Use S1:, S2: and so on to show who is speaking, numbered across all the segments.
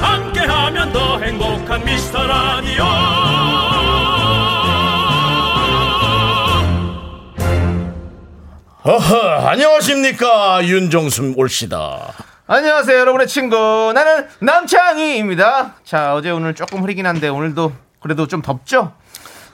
S1: 함께하면 더 행복한 미스터 라디오
S2: 어허, 안녕하십니까 윤정수 올시다.
S3: 안녕하세요, 여러분의 친구. 나는 남창희입니다. 자, 어제 오늘 조금 흐리긴 한데, 오늘도 그래도 좀 덥죠?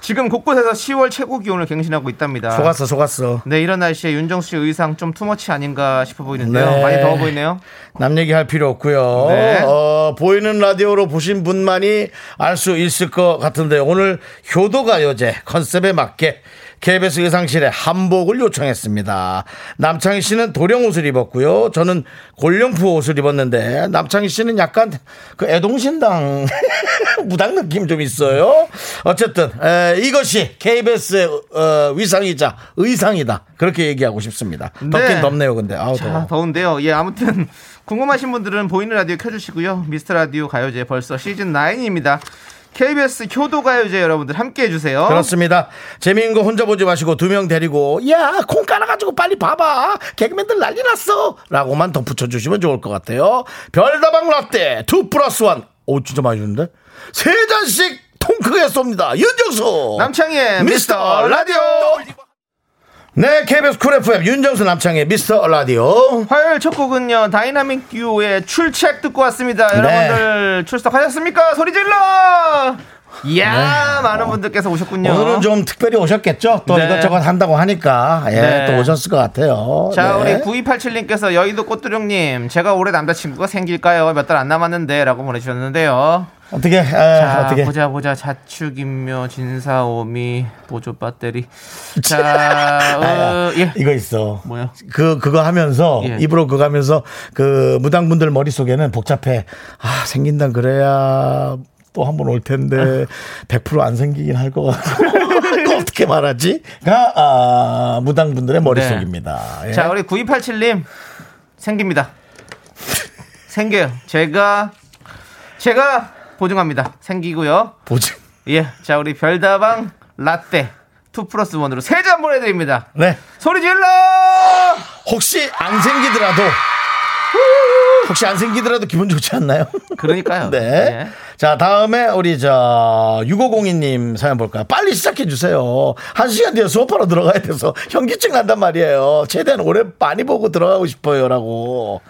S3: 지금 곳곳에서 10월 최고 기온을 갱신하고 있답니다.
S2: 속았어, 속았어.
S3: 네, 이런 날씨에 윤정수 씨 의상 좀 투머치 아닌가 싶어 보이는데요.
S2: 네.
S3: 많이 더워 보이네요.
S2: 남 얘기할 필요 없고요.
S3: 네.
S2: 어, 보이는 라디오로 보신 분만이 알 수 있을 것 같은데 오늘 효도가요제 컨셉에 맞게 KBS 의상실에 한복을 요청했습니다. 남창희 씨는 도령 옷을 입었고요. 저는 골령푸 옷을 입었는데 남창희 씨는 약간 그 애동신당 무당 느낌 좀 있어요. 어쨌든 에, 이것이 KBS의 어, 위상이자 의상이다. 그렇게 얘기하고 싶습니다. 덥긴
S3: 네.
S2: 덥네요, 근데. 아우,
S3: 자,
S2: 더워.
S3: 더운데요. 예, 아무튼 궁금하신 분들은 보이는 라디오 켜주시고요. 미스터 라디오 가요제 벌써 시즌 9입니다. KBS 효도 가요제 여러분들 함께 해주세요.
S2: 그렇습니다. 재미있는 거 혼자 보지 마시고 두 명 데리고 야, 콩 깔아가지고 빨리 봐봐. 개그맨들 난리 났어. 라고만 덧붙여주시면 좋을 것 같아요. 별다방 라떼 2 플러스 1. 오, 진짜 많이 주는데? 세 잔씩 통크게 쏩니다. 윤정수.
S3: 남창희의
S2: 미스터 라디오. 네, KBS 쿨 FM 윤정수 남창의 미스터 라디오.
S3: 화요일 첫 곡은요 다이나믹 듀오의 출첵 듣고 왔습니다
S2: 네.
S3: 여러분들 출석하셨습니까 소리 질러 이야 많은 분들께서 오셨군요
S2: 네. 오늘은 좀 특별히 오셨겠죠? 또
S3: 네.
S2: 이것저것 한다고 하니까 예,
S3: 네.
S2: 또 오셨을 것 같아요.
S3: 자
S2: 네.
S3: 우리 9287님께서 여의도 꽃두령님 제가 올해 남자친구가 생길까요 몇 달 안 남았는데 라고 보내주셨는데요
S2: 어떻게 에,
S3: 자
S2: 어떻게
S3: 보자 보자 자축인묘 진사오미 보조 배터리 자 어, 예.
S2: 아, 이거 있어.
S3: 뭐요?
S2: 그 그거 하면서
S3: 예.
S2: 입으로 그거 하면서 그 무당분들 머릿속에는 복잡해. 아, 생긴다 그래야 또 한 번 올 텐데 100%안 생기긴 할 것 같고. 또 어떻게 말하지?가 아, 무당분들의 머릿속입니다. 예.
S3: 네. 자, 우리 9287님 생깁니다. 생겨요. 제가 제가 보증합니다. 생기고요.
S2: 보지.
S3: 예. 자, 우리 별다방 라떼 2 플러스 1으로 세 잔 보내드립니다.
S2: 네.
S3: 소리 질러!
S2: 혹시 안 생기더라도 혹시 안 생기더라도 기분 좋지 않나요?
S3: 그러니까요.
S2: 네.
S3: 예.
S2: 자, 다음에 우리 저 6502님 사연 볼까요? 빨리 시작해 주세요. 한 시간 뒤에 수업하러 들어가야 돼서 현기증 난단 말이에요. 최대한 오래 많이 보고 들어가고 싶어요라고.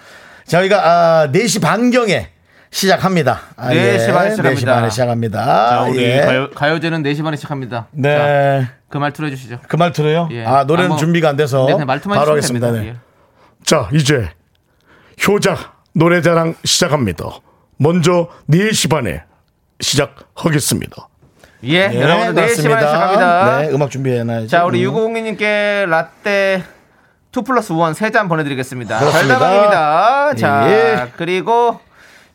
S2: 저희가 아, 4시 반경에 시작합니다. 아,
S3: 4시 반에 시작합니다.
S2: 4시 반에 시작합니다.
S3: 자, 우리
S2: 예.
S3: 가요, 제는 4시 반에 시작합니다.
S2: 네.
S3: 그말 틀어주시죠.
S2: 그 말 들어요?
S3: 예.
S2: 아, 노래는
S3: 한번-
S2: 준비가 안 돼서
S3: 네, 그냥 말투만
S2: 바로
S3: 해주시면
S2: 하겠습니다. 네.
S3: 됩니다. 예.
S4: 자, 이제 효자 노래자랑 시작합니다. 먼저 4시 반에 시작하겠습니다.
S3: 예, 예,
S2: 예,
S3: 여러분들 4시 반에
S2: 맞습니다.
S3: 시작합니다.
S2: 네, 음악 준비해 놔야죠.
S3: 자, 우리 6502님께 라떼 2 플러스 1 세 잔 보내드리겠습니다.
S2: 그렇습니다.
S3: 별다방입니다. 자,
S2: 예.
S3: 그리고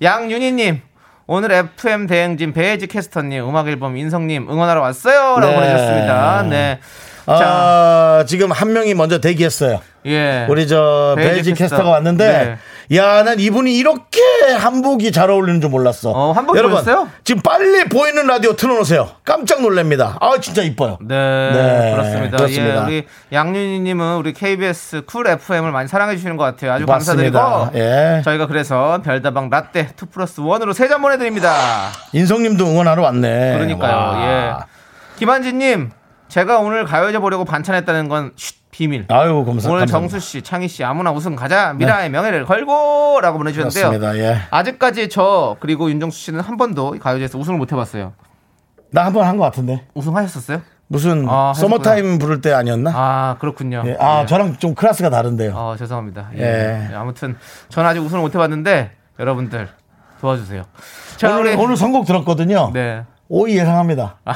S3: 양윤희님. 오늘 FM 대행진 베이지 캐스터님, 음악 앨범 인성님 응원하러 왔어요. 라고
S2: 네.
S3: 보내주셨습니다. 네. 자,
S2: 아, 지금 한 명이 먼저 대기했어요.
S3: 예.
S2: 우리 저
S3: 베이지 네.
S2: 베이지
S3: 캐스터.
S2: 캐스터가 왔는데 야 난 이분이 이렇게 한복이 잘 어울리는 줄 몰랐어.
S3: 어, 한복
S2: 여러분
S3: 입으셨어요?
S2: 지금 빨리 보이는 라디오 틀어놓으세요. 깜짝 놀랍니다. 아 진짜 이뻐요.
S3: 네,
S2: 네,
S3: 그렇습니다.
S2: 그렇습니다.
S3: 예, 우리 양윤희님은 우리 KBS 쿨 FM을 많이 사랑해 주시는 것 같아요. 아주
S2: 맞습니다.
S3: 감사드리고
S2: 예.
S3: 저희가 그래서 별다방 라떼 2 플러스 1으로 세 잔 보내드립니다.
S2: 인성님도 응원하러 왔네.
S3: 그러니까요.
S2: 와.
S3: 예. 김한진님, 제가 오늘 가요제 보려고 반찬했다는 건 쉿, 비밀.
S2: 아유 감사,
S3: 오늘
S2: 감사합니다. 네.
S3: 정수 씨, 창희 씨 아무나 우승 가자 미라의 명예를 걸고라고 보내주셨는데요.
S2: 그렇습니다. 예.
S3: 아직까지 저 그리고 윤정수 씨는 한 번도 이 가요제에서 우승을 못 해봤어요.
S2: 나 한 번 한 것 같은데
S3: 우승하셨었어요?
S2: 무슨
S3: 아,
S2: 서머타임 부를 때 아니었나?
S3: 아 그렇군요.
S2: 예. 아
S3: 예.
S2: 저랑 좀 클래스가 다른데요.
S3: 어, 죄송합니다. 예.
S2: 네. 예.
S3: 예, 아무튼 저는 아직 우승을 못 해봤는데 여러분들 도와주세요. 자,
S2: 오늘
S3: 우리-
S2: 오늘 선곡 들었거든요.
S3: 네.
S2: 오이 예상합니다.
S3: 아,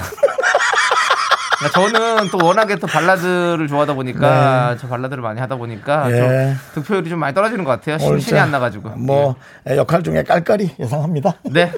S3: 저는 또 워낙에 또 발라드를 좋아하다 보니까 저 발라드를 많이 하다 보니까
S2: 네. 예.
S3: 좀 득표율이 좀 많이 떨어지는 것 같아요.
S2: 오늘
S3: 심신이
S2: 자,
S3: 안 나가지고.
S2: 뭐 에, 역할 중에 깔깔이 예상합니다.
S3: 예. 네.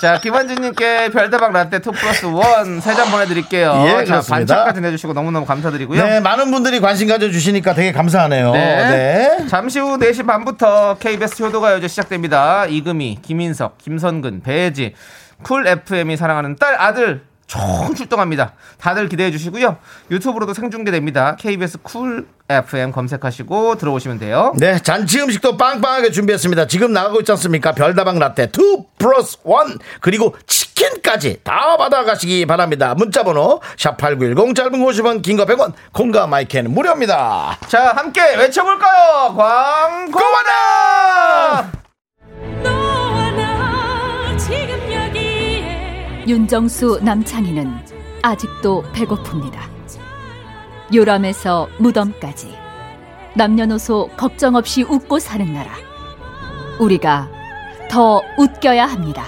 S3: 자, 김한진님께 별다방 라떼 투 플러스 원 세 잔 보내드릴게요.
S2: 예,
S3: 자,
S2: 그렇습니다.
S3: 반짝까지 내주시고 너무너무 감사드리고요.
S2: 네, 많은 분들이 관심 가져주시니까 되게 감사하네요.
S3: 네.
S2: 네.
S3: 잠시 후 4시 반부터 KBS 효도가요제 시작됩니다. 이금희, 김인석, 김선근, 배혜지, 쿨 FM이 사랑하는 딸, 아들 총 출동합니다. 다들 기대해 주시고요. 유튜브로도 생중계됩니다. KBS 쿨 FM 검색하시고 들어오시면 돼요.
S2: 네, 잔치 음식도 빵빵하게 준비했습니다. 지금 나가고 있지 않습니까? 별다방 라떼 2 플러스 1 그리고 치킨까지 다 받아가시기 바랍니다. 문자번호 샵8910 짧은 50원 긴 거 100원 콩과 마이크는 무료입니다.
S3: 자, 함께 외쳐볼까요? 광고나!
S5: 너와 나 지금 여기에
S6: 윤정수 남창희는 아직도 배고픕니다. 요람에서 무덤까지 남녀노소 걱정 없이 웃고 사는 나라. 우리가 더 웃겨야 합니다.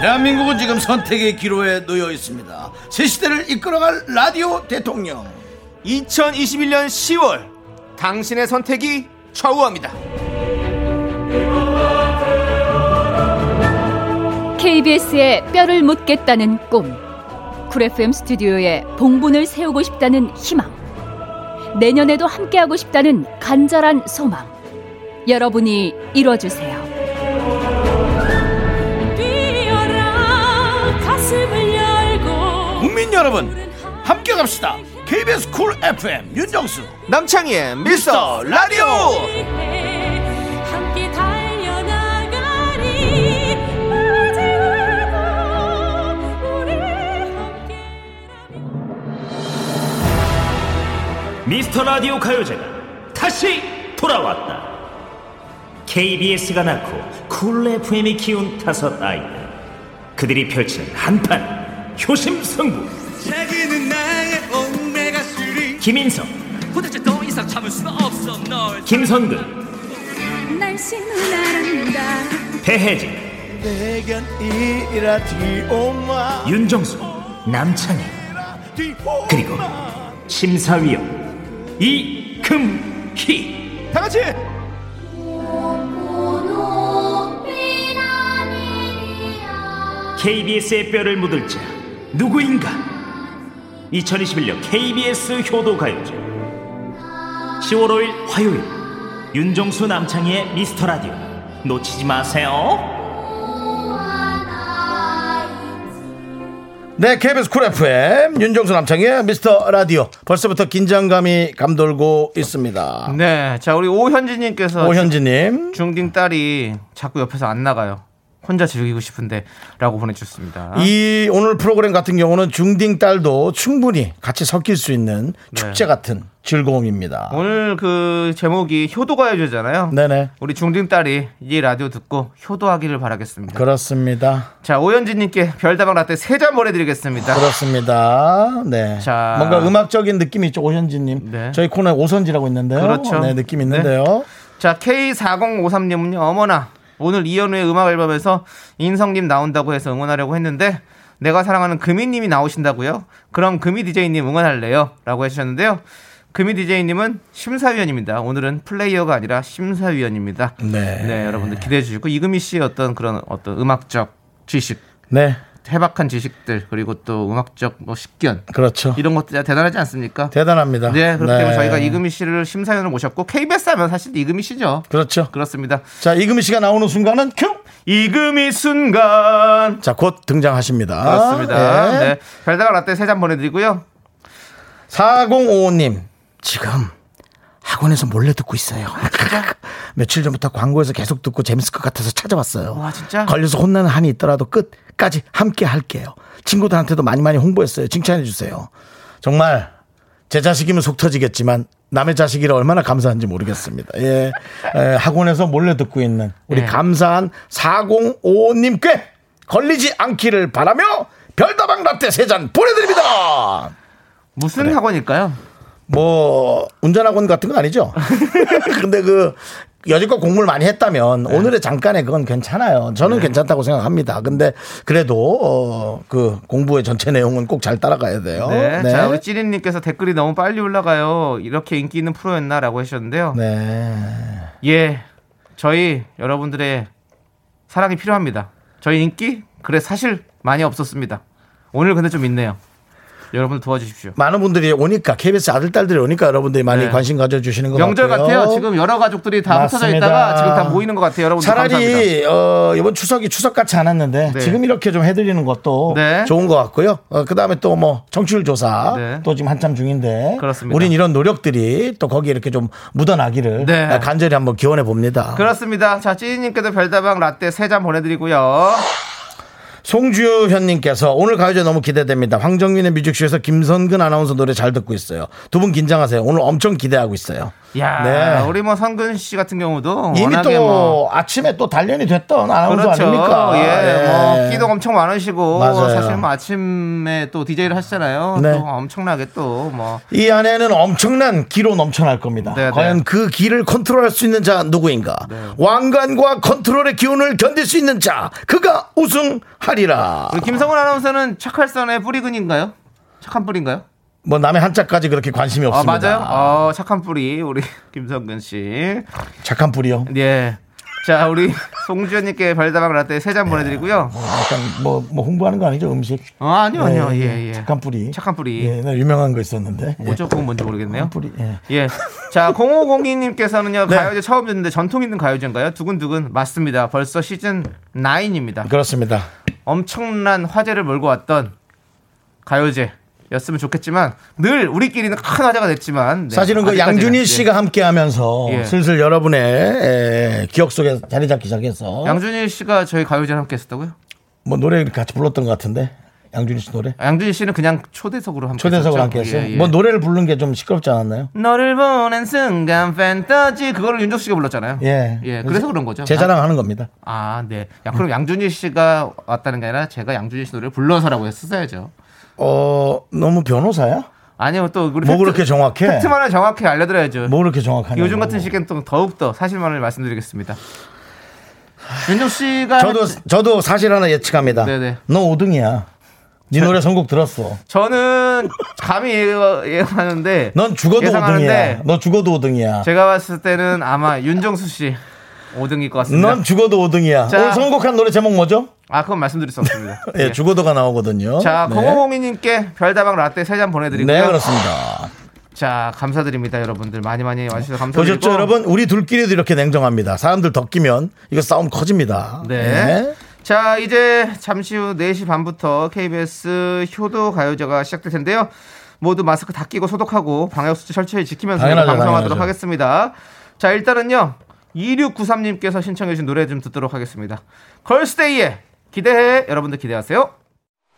S2: 대한민국은 지금 선택의 기로에 놓여 있습니다. 새 시대를 이끌어갈 라디오 대통령.
S3: 2021년 10월, 당신의 선택이 좌우합니다.
S6: KBS에 뼈를 묻겠다는 꿈. 쿨 FM 스튜디오에 봉분을 세우고 싶다는 희망. 내년에도 함께하고 싶다는 간절한 소망. 여러분이 이뤄주세요.
S5: 뛰어라 가슴을 열고
S2: 국민 여러분, 함께 갑시다. KBS 쿨 FM 윤정수.
S3: 남창희의 미스터 라디오!
S5: 함께 달려나가리 울지 말고 우리 함께
S7: 미스터 라디오 가요제가 다시 돌아왔다. KBS가 낳고 쿨 FM이 키운 다섯 아이들. 그들이 펼치는 한판 효심성부. 김인석,
S1: 도대체 더 이상 참을 수가 없어 널
S7: 김선근,
S5: 날씨는 나란다
S7: 배혜진, 윤정수, 남창희. 그리고 심사위원 이금희.
S3: 다 같이!
S7: KBS의 뼈를 묻을 자 누구인가 2021년 KBS 효도가요제 10월 5일 화요일 윤정수 남창희의 미스터라디오 놓치지 마세요
S2: 네, KBS 쿨 FM 윤정수 남창의 미스터 라디오. 벌써부터 긴장감이 감돌고 있습니다.
S3: 네, 자 우리 오현진님께서
S2: 오현지님.
S3: 중딩 딸이 자꾸 옆에서 안 나가요. 혼자 즐기고 싶은데라고 보내주셨습니다.
S2: 이 오늘 프로그램 같은 경우는 중딩 딸도 충분히 같이 섞일 수 있는 축제 같은 즐거움입니다.
S3: 네. 오늘 그 제목이 효도가요제잖아요.
S2: 네네.
S3: 우리 중딩 딸이 이 라디오 듣고 효도하기를 바라겠습니다.
S2: 그렇습니다.
S3: 자 오현진님께 별다방 라떼 세잔 보내드리겠습니다.
S2: 그렇습니다. 네.
S3: 자.
S2: 뭔가 음악적인 느낌이 있죠, 오현지님.
S3: 아. 네.
S2: 저희 코너에 오선지라고 있는데요.
S3: 그렇죠.
S2: 네, 느낌
S3: 네.
S2: 있는데요.
S3: 자 K4053님은요 어머나 오늘 이현우의 음악 앨범에서 인성님 나온다고 해서 응원하려고 했는데 내가 사랑하는 금이님이 나오신다고요? 그럼 금이 DJ님 응원할래요? 라고 해주셨는데요 금이 DJ님은 심사위원입니다 오늘은 플레이어가 아니라 심사위원입니다
S2: 네.
S3: 여러분들 기대해 주시고 이금희 씨의 어떤 그런 어떤 음악적 지식
S2: 네.
S3: 해박한 지식들 그리고 또 음악적 뭐 식견
S2: 그렇죠.
S3: 이런 것들 대단하지 않습니까?
S2: 대단합니다.
S3: 네 그렇기 때문에
S2: 네.
S3: 저희가 이금희 씨를 심사위원을 모셨고 KBS 하면 사실 이금희 씨죠
S2: 그렇죠.
S3: 그렇습니다.
S2: 자, 이금희 씨가 나오는 순간은 큐!
S3: 이금희 순간.
S2: 자, 곧 등장하십니다.
S3: 그렇습니다.
S2: 네.
S3: 네. 별다방 라떼 세 잔 보내드리고요.
S2: 4055님 지금 학원에서 몰래 듣고 있어요. 며칠 전부터 광고에서 계속 듣고 재밌을 것 같아서 찾아왔어요.
S3: 와, 진짜?
S2: 걸려서 혼나는 한이 있더라도 끝까지 함께 할게요. 친구들한테도 많이 많이 홍보했어요. 칭찬해 주세요. 정말 제 자식이면 속 터지겠지만 남의 자식이라 얼마나 감사한지 모르겠습니다. 예, 에, 학원에서 몰래 듣고 있는 우리
S3: 예.
S2: 감사한 4055님께 걸리지 않기를 바라며 별다방 라떼 세 잔 보내드립니다.
S3: 무슨 학원일까요?
S2: 뭐 운전학원 같은 건 아니죠. 근데 그 여지껏 공부를 많이 했다면
S3: 네.
S2: 오늘의 잠깐의 그건 괜찮아요. 저는 괜찮다고 생각합니다. 근데 그래도 어, 그 공부의 전체 내용은 꼭 잘 따라가야 돼요.
S3: 네. 자, 우리 찌린님께서 댓글이 너무 빨리 올라가요. 이렇게 인기 있는 프로였나? 라고 하셨는데요.
S2: 네.
S3: 예. 저희 여러분들의 사랑이 필요합니다. 저희 인기? 그래, 사실 많이 없었습니다. 오늘 근데 좀 있네요. 여러분들 도와주십시오.
S2: 많은 분들이 오니까 KBS 아들 딸들이 오니까 여러분들이 많이
S3: 네.
S2: 관심 가져주시는 것
S3: 명절
S2: 같아요.
S3: 같아요. 지금 여러 가족들이 다 흩어져
S2: 맞습니다.
S3: 있다가 지금 다 모이는 것 같아요. 여러분들 감사합니다.
S2: 차라리 어, 이번 추석이 추석 같지 않았는데
S3: 네.
S2: 지금 이렇게 좀 해드리는 것도
S3: 네.
S2: 좋은 것 같고요. 어, 그다음에 또 뭐 정치율 조사
S3: 네.
S2: 또 지금 한참 중인데
S3: 그렇습니다.
S2: 우린 이런 노력들이 또 거기에 이렇게 좀 묻어나기를 아,
S3: 네.
S2: 간절히 한번 기원해 봅니다.
S3: 그렇습니다. 자, 찌린님께도 별다방 라떼 세 잔 보내드리고요.
S2: 송주현님께서 오늘 가요제 너무 기대됩니다. 황정민의 뮤직쇼에서 김선근 아나운서 노래 잘 듣고 있어요. 두 분 긴장하세요. 오늘 엄청 기대하고 있어요.
S3: 야,
S2: 네.
S3: 우리 뭐 성근 씨 같은 경우도
S2: 이미
S3: 워낙에
S2: 또
S3: 뭐
S2: 아침에 또 단련이 됐던 아나운서
S3: 그렇죠.
S2: 아닙니까?
S3: 예, 뭐
S2: 예.
S3: 끼도 엄청 많으시고
S2: 맞아요.
S3: 사실 뭐 아침에 또 DJ를 하시잖아요.
S2: 네.
S3: 또뭐 엄청나게 또뭐
S2: 이 안에는 엄청난 기로 넘쳐날 겁니다.
S3: 네, 네.
S2: 과연 그 기를 컨트롤할 수 있는 자 누구인가? 왕관과 컨트롤의 기운을 견딜 수 있는 자 그가 우승하리라.
S3: 김성훈 아나운서는 착할선의 뿌리근인가요? 착한 뿌리인가요?
S2: 뭐 남의 한자까지 그렇게 관심이
S3: 아
S2: 없습니다.
S3: 맞아요. 어, 착한 뿌리 우리 김성근 씨.
S2: 착한 뿌리요.
S3: 예. 자 우리 송주현님께 별다방 라떼 세 잔
S2: 네.
S3: 보내드리고요.
S2: 약간 뭐, 뭐 홍보하는 거 아니죠 음식? 네,
S3: 어, 아니요 아니요 예예.
S2: 착한 뿌리.
S3: 착한 뿌리.
S2: 예, 옛날에 유명한 거 있었는데. 예.
S3: 뭐죠? 그건 뭔지 모르겠네요.
S2: 뿌리. 예.
S3: 예. 자, 0502님께서는요,
S2: 네.
S3: 가요제 처음 듣는데 전통 있는 가요제인가요? 두근두근. 맞습니다. 벌써 시즌 9입니다.
S2: 그렇습니다.
S3: 엄청난 화제를 몰고 왔던 가요제였으면 좋겠지만, 늘 우리끼리는 큰 화제가 됐지만. 네,
S2: 사실은 그
S3: 아직까지는,
S2: 양준희
S3: 예.
S2: 씨가 함께 하면서
S3: 예.
S2: 슬슬 여러분의 에, 기억 속에 자리 잡기 시작해서
S3: 양준희 씨가 저희 가요제를 함께 했었다고요?
S2: 뭐 노래 같이 불렀던 것 같은데 양준희 씨 노래
S3: 아, 양준희 씨는 그냥 초대석으로 함께
S2: 초대석을
S3: 했었죠?
S2: 함께 했어요.
S3: 예, 예.
S2: 뭐 노래를 부르는 게 좀 시끄럽지 않았나요?
S3: 너를 보낸 순간 팬터지. 그거를 윤정 씨가 불렀잖아요.
S2: 예.
S3: 예. 그래서 그런 거죠.
S2: 제 자랑하는 겁니다.
S3: 아, 네. 야, 그럼 양준희 씨가 왔다는 게 아니라 제가 양준희 씨 노래를 불러서라고 했었어야죠.
S2: 어 너무 변호사야?
S3: 아니요, 또 우리
S2: 뭐 그렇게 정확해?
S3: 팩트만을 정확히 알려드려야죠.
S2: 뭐 그렇게 정확하냐?
S3: 요즘 같은 시기엔 또 더욱더 사실만을 말씀드리겠습니다. 윤종 씨가
S2: 저도 저도 사실 하나 예측합니다.
S3: 네네.
S2: 너 5등이야. 네 노래 선곡 들었어.
S3: 저는 감히 예가- 예상하는데
S2: 넌 죽어도
S3: 예상하는데
S2: 5등이야. 너 죽어도 5등이야.
S3: 제가 봤을 때는 아마 윤정수 씨 5등일 것 같습니다.
S2: 넌 죽어도 5등이야.
S3: 자.
S2: 오늘 선곡한 노래 제목 뭐죠?
S3: 아, 그건 말씀드릴 수 없습니다.
S2: 예,
S3: 예.
S2: 죽어도가 나오거든요.
S3: 자,
S2: 네.
S3: 0502님께 별다방 라떼 3잔 보내드리고요.
S2: 네, 그렇습니다.
S3: 자, 감사드립니다, 여러분들. 많이 많이 와주셔서 감사드리고.
S2: 보셨죠, 여러분? 우리 둘끼리도 이렇게 냉정합니다. 사람들 더 끼면 이거 싸움 커집니다.
S3: 네. 자, 이제 잠시 후 4시 반부터 KBS 효도 가요제가 시작될 텐데요. 모두 마스크 다 끼고 소독하고 방역수칙 철저히 지키면서
S2: 당연하죠,
S3: 방송하도록
S2: 당연하죠.
S3: 하겠습니다. 자, 일단은요. 2693님께서 신청해주신 노래 좀 듣도록 하겠습니다. 걸스데이의 기대해. 여러분들 기대하세요.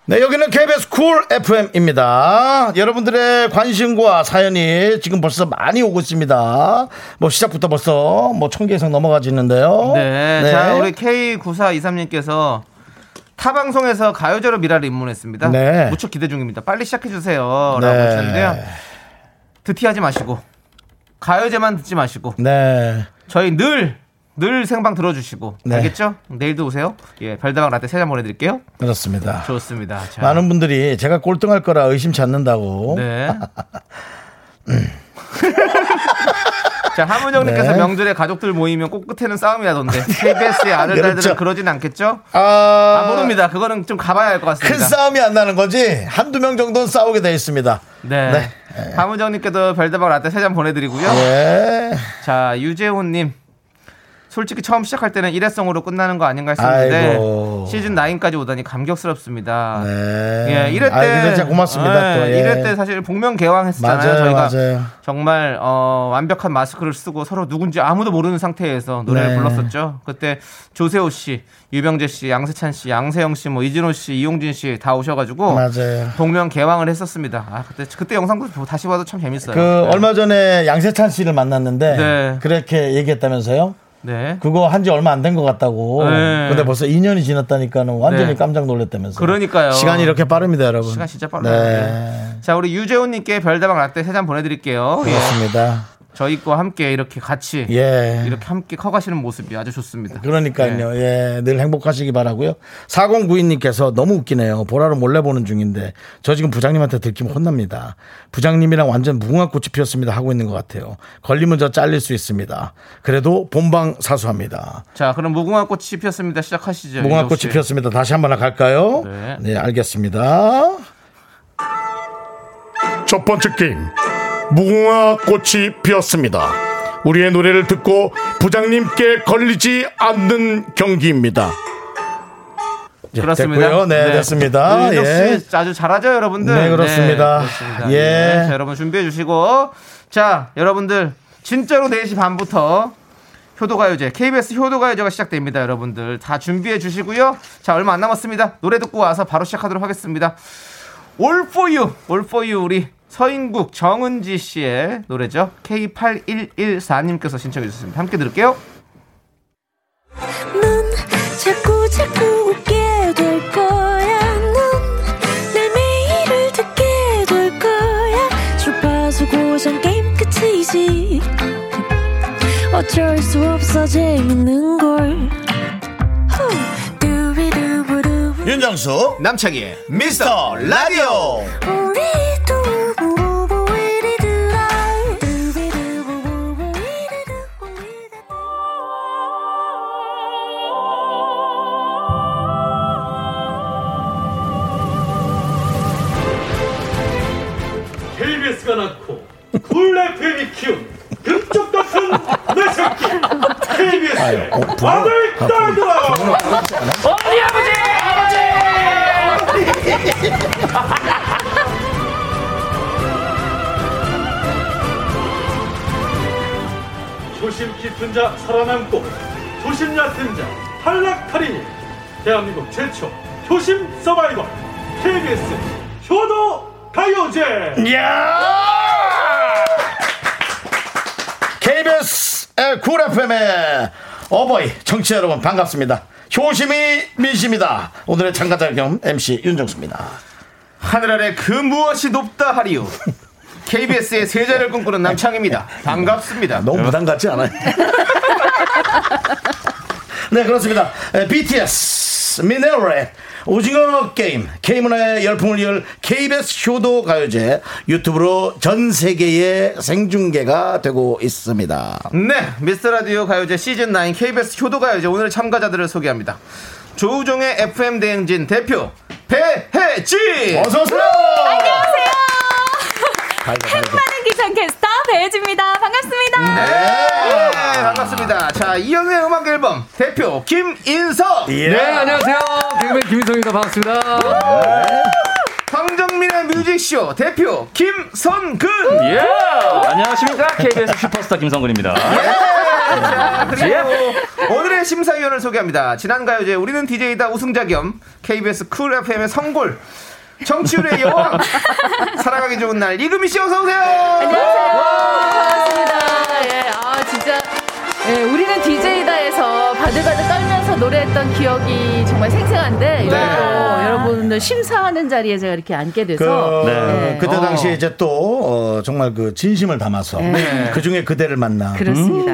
S2: 네, 여기는 KBS 쿨 FM입니다. 여러분들의 관심과 사연이 지금 벌써 많이 오고 있습니다. 뭐 시작부터 벌써 뭐 천 개 이상 넘어가지는데요.
S3: 네. 자, 우리 K9423님께서 타 방송에서 가요제로 미라를 입문했습니다.
S2: 네.
S3: 무척 기대 중입니다. 빨리 시작해주세요. 라고
S2: 네.
S3: 하셨는데요. 드티하지 마시고, 가요제만 듣지 마시고,
S2: 네.
S3: 저희 늘, 늘 생방 들어주시고,
S2: 네.
S3: 알겠죠? 내일도 오세요. 예, 별다방 라떼 세 잔 보내드릴게요.
S2: 그렇습니다.
S3: 좋습니다. 자,
S2: 많은 분들이 제가 꼴등할 거라 의심치 않는다고.
S3: 네. 자, 하문영님께서
S2: 음. 네.
S3: 명절에 가족들 모이면 꼭 끝에는 싸움이라던데, KBS의 아들,
S2: 그렇죠.
S3: 딸들은 그러진 않겠죠?
S2: 아,
S3: 아, 모릅니다. 그거는 좀 가봐야 할 것 같습니다.
S2: 큰 싸움이 안 나는 거지 한두 명 정도는 싸우게 돼 있습니다.
S3: 네.
S2: 네.
S3: 하문정님께도 별다방 라떼 세 잔 보내드리고요.
S2: 예.
S3: 자, 유재훈님. 솔직히 처음 시작할 때는 일회성으로 끝나는 거 아닌가 했었는데
S2: 아이고.
S3: 시즌 9까지 오다니 감격스럽습니다.
S2: 네.
S3: 예, 이럴 때
S2: 아, 근데 진짜 고맙습니다.
S3: 예,
S2: 또, 예.
S3: 이럴 때 사실 복면 개왕했잖아요.
S2: 맞아요,
S3: 저희가
S2: 맞아요.
S3: 정말 어, 완벽한 마스크를 쓰고 서로 누군지 아무도 모르는 상태에서 노래를
S2: 네.
S3: 불렀었죠. 그때 조세호 씨, 유병재 씨, 양세찬 씨, 양세형 씨, 뭐 이진호 씨, 이용진 씨 다 오셔가지고
S2: 맞아요.
S3: 복면 개왕을 했었습니다. 아 그때 그때 영상도 보- 다시 봐도 참 재밌어요.
S2: 그
S3: 네.
S2: 얼마 전에 양세찬 씨를 만났는데
S3: 네.
S2: 그렇게 얘기했다면서요?
S3: 네.
S2: 그거 한 지 얼마 안 된 것 같다고.
S3: 네.
S2: 근데 벌써 2년이 지났다니까는 완전히
S3: 네.
S2: 깜짝 놀랐다면서.
S3: 그러니까요.
S2: 시간이 이렇게 빠릅니다, 여러분.
S3: 시간 진짜
S2: 네.
S3: 빠르네. 자, 우리 유재훈님께 별다방 라떼 세 잔 보내드릴게요. 예.
S2: 그렇습니다.
S3: 저희과 함께 이렇게 같이
S2: 예.
S3: 이렇게 함께 커가시는 모습이 아주 좋습니다.
S2: 그러니까요.
S3: 네.
S2: 예. 늘 행복하시기 바라고요. 4092님께서 너무 웃기네요. 보라로 몰래 보는 중인데 저 지금 부장님한테 들키면 혼납니다. 부장님이랑 완전 무궁화꽃이 피었습니다 하고 있는 것 같아요. 걸리면 저 잘릴 수 있습니다. 그래도 본방 사수합니다.
S3: 자, 그럼 무궁화 꽃이 피었습니다. 시작하시죠.
S2: 무궁화꽃이
S3: 윤정 예, 씨.
S2: 피었습니다. 다시 한번 갈까요?
S3: 네.
S2: 네, 알겠습니다.
S4: 첫 번째 게임 무궁화 꽃이 피었습니다. 우리의 노래를 듣고 부장님께 걸리지 않는 경기입니다.
S2: 예,
S3: 그렇습니다. 그
S2: 됐고요. 네, 됐습니다.
S3: 윤정
S2: 예.
S3: 씨 아주 잘하죠, 여러분들.
S2: 네, 그렇습니다.
S3: 그렇습니다.
S2: 예.
S3: 네, 자, 여러분 준비해 주시고 자, 여러분들 진짜로 4시 반부터 효도가요제 KBS 효도가요제가 시작됩니다, 여러분들 다 준비해 주시고요. 자, 얼마 안 남았습니다. 노래 듣고 와서 바로 시작하도록 하겠습니다. All for you, All for you 우리 서인국 정은지 씨의 노래죠. K8114님께서 신청해 주셨습니다. 함께 들을게요.
S5: 넌 자꾸 자꾸 웃게 될 거야. 넌내 매일을 듣게 될 거야. 주파수 고정 게임 끝이지. 어쩔 수 없어 재밌는 걸. 후. 두비두부두.
S2: 윤정수 남창희의 미스터 라디오
S5: 우리 두부부부 우리 두라. 두비두부부부 우리 두부 우리 두부.
S7: KBS가 낳고 굴레팬이 키운 금쪽 같은 내 새끼 KBS 아들 딸들아 조심 깊은 자 살아남고 조심 얕은 자 탈락하리니 대한민국 최초 효심 서바이벌 KBS 효도 가요제
S2: 야 KBS의 쿨 FM의 어버이 청취자 여러분 반갑습니다. 효심이 민심이다. 오늘의 참가자 겸 MC 윤정수입니다.
S3: 하늘 아래 그 무엇이 높다 하리요. KBS의 세자를 꿈꾸는 남창입니다. 반갑습니다.
S2: 너무 부담 갖지 않아요? 네 그렇습니다. 에, BTS 미네랄의 오징어 게임 K문화의 열풍을 이을 KBS 효도 가요제 유튜브로 전 세계에 생중계가 되고 있습니다.
S3: 네, 미스터 라디오 가요제 시즌 9 KBS 효도 가요제 오늘 참가자들을 소개합니다. 조우종의 FM 대행진 대표 배혜지.
S2: 어서 오세요.
S8: 하는 기상 캐스터 배혜지입니다. 반갑습니다.
S3: 네, 반갑습니다. 자, 이현우의 음악 앨범 대표 김인석.
S2: 예.
S9: 네, 안녕하세요. 개그맨 김인성입니다. 반갑습니다.
S3: 예. 황정민의 뮤직쇼 대표 김선근.
S1: 예! 안녕하십니까 KBS 슈퍼스타 김성근입니다
S9: 예.
S3: 자, 예.
S7: 예?
S3: 그리고 오늘의 심사위원을 소개합니다. 지난 가요제 우리는 DJ다 우승자 겸 KBS 쿨 FM의 성골 청취율의 여왕 살아가기 좋은 날 이금희 씨 어서 오세요.
S8: 반갑습니다. 예, 아 진짜 예, 우리는 DJ다에서 바들바들 떨면서 노래했던 기억이 정말
S2: 네.
S8: 생생한데 이번에 또 여러분들 심사하는 자리에 제가 이렇게 앉게
S2: 그,
S8: 돼서 네.
S2: 그때
S3: 어.
S2: 당시에 이제 또 어, 정말 그 진심을 담아서 그 중에 그대를 만나.
S8: 네. 그렇습니다.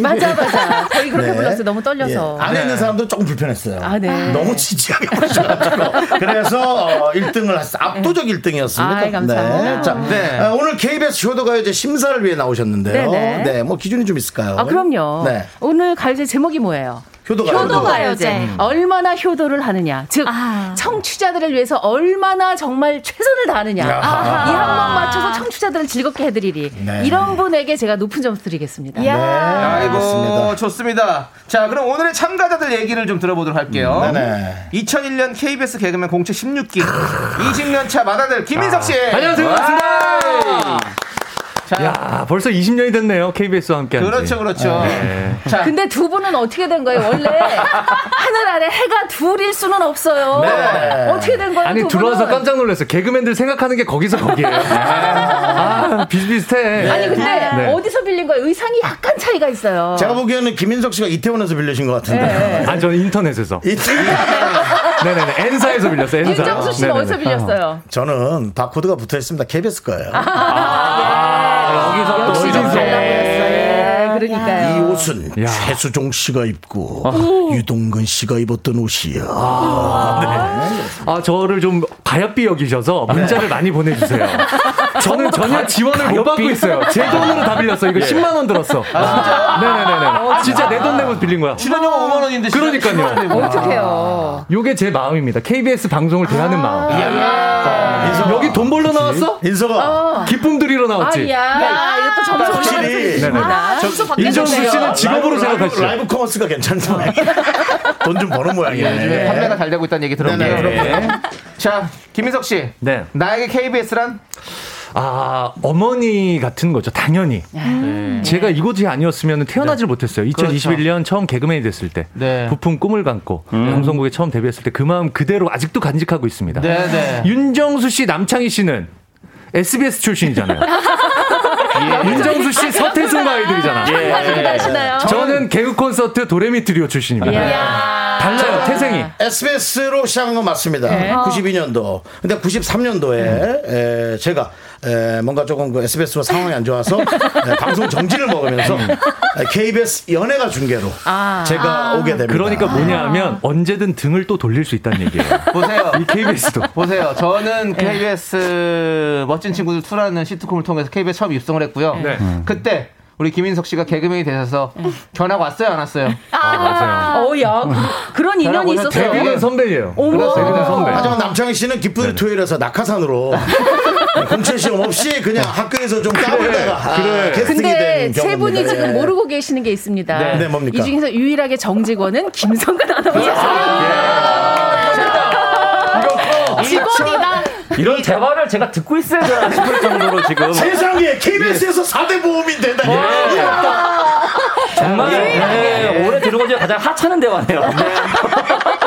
S8: 맞아 맞아. 거의 그렇게
S2: 음. 네.
S8: 불렀어요. 너무 떨려서.
S2: 예. 안에
S9: 네.
S2: 있는 사람도 조금 불편했어요.
S8: 아, 네.
S2: 너무 진지하게 보셔가지고 그래서 어, 1등을 했어. 압도적 1등이었습니다.
S8: 네. 아이, 감사합니다.
S2: 자,
S3: 네.
S2: 아, 오늘 KBS 효도가 이제 심사를 위해 나오셨는데요.
S8: 네네.
S2: 네, 뭐 기준이 좀 있을까요?
S8: 아 그럼요.
S2: 네,
S8: 오늘 가요제 제목이 뭐예요?
S2: 효도가
S8: 효도가요제 얼마나 효도를 하느냐 즉
S2: 아.
S8: 청취자들을 위해서 얼마나 정말 최선을 다하느냐
S2: 아하.
S8: 이 한 번 맞춰서 청취자들을 즐겁게 해드리리
S2: 네.
S8: 이런 분에게 제가 높은 점수 드리겠습니다
S3: 아이고
S2: 알겠습니다.
S3: 좋습니다. 자 그럼 오늘의 참가자들 얘기를 좀 들어보도록 할게요.
S2: 네네.
S3: 2001년 KBS 개그맨 공채 16기 20년 차 마다들 김인석 씨.
S9: 안녕하세요.
S3: 와.
S9: 반갑습니다.
S3: 자,
S9: 야, 벌써 20년이 됐네요. KBS와 네. 함께.
S3: 그렇죠 그렇죠. 자
S8: 네. 근데 두 분은 어떻게 된 거예요 원래 하늘 아래 해가 둘일 수는 없어요
S3: 네.
S8: 어떻게 된 거예요
S9: 아니
S8: 두
S9: 들어와서
S8: 분은?
S9: 깜짝 놀랐어요. 개그맨들 생각하는 게 거기서 거기예요. 아, 아, 비슷비슷해.
S8: 아니 근데
S9: 네.
S8: 어디서 빌린 거예요? 의상이 약간 차이가 있어요. 네.
S2: 제가 뭐- 보기에는 김민석 씨가 이태원에서 빌리신 것 같은데.
S9: 아, 저는 인터넷에서.
S2: 이
S9: 네네네. 엔사에서 빌렸어요. 엔사.
S8: 윤정수 씨는
S9: 네네네.
S8: 어디서 빌렸어요?
S2: 저는 바코드가 붙어 있습니다. KBS 거예요.
S9: 아, 여기서 또
S8: 역시 좀
S9: 이렇게.
S8: 달라보였어요. 예, 그러니까요.
S2: 이옷은
S9: 야.
S2: 최수종 씨가 입고 유동근 씨가 입었던 옷이야.
S3: 네.
S9: 아, 저를 좀 가엾비 여기셔서 문자를 많이 보내주세요. 저는 전혀 지원을 못 받고 있어요. 제 돈으로 다 빌렸어.
S3: 예.
S9: 이거 10만원 들었어.
S3: 아,
S9: 네네네네. 진짜 내 돈 내고 빌린 거야.
S10: 출연료 5만 원인데
S9: 그러니까요.
S8: 어떡해요.
S9: 요게 제 마음입니다. KBS 방송을
S8: 아,
S9: 대하는 마음. 아, 여기 돈 벌러 나왔어?
S2: 인서가
S9: 기쁨 드리러 나왔지.
S8: 아야, 이것도 점수
S2: 확실히 아,
S9: 네네네.
S8: 점수
S9: 인정수 씨는 직업으로 생각하시죠. 아.
S2: 라이브, 라이브 커머스가 괜찮네. 돈 좀 버는
S9: 예,
S2: 모양이네.
S3: 요즘에 예, 판매가 잘 되고 있다는 얘기 들었네요. 자, 김민석 씨.
S9: 네.
S3: 나에게 KBS란?
S9: 아, 어머니 같은 거죠. 당연히. 제가 이곳이 아니었으면
S11: 네.
S9: 태어나질 못했어요.
S11: 그렇죠.
S9: 2021년 처음 네. 개그맨이 됐을 때.
S3: 네.
S9: 부품 꿈을 안고 방송국에 처음 데뷔했을 때 그 마음 그대로 아직도 간직하고 있습니다.
S3: 네, 네.
S9: 윤정수 씨, 남창희 씨는 SBS 출신이잖아요. 윤정수 씨, 서태순과 예. 아이들이잖아. 예.
S8: 하시나요?
S9: 저는 개그 콘서트 도레미 트리오 출신입니다.
S8: 이야.
S9: 달라요, 태생이.
S2: SBS로 시작한 건 맞습니다. 92년도. 근데 93년도에 제가 에, 뭔가 조금 그 SBS와 상황이 안 좋아서 에, 방송 정지를 먹으면서 에, KBS 연예가 중계로 제가 오게 됩니다.
S9: 그러니까 뭐냐
S8: 아.
S9: 하면 언제든 등을 또 돌릴 수 있다는 얘기예요.
S3: 보세요.
S9: 이 KBS도.
S3: 보세요. 저는
S8: 네.
S3: KBS 멋진 친구들 2라는 시트콤을 통해서 KBS 처음 입성을 했고요.
S9: 네.
S3: 그때 우리 김민석 씨가 개그맨이 되셔서
S8: 네.
S3: 전화가 왔어요, 안 왔어요?
S9: 맞아요.
S8: 어야 그런 인연이
S3: 저랑
S8: 있었어요.
S9: 데뷔는 선배예요.
S8: 어머.
S9: 데뷔는 선배.
S2: 하지만 남창희 씨는 기쁜 토요일에서 낙하산으로 공채 시험 없이 그냥
S12: 네.
S2: 학교에서 좀 까불다가 아, 게스트가
S8: 근데
S2: 된
S8: 세
S2: 경우입니다.
S8: 분이 지금
S2: 예.
S8: 모르고 계시는 게 있습니다.
S2: 네. 네, 뭡니까? 아,
S8: 이 중에서 유일하게 정직원은 김성근 아나운서입니다. 직원이다.
S12: 이런 대화를 제가 듣고 있어야 되나 싶을 정도로 지금 예.
S2: 세상에 KBS에서 사대 보험이 된다.
S12: 정말
S2: 예.
S12: 네, 올해 들은 것 중에 가장 하찮은 대화네요.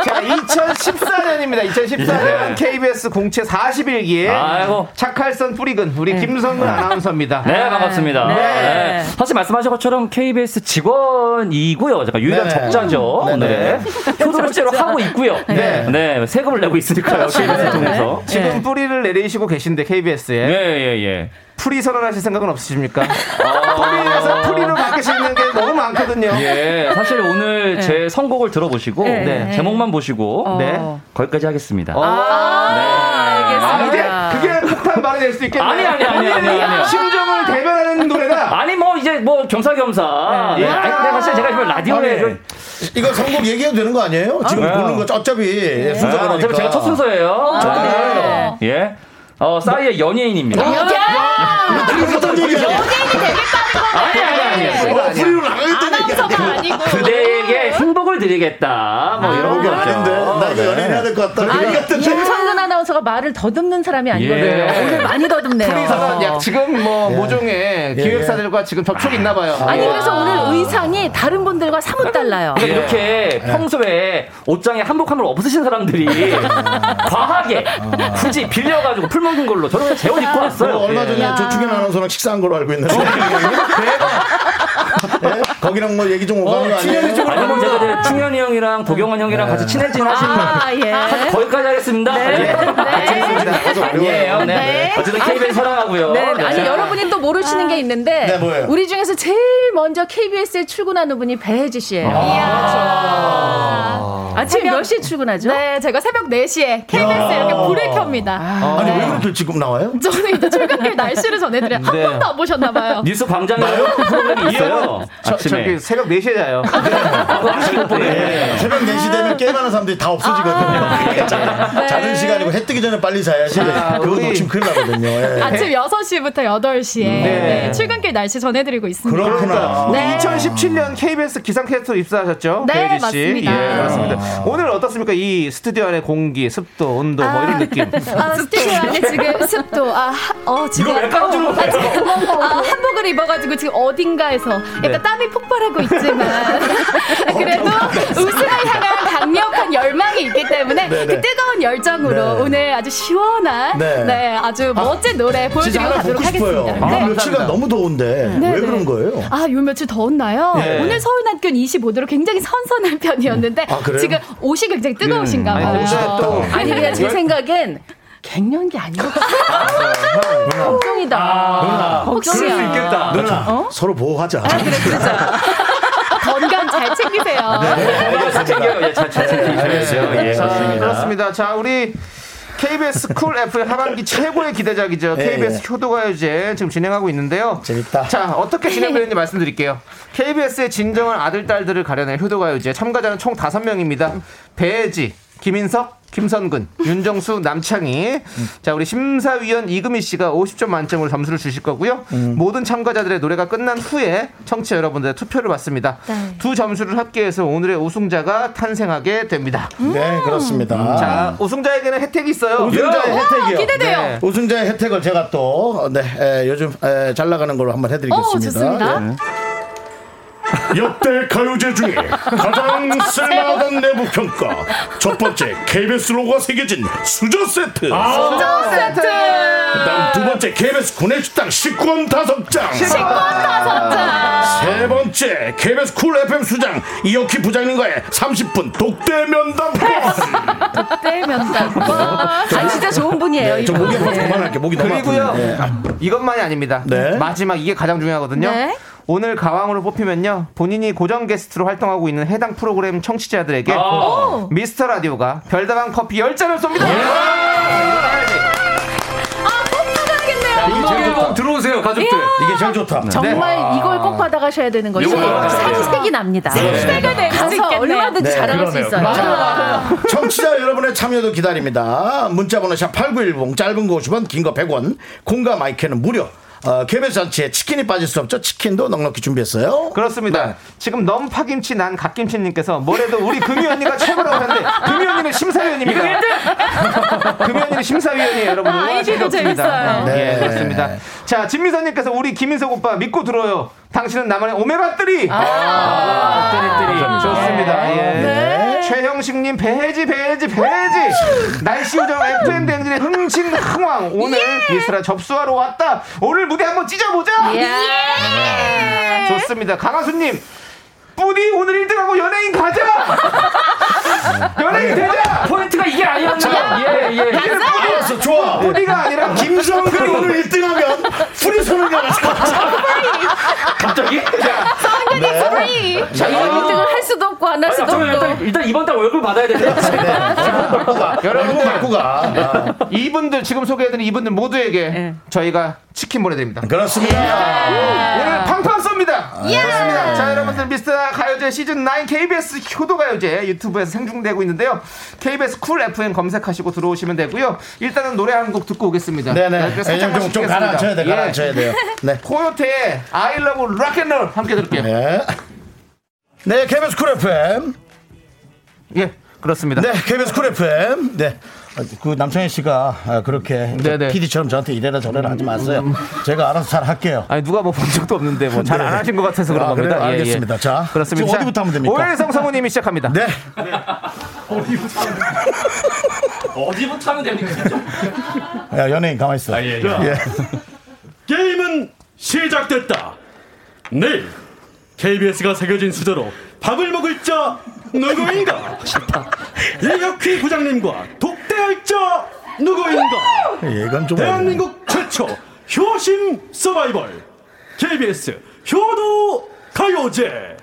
S3: 자, 2014년입니다. 2014년 KBS 공채 41기에
S12: 예. 아이고.
S3: 착할선 뿌리근 우리 김성근 아나운서입니다.
S12: 네, 반갑습니다.
S8: 네.
S12: 네. 사실 말씀하신 것처럼 KBS 직원이고요. 제가 유일한
S2: 네.
S12: 적자죠.
S2: 네,
S12: 네.
S2: 네.
S12: 효도를 실제로 하고 있고요.
S2: 네.
S12: 네. 세금을 내고 있으니까요. 그렇죠.
S2: 그렇죠.
S12: KBS 통해서. 네.
S3: 지금 뿌리를 내리시고 계신데 KBS에
S12: 예, 예, 예.
S3: 풀이 선언하실 생각은 없으십니까? 뿌리에서 풀이로 바뀌시는 게 너무 많거든요.
S12: 예, 사실 오늘 제 선곡을 들어보시고
S3: 네.
S12: 제목만 보시고
S3: 네.
S12: 거기까지 하겠습니다. 네.
S3: 아, 이게
S8: 알겠습니다.
S3: 그게 폭탄 발이 될 수도 있겠네요.
S12: 아니, 아니, 아니, 아니, 아니, 아니.
S3: 심정을 대변하는 노래다.
S12: 아니 뭐 이제 뭐 겸사겸사.
S3: 네.
S12: 예. 아니 근데 사실 제가 지금 라디오에
S2: 아니,
S12: 좀-
S2: 이거 선곡 얘기해도 되는 거 아니에요? 지금
S12: 아,
S2: 보는 거 어차피 순서가
S12: 아, 어차피
S2: 그러니까.
S12: 제가 첫 순서예요.
S5: 아,
S12: 예. 어, 싸이의 연예인입니다.
S2: 어떤 얘기야?
S12: 아니 아니 뭐, 아니.
S2: 어, 프리로 나가겠다는 얘기야.
S8: 아니고.
S12: 그대에게 행복을 드리겠다. 뭐 이런
S2: 그런 게
S12: 거죠.
S2: 어. 아닌데 나 이거 연예인 해야 될 것 같다.
S8: 아니,
S2: 얘기 같은데.
S8: 김성근 아나운서가 말을 더듬는 사람이 아니거든요.
S12: 예.
S8: 오늘 많이 더듬네요.
S3: 프리사가 약 지금 뭐 모종의 기획사들과 지금 접촉이 있나 봐요.
S8: 아니 그래서 오늘 의상이 다른 분들과 사뭇 달라요.
S12: 그러니까
S2: 네.
S12: 이렇게 평소에 옷장에 한복 한벌 없으신 사람들이 과하게 굳이 빌려가지고 풀먹은 걸로 저렇게 재원 입고
S2: 저
S12: 왔어요.
S2: 아. 뭐
S12: 네. 어,
S2: 얼마 전에 조충현 아나운서랑 식사한 걸로 알고 있는데. 예? 거기랑 뭐 얘기 좀 오가는 거 아니에요?
S12: 아니 면 어, 제가 이제 충현이 형이랑 도경원 형이랑 같이 친해진 하시면
S8: 아 예.
S12: 거기까지 하겠습니다. 네. 아,
S8: 네.
S12: 아니에요. 네. 네. 어쨌든 KBS 사랑하고요.
S8: 네,
S12: 네.
S8: 아니 여러분이 또 모르시는 게 있는데
S2: 네, 뭐예요?
S8: 우리 중에서 제일 먼저 KBS에 출근하는 분이 배혜지 씨예요. 아, 침몇 시에 출근하죠?
S13: 네, 제가 새벽 4시에 KBS에 이렇게 불을 켭니다.
S2: 아니 네. 왜 그렇게 지금 나와요?
S13: 저는 이제 출근길 날씨를 전해드려요. 한
S3: 네.
S13: 번도 안 보셨나봐요.
S12: 뉴스 광장에 프로그램이 있어요.
S3: 저,
S12: 네. 아침에.
S3: 저기 새벽 4시에 자요.
S12: 그거 하시고 보네.
S2: 예. 새벽 4시 되면 게임하는 사람들이 다
S13: 아.
S2: 없어지거든요.
S13: 네.
S2: 자, 자는 시간이고 해 뜨기 전에 빨리 자야지. 그거
S3: 우리-
S2: 놓치면 큰일 나거든요. 예.
S13: 아침 6시부터 8시에 출근길 날씨 전해드리고 있습니다.
S2: 그렇구나.
S3: 우리 2017년 그러니까 KBS 기상캐스터 입사하셨죠?
S13: 네,
S3: 배혜지 씨.
S13: 맞습니다.
S3: 예, 그렇습니다. 오늘 어떻습니까? 이 스튜디오 안의 공기, 습도, 온도 뭐 이런 느낌.
S13: 아, 스튜디오 안에 지금 습도. 아, 하- 어, 지금.
S1: 이거 왜 깜짝
S13: 어,
S1: 놀라요?
S13: 아, 지금, 아, 한복을 입어가지고 지금 어딘가에서 약간
S3: 네.
S13: 땀이 폭발하고 있지만.
S2: 어,
S13: 그래도 우승을 향한 강력한 열망이 있기 때문에 그 뜨거운 열정으로
S2: 네.
S13: 오늘 아주 시원한,
S2: 네.
S13: 네, 아주 멋진 노래
S2: 진짜
S13: 보여드리고
S2: 하나 먹고
S13: 가도록
S2: 싶어요.
S13: 하겠습니다.
S2: 아,
S13: 네.
S2: 며칠간 너무 더운데
S13: 네,
S2: 왜
S13: 네.
S2: 그런 거예요?
S13: 아, 요 며칠 더웠나요?
S2: 예.
S13: 오늘 서울 낮기온 25도로 굉장히 선선한 편이었는데
S2: 아, 그래요? 음.
S13: 지금 옷이 굉장히 뜨거우신가
S3: 아니,
S13: 봐요.
S3: 옷이 또
S8: 아니 그냥 제 생각엔 갱년기 아닌 것 같아. 걱정이다.
S1: 그럴 수
S8: 걱정이야. 아,
S1: 있겠다.
S2: 누나
S13: 어?
S2: 서로 보호하자.
S13: 아, 건강 잘 챙기세요.
S1: 잘 챙겨요. 예, 잘, 잘 챙기세요. 예,
S3: 네. 자,
S1: 그렇습니다.
S3: 그렇습니다. 자, 우리 KBS 쿨 FM 하반기 최고의 기대작이죠.
S2: 예,
S3: KBS
S2: 예.
S3: 효도가요제 지금 진행하고 있는데요.
S2: 재밌다.
S3: 자, 어떻게 진행되는지 말씀드릴게요. KBS의 진정한 아들, 딸들을 가려낸 효도가요제 참가자는 총 5명입니다. 배지, 김인석, 김선근, 윤정수, 남창희. 자, 우리 심사위원 이금희 씨가 50점 만점으로 점수를 주실 거고요.
S2: 음.
S3: 모든 참가자들의 노래가 끝난 후에 청취자 여러분들의 투표를 받습니다.
S13: 네.
S3: 두 점수를 합계해서 오늘의 우승자가 탄생하게 됩니다.
S2: 네 그렇습니다.
S3: 자, 우승자에게는 혜택이 있어요. 예.
S2: 우승자의 혜택이요.
S13: 기대돼요.
S3: 네.
S2: 우승자의 혜택을 제가 또 어, 네, 에, 요즘 에, 잘 나가는 걸로 한번 해드리겠습니다.
S13: 오, 좋습니다.
S2: 네.
S4: 예. 역대 가요제 중에 가장 쓸만하던 내부 평가. 첫 번째 KBS 로고가 새겨진 수저 세트.
S9: 아.
S3: 수저 세트.
S4: 그다음 두 번째 KBS 구내식당 식권 다섯 장. 세 번째 KBS 쿨 FM 수장 이혁희 부장님과의 30분 독대 면담.
S13: 떼면 딱.
S8: 아 진짜 좋은 분이에요. 네.
S2: 저
S8: 이분.
S2: 목이 네, 좀 그만할게. 목이 너무
S3: 그리고요.
S2: 아프네. 네.
S3: 이것만이 아닙니다.
S2: 네.
S3: 마지막 이게 가장 중요하거든요.
S8: 네.
S3: 오늘 가왕으로 뽑히면요. 본인이 고정 게스트로 활동하고 있는 해당 프로그램 청취자들에게
S2: 아.
S3: 미스터 라디오가 별다방 커피 10잔을 쏩니다.
S2: 예.
S9: 이재봉 들어오세요, 가족들.
S2: 이게 제일 좋다.
S8: 정말 이걸 꼭 아. 받아가셔야 네. 되는 거죠. 생색이 납니다.
S13: 색을 낼수
S8: 가서
S13: 있겠네요.
S8: 얼마든지 자랑할 수 있어요.
S2: 그렇죠. 청취자 여러분의 참여도 기다립니다. 문자번호 샵 8910, 짧은 거 50원, 긴 거 100원, 공과 마이크는 무료. 어, KBS 잔치에 치킨이 빠질 수 없죠. 치킨도 넉넉히 준비했어요. 네.
S3: 그렇습니다. 지금 넘 파김치 난 갓김치님께서 뭐래도 우리 금이 언니가 최고라고 하는데 금이 언니는
S5: 그러니까
S1: 예.
S3: 심사위원입니다. 네. 금이 언니는 심사위원이에요, 여러분.
S13: 아, 아이디도 재밌어요.
S3: 네.
S2: 네.
S3: 예, 그렇습니다. 자, 진미선님께서 우리 김인석 오빠 믿고 들어요. 당신은 나만의 오메가 뜰이. 좋습니다. 예. 최형식님 배지 배지 배지 날씨 우정 FM 대행진의 흥신 흥왕 오늘 미스라 접수하러 왔다 오늘 무대 한번 찢어보자
S2: 예.
S5: 예.
S3: 예.
S1: 예.
S3: 좋습니다 강하수님 뿌디 오늘 1등하고 연예인 가자 연예인 되자
S1: 포인트가 이게 아니었나요? 예, 예.
S2: 알았어, 좋아.
S3: 뿌디가 아니라
S2: 김성근이 오늘 1등하면 프리선을 가라.
S1: 갑자기?
S5: 네.
S8: 네. 자, 아, 이런 등을할 수도 없고 안 할 수도
S1: 잠깐만,
S8: 없고.
S1: 일단, 일단 이번 달 월급 받아야
S3: 네,
S1: 되는데.
S2: 여러분 맞고 가. 아,
S3: 이분들 지금 소개해드린 이분들 모두에게
S8: 네.
S3: 저희가 치킨 보내드립니다
S2: 그렇습니다.
S8: 예.
S3: 오늘 팡팡 쏩니다. 그렇습니다. 자, 여러분들 미스터 가요제 시즌 9 KBS 효도 가요제 유튜브에서 생중되고 있는데요. KBS 쿨 FM 검색하시고 들어오시면 되고요. 일단은 노래 한 곡 듣고 오겠습니다.
S2: 네네.
S3: 그래서
S2: 좀,
S3: 살짝만
S2: 좀, 좀
S3: 쉬겠습니다.
S2: 가라앉혀야 돼.
S3: 예.
S2: 가라앉혀야 돼요. 네.
S3: 코요태의 I Love Rock and Roll 함께 들을게요.
S2: 네. 네, KBS 쿨 FM.
S3: 예, 그렇습니다.
S2: 네, KBS 쿨 FM. 네. 아, 그 남창희 씨가 아, 그렇게
S3: 네네.
S2: PD처럼 저한테 이래라 저래라 하지 마세요. 제가 알아서 잘 할게요.
S3: 아니 누가 뭐 본 적도 없는데 뭐 잘 안
S2: 네.
S3: 하신 것 같아서 그런
S2: 아, 그래요?
S3: 겁니다. 예, 예.
S2: 알겠습니다. 자,
S3: 그렇습니다.
S2: 지금 어디부터 하면 됩니까?
S3: 오해성 성우님이 시작합니다.
S2: 네.
S1: 어디부터 하면 됩니까?
S2: 야, 연예인 가만 있어. 예,
S7: 게임은 시작됐다. 내일 KBS가 새겨진 수저로 밥을 먹을 자 누구인가? 이혁희 부장님과 독대할 자 누구인가?
S2: 예, 이건 좀 어려워.
S7: 대한민국 최초 효심 서바이벌 KBS 효도 가요제.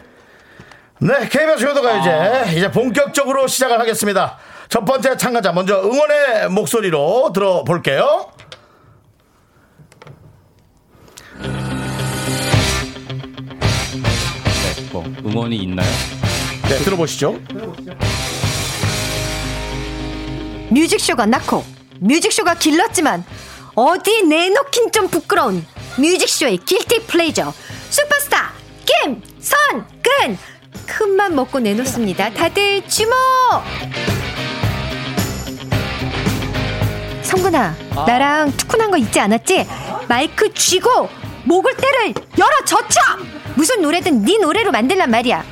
S2: 네, KBS 효도가 이제 이제 본격적으로 시작을 하겠습니다. 첫 번째 참가자 먼저 응원의 목소리로 들어볼게요.
S12: 네,
S1: 뭐, 응원이 있나요?
S2: 네, 들어보시죠.
S14: 뮤직쇼가 낳고 뮤직쇼가 길렀지만 어디 내놓긴 좀 부끄러운 뮤직쇼의 길티 플레이저 슈퍼스타 김선근 큰맘 먹고 내놓습니다. 다들 주목! 성근아, 나랑 투쿤한 거 잊지 않았지? 마이크 쥐고 목을 때를 열어 젖혀! 무슨 노래든 네 노래로 만들란 말이야.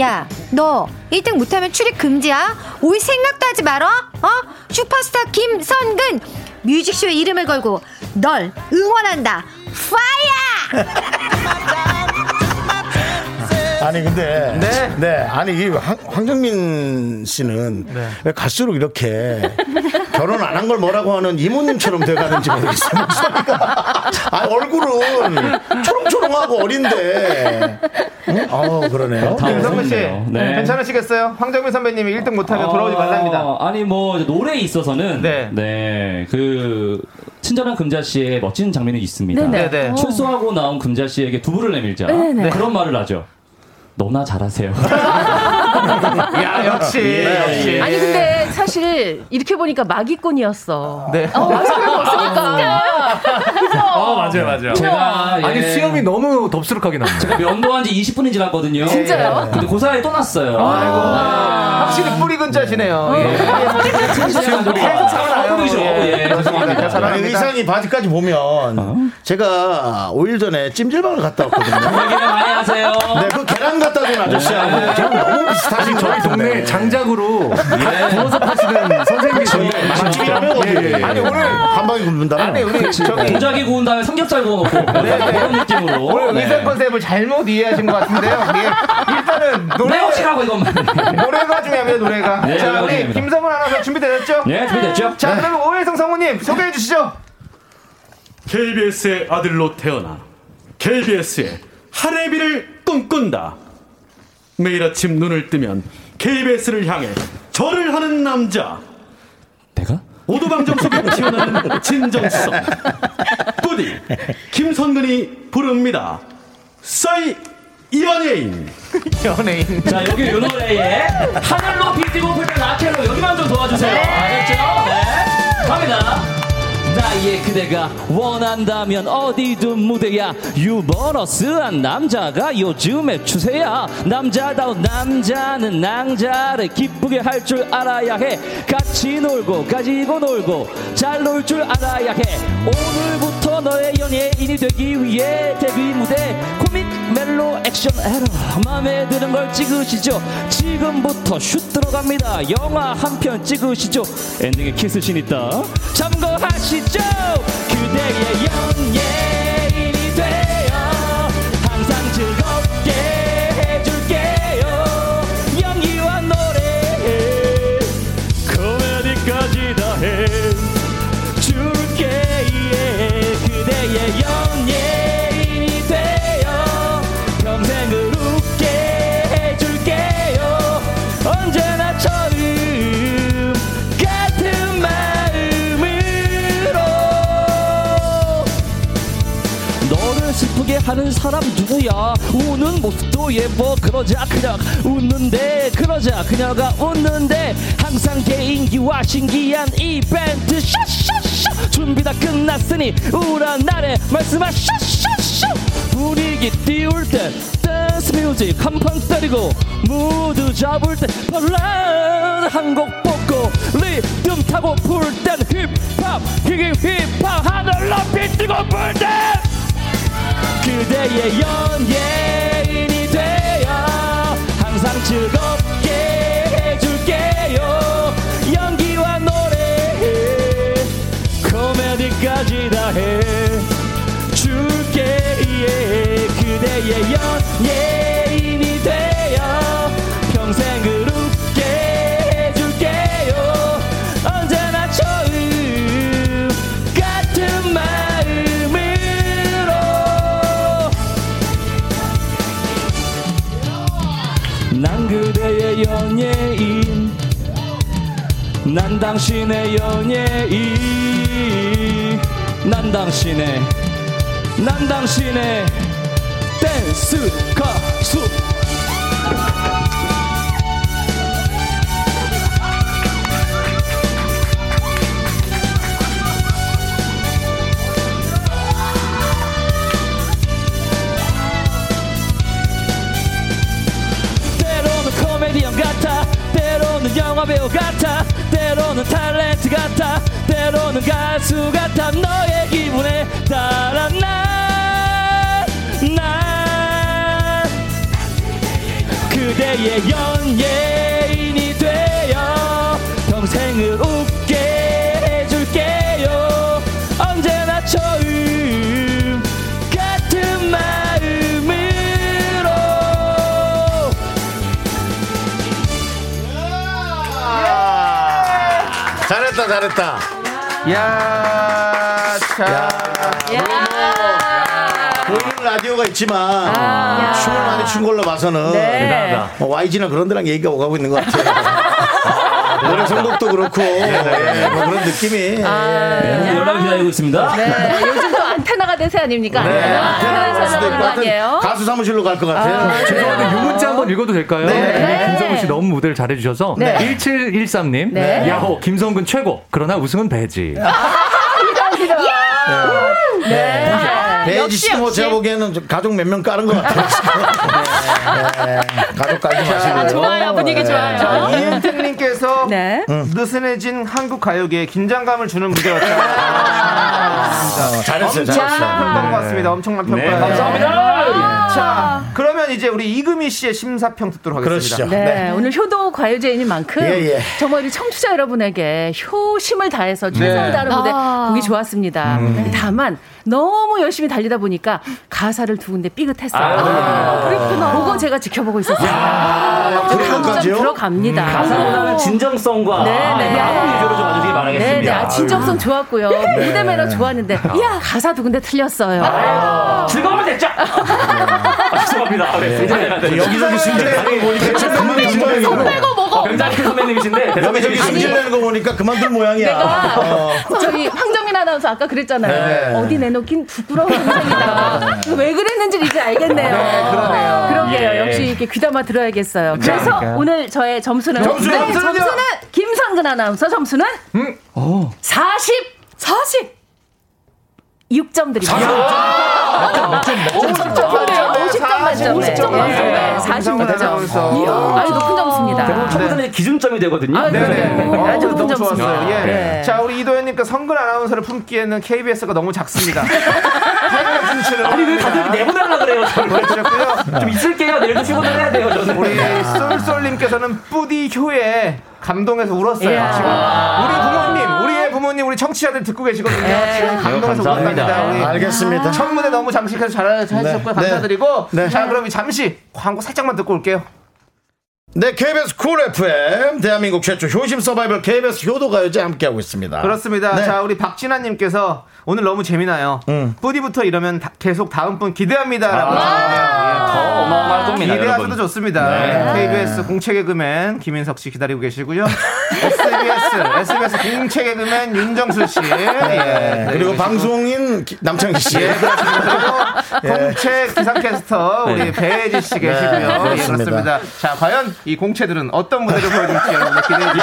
S14: 야, 너 1등 못하면 출입 금지야. 올 생각도 하지 말어. 어? 슈퍼스타 김선근 뮤직쇼에 이름을 걸고 널 응원한다. 파이어!
S2: 아니 근데 네, 아니 이 황, 황정민 씨는 왜 갈수록 이렇게 결혼 안 한 걸 뭐라고 하는 이모님처럼 돼가는지 모르겠어요. 아 얼굴은 초롱초롱하고 어린데. 응? 어 그러네요.
S15: 아,
S3: 김성근 씨,
S12: 네.
S3: 괜찮으시겠어요? 황정민 선배님이 1등 못하면 네, 돌아오지 말랍니다.
S12: 아, 아니 뭐 이제 노래에 있어서는 네 그 친절한 금자 씨의 멋진 장면이 있습니다.
S3: 네네. 네네.
S12: 출소하고 나온 금자 씨에게 두부를 내밀자
S3: 네네.
S12: 그런 말을 하죠. 너나 잘하세요.
S3: 야 역시 역시.
S8: 아니 근데 사실 이렇게 보니까 마기꾼이었어.
S12: 네.
S8: 어, 마술을 없으니까.
S3: 어,
S9: 아 맞아요 맞아요.
S12: 네. 제가 예.
S9: 아니 수염이 너무 덥수룩하게 나.
S12: 제가 면도한 지 20분이 지났거든요. 네.
S9: 진짜요?
S12: 근데 그 고사에 또 났어요.
S3: 아. 확실히 뿌리 어. 근자시네요.
S12: 예.
S1: 예,
S5: 예,
S2: 죄송합니다. 어? 아니, 의상이 바지까지 보면 제가 5일 전에 찜질방을 갔다 왔거든요.
S12: 많이 하세요.
S2: 네, 그 계란 갖다 준 아저씨하고 네. 저랑 너무 비슷하신
S9: 저희 동네 장작으로
S12: 예.
S9: 다 구워서 파시는 선생님이신데
S2: 맛집이라면 어디?
S9: 아니 오늘
S2: 한 방에 굶는다.
S3: 아니 우리 저기
S12: 도자기 구운 다음에 삼겹살 구워놓고 그런 느낌으로
S3: 네, 오늘
S12: 네.
S3: 의상 컨셉을 잘못 이해하신 것 같은데요. 예. 일단은 노래
S12: 옷이라고 이것만
S3: 노래가 중요합니다 노래가.
S12: 네,
S3: 자 우리
S12: 노래입니다.
S3: 김성훈 아나운서 준비되셨죠?
S12: 네, 준비됐죠?
S3: 자
S12: 네.
S3: 그럼 오해성 성우님 소개해 주시죠.
S7: KBS의 아들로 태어나 KBS의 할애비를 꿈꾼다. 매일 아침 눈을 뜨면 KBS를 향해 절을 하는 남자.
S12: 내가?
S7: 오도방정 속에 튀어나오는 진정성. 뿌디 김선근이 부릅니다. 싸이 연예인.
S3: 연예인.
S12: 자 여기 요 노래에 하늘 높이 뛰고 풀면 나체로 여기만 좀 도와주세요. 알겠죠? 네. 갑니다. 나의 그대가 원한다면 어디든 무대야 유머러스한 남자가 요즘의 추세야 남자다운 남자는 낭자를 기쁘게 할 줄 알아야 해 같이 놀고 가지고 놀고 잘 놀 줄 알아야 해 오늘부터 너의 연예인이 되기 위해 데뷔 무대 코믹 멜로 액션 에러 마음에 드는 걸 찍으시죠 지금부터 슛 들어갑니다 영화 한 편 찍으시죠 엔딩에 키스신 있다 참고하시죠 그대의 연예인이 돼요 항상 즐겁게 해줄게요 연기와 노래 코미디까지 다해 줄게 예. 그대의 연예인이 돼요 평생을 웃게 해줄게요 언제나 처음 같은 마음으로 너를 슬프게 하는 사람 누구야 우는 모습도 예뻐 그러자 그냥 웃는데 그러자 그녀가 웃는데 항상 개인기와 신기한 이벤트 쇼쇼쇼 준비 다 끝났으니 우울한 날에 말씀하쇼 쇼쇼 분위기 띄울 때 댄스 뮤직 한 판 때리고 무드 잡을 때 발라드 한곡 뽑고 리듬 타고 풀 땐 힙합 기기 힙합 하늘 높이 뛰고 불땐 그대의 연예인이 되어 항상 즐겁게 해줄게요 연기와 노래 코미디까지 다해 줄게 예. 그대의 연예인이 되어 평생을 웃게 해줄게요 언제나 처음 같은 마음으로 난 그대의 연예인 난 당신의 연예인 난 당신의 난 당신의 댄스 가수 때로 드라마 배우 같아 때로는 탤런트 같아 때로는 가수 같아 너의 기분에 따라 난난 그대의 연예인이 되어 평생을 웃게 해줄게요 언제나 처음 같은 마음으로
S2: 잘했다 잘했다.
S3: 야, 자.
S2: 보이는 라디오가 있지만 춤을 많이 춘 걸로 봐서는
S5: 네. 대단하다.
S2: 뭐 YG나 그런 데랑 얘기가 오가고 있는 것 같아요. 노래 선곡도 그렇고 예, 뭐 그런 느낌이
S12: 네, 연락 기다리고 있습니다.
S8: 네, 요즘 또 안테나가 대세 아닙니까?
S2: 네,
S8: 안테나
S2: 안테나가
S8: 사람
S2: 대세일 것 같은
S8: 아니에요?
S2: 가수 사무실로 갈 것 같아요.
S9: 죄송한데 요 문자 한번 읽어도 될까요?
S2: 네.
S9: 우리 김성근 씨 너무 무대를 잘해주셔서
S8: 네.
S9: 1713님
S8: 네.
S9: 야호 김성근 최고 그러나 우승은 배지
S8: 이런, 이런.
S9: 네.
S2: 배지 씨도 뭐 제가 보기에는 좀 가족 몇 명 깔은 것 같아요. 네, 네. 가족 깔지 마시고요. 네.
S3: 자, 이은택님께서 느슨해진 한국 가요계에 긴장감을 주는 무대 같아요.
S2: 어, 잘했어요, 잘했어요.
S3: 평가인 것 같습니다. 엄청난 평가.
S2: 네,
S1: 아.
S2: 감사합니다.
S3: 자, 그러면 이제 우리 이금희 씨의 심사평 듣도록 하겠습니다.
S8: 네, 오늘 효도 과유제인인 만큼
S3: 예, 예.
S8: 정말 우리 청취자 여러분에게 효심을 다해서 최선을
S3: 네. 음.
S8: 다하는 무대
S13: 아.
S8: 보기 좋았습니다. 네, 다만 너무 열심히 달리다 보니까 가사를 두 군데 삐끗했어요.
S5: 아유,
S8: 아, 그렇구나. 그거 제가 지켜보고 있었어요. 아, 감점
S3: 음.
S8: 들어갑니다.
S1: 가사보다는 진정성과
S8: 네네.
S1: 야망 위주로 좀 와주시기
S8: 네네,
S1: 바라겠습니다.
S8: 아, 진정성 좋았고요.
S1: 네.
S8: 무대 매너 좋았는데 야 가사 두 군데 틀렸어요.
S3: 아.
S1: 즐거우면 됐죠. 아, 죄송합니다. 네, 이제
S2: 여기저기 승질내는 거 보니까 참 그만 좀 봐요.
S1: 손 빼고 먹어. 굉장히 큰 선배님이신데
S2: 여기저기 승질내는 거 보니까 그만둘 모양이야.
S8: 내가
S2: 어.
S8: 아. 저기 황정민 아나운서 아까 그랬잖아요.
S2: 네.
S8: 어디 내놓긴 부끄러운 인생이다. 이거 왜 그랬는지 이제 네. 알겠네요. 어, 그러네요.
S5: 예.
S8: 역시 이렇게 귀담아 들어야겠어요.
S5: 자,
S8: 그래서
S5: 그러니까요.
S8: 오늘 저의 점수는 음?
S5: 점수,
S8: 네,
S5: 점수는요?
S8: 점수는 김선근 아나운서 점수는 어. 40 40 6점 드립니다. 네. 아주 높은 점수입니다.
S1: 대부분 청소년의 기준점이 되거든요.
S3: 아, 네네.
S1: 어,
S3: 아주
S1: 너무
S3: 너무 좋았어요.
S1: 좋았습니다.
S3: 예.
S1: 네.
S3: 자, 우리 이도현님과 성근 아나운서를 품기에는 KBS가 너무 작습니다.
S1: 아니 왜 다들 이렇게 내보내려 그래요? 저를. 좀 있을게요.
S2: 아,
S1: 내일도 출근을 해야 돼요. 저는. 네.
S3: 우리 쏠쏠님께서는 뿌디 효에 감동해서 울었어요.
S1: 이야.
S3: 지금
S1: 아.
S3: 우리 부모님, 우리의 부모님, 우리 청취자들 듣고 계시거든요.
S1: 네.
S3: 지금 감동해서
S2: 아유, 감사합니다.
S3: 울었답니다. 우리
S2: 알겠습니다.
S3: 첫 무대 너무 장식해서 잘하셨고요.
S2: 네.
S3: 감사드리고
S2: 네.
S3: 자, 그럼 잠시 광고 살짝만 듣고 올게요.
S2: 네, KBS 쿨 FM 대한민국 최초 효심 서바이벌 KBS 효도가요제 함께하고 있습니다.
S3: 그렇습니다.
S2: 네.
S3: 자, 우리 박진아님께서 오늘 너무 재미나요.
S2: 음.
S3: 뿌디부터 이러면 다- 계속 다음 분 기대합니다.
S2: 아.
S3: 라고.
S2: 예,
S1: 더 어마어마할 겁니다.
S3: 기대하셔도
S1: 여러분.
S3: 좋습니다.
S1: 네.
S3: KBS 공채 개그맨 김인석 씨 기다리고 계시고요. SBS, SBS 공채 개그맨 윤정수 씨.
S2: 네, 그리고 방송인 기- 남창희 씨.
S3: 예, 그렇습니다. 그리고
S2: 예.
S3: 공채 기상캐스터 우리
S2: 네.
S3: 배혜지 씨
S2: 네,
S3: 계시고요. 예, 그렇습니다.
S2: 그렇습니다.
S3: 자, 과연 이 공채들은 어떤 무대를 보여줄지 여러분 기대해 주시고.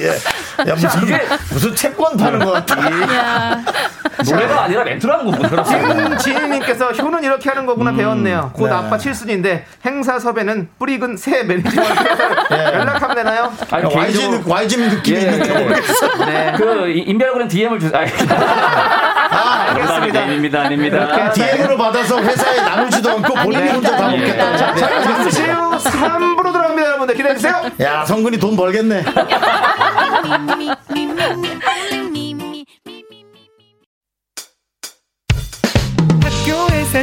S2: 예. 야, 무슨, 무슨 채권 파는 것 같아.
S1: 노래가 아니라 멘트를 하는 거구나.
S3: 지인님께서 효는 이렇게 하는 거구나
S2: 음,
S3: 배웠네요. 곧
S1: 네.
S3: 아빠 칠순인데 행사 섭외는 뿌리근 새 매니저한테 연락하면 되나요?
S2: 네. 아, YG, YG 느낌이 있는데.
S1: 예.
S8: 네.
S1: 그 이- 인별그램 DM을 주세요.
S2: 아,
S1: 알겠습니다. 아닙니다, 아닙니다.
S2: DM으로 받아서 회사에 나누지도 않고
S3: 네.
S2: 본인 혼자 다 먹겠다. 네.
S3: 자, 자, 잠시 후 3부로 돌아옵니다, 여러분들. 기대해주세요.
S2: 야, 성근이 돈 벌겠네.
S10: 학교에서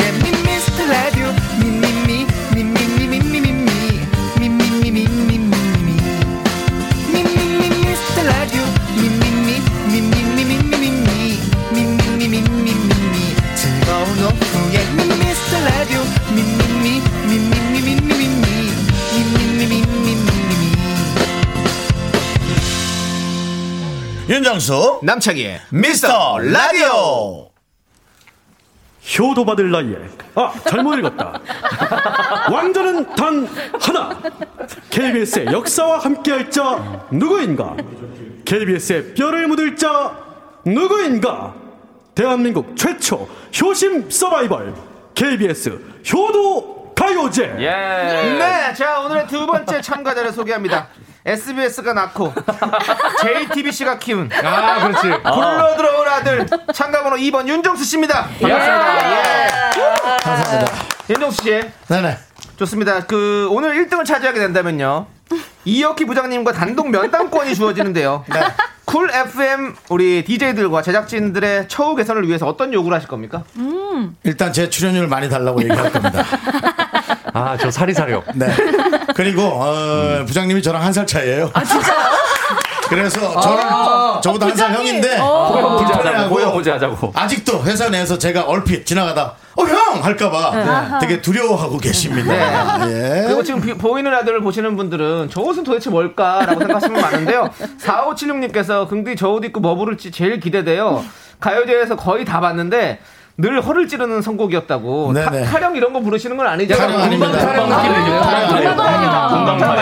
S10: 미스터 라디오 미미미 미미미 미미미 미미미 미미미 미미미 미스터 라디오 미미미 미미미 미미미 미미미 미미미 즐거운 오후에 미스터 라디오 미미미 미미미 미미미 미미미 미미미
S2: 윤정수
S3: 남창희의
S2: 미스터 라디오
S7: 효도받을 나이에 아 잘못 읽었다 왕자는 단 하나 KBS의 역사와 함께할 자 누구인가 KBS의 뼈를 묻을 자 누구인가? 대한민국 최초 효심 서바이벌 KBS 효도 가요제.
S2: 예.
S1: 예.
S3: 네, 자 오늘의 두 번째 참가자를 소개합니다. SBS가 낳고 JTBC가 키운
S9: 아, 그렇지.
S3: 굴러 들어온 아들 참가번호 2번 윤정수 씨입니다.
S2: 반갑습니다.
S3: 예. 윤정수 씨.
S2: 네네.
S3: 좋습니다. 그 오늘 1등을 차지하게 된다면요. 이혁희 부장님과 단독 면담권이 주어지는데요.
S2: 네.
S3: 쿨 FM 우리 DJ들과 제작진들의 처우 개선을 위해서 어떤 요구를 하실 겁니까?
S13: 음.
S2: 일단 제 출연료를 많이 달라고 얘기할 겁니다.
S9: 아, 저 사리사료.
S2: 네. 그리고 어, 부장님이 저랑 한 살 차이예요. 아 진짜? 그래서 저를
S5: 어,
S16: 아,
S2: 저보다 한 살
S16: 부장님.
S2: 형인데
S16: 어. 고용 문제 하자고,
S2: 불편해하고
S16: 고용 문제 하자고.
S2: 아직도 회사 내에서 제가 얼핏 지나가다 어 형
S3: 네.
S2: 할까봐
S3: 아하.
S2: 되게 두려워하고 계십니다.
S3: 네.
S2: 예.
S3: 그리고 지금 비- 보이는 아들을 보시는 분들은 저 옷은 도대체 뭘까라고 생각하시는 분 많은데요. 4576님께서 긍디 저 옷 입고 뭐 부를지 제일 기대돼요. 가요제에서 거의 다 봤는데 늘 허를 찌르는 선곡이었다고. 타,
S2: 네네.
S3: 타령 이런 거 부르시는 건 아니죠?
S2: 타령 아닙니다.
S3: 타령 많이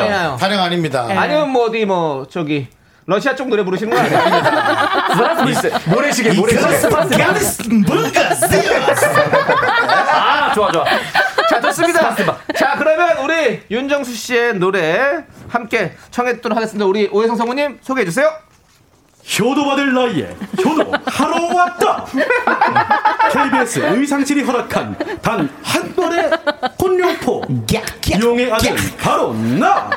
S3: 나요.
S2: 타령 아닙니다.
S3: 아니면 뭐 어디 뭐 저기 러시아 쪽 노래 부르시는 거 아니에요?
S9: 모래시계, 모래시계.
S3: 아 좋아 좋아. 자 좋습니다. 자 그러면 우리 윤정수 씨의 노래 함께 청해듣도록 하겠습니다. 우리 오해성 성우님 소개해 주세요.
S7: 효도받을 나이에 효도 하러 왔다. KBS 의상실이 허락한 단 한 번의 꽃룡포 용의 아들 바로 나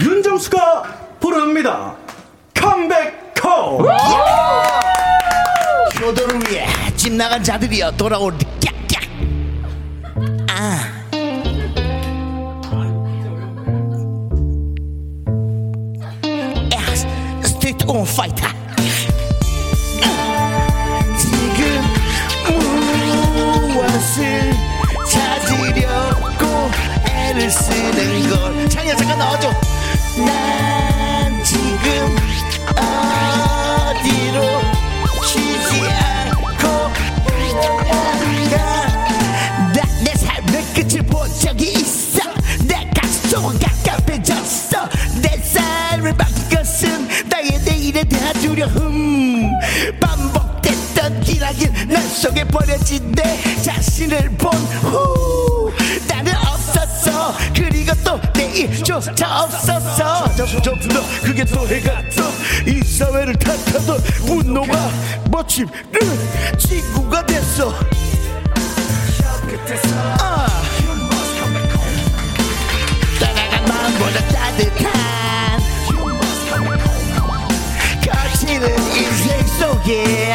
S7: 윤정수가 부릅니다. 컴백커.
S5: 효도를 위해 집 나간 자들이여 돌아올 깍깍 아 Yes, Straight on fighter 지금 무엇을 찾으려고 애를 쓰는 걸 창현 잠깐 나와줘 난 지금 어디로 쉬지 않고 나내 삶의 끝을 본 적이 있어 내 가슴속은 깝깝해졌어 내 삶을 바꾼 것은 나의 내일에 대한 두려움 반복됐던 기나긴 난 속에 버려진 내 자신을 본 후 나는 없었어 그리고 또 내일조차 없었어 점점 더 그게 또 해가 떠이 사회를 탓하던 분노가 멋짐 친구가 됐어 아. 떠나간 마음보다 따뜻한 거치는 인생 속에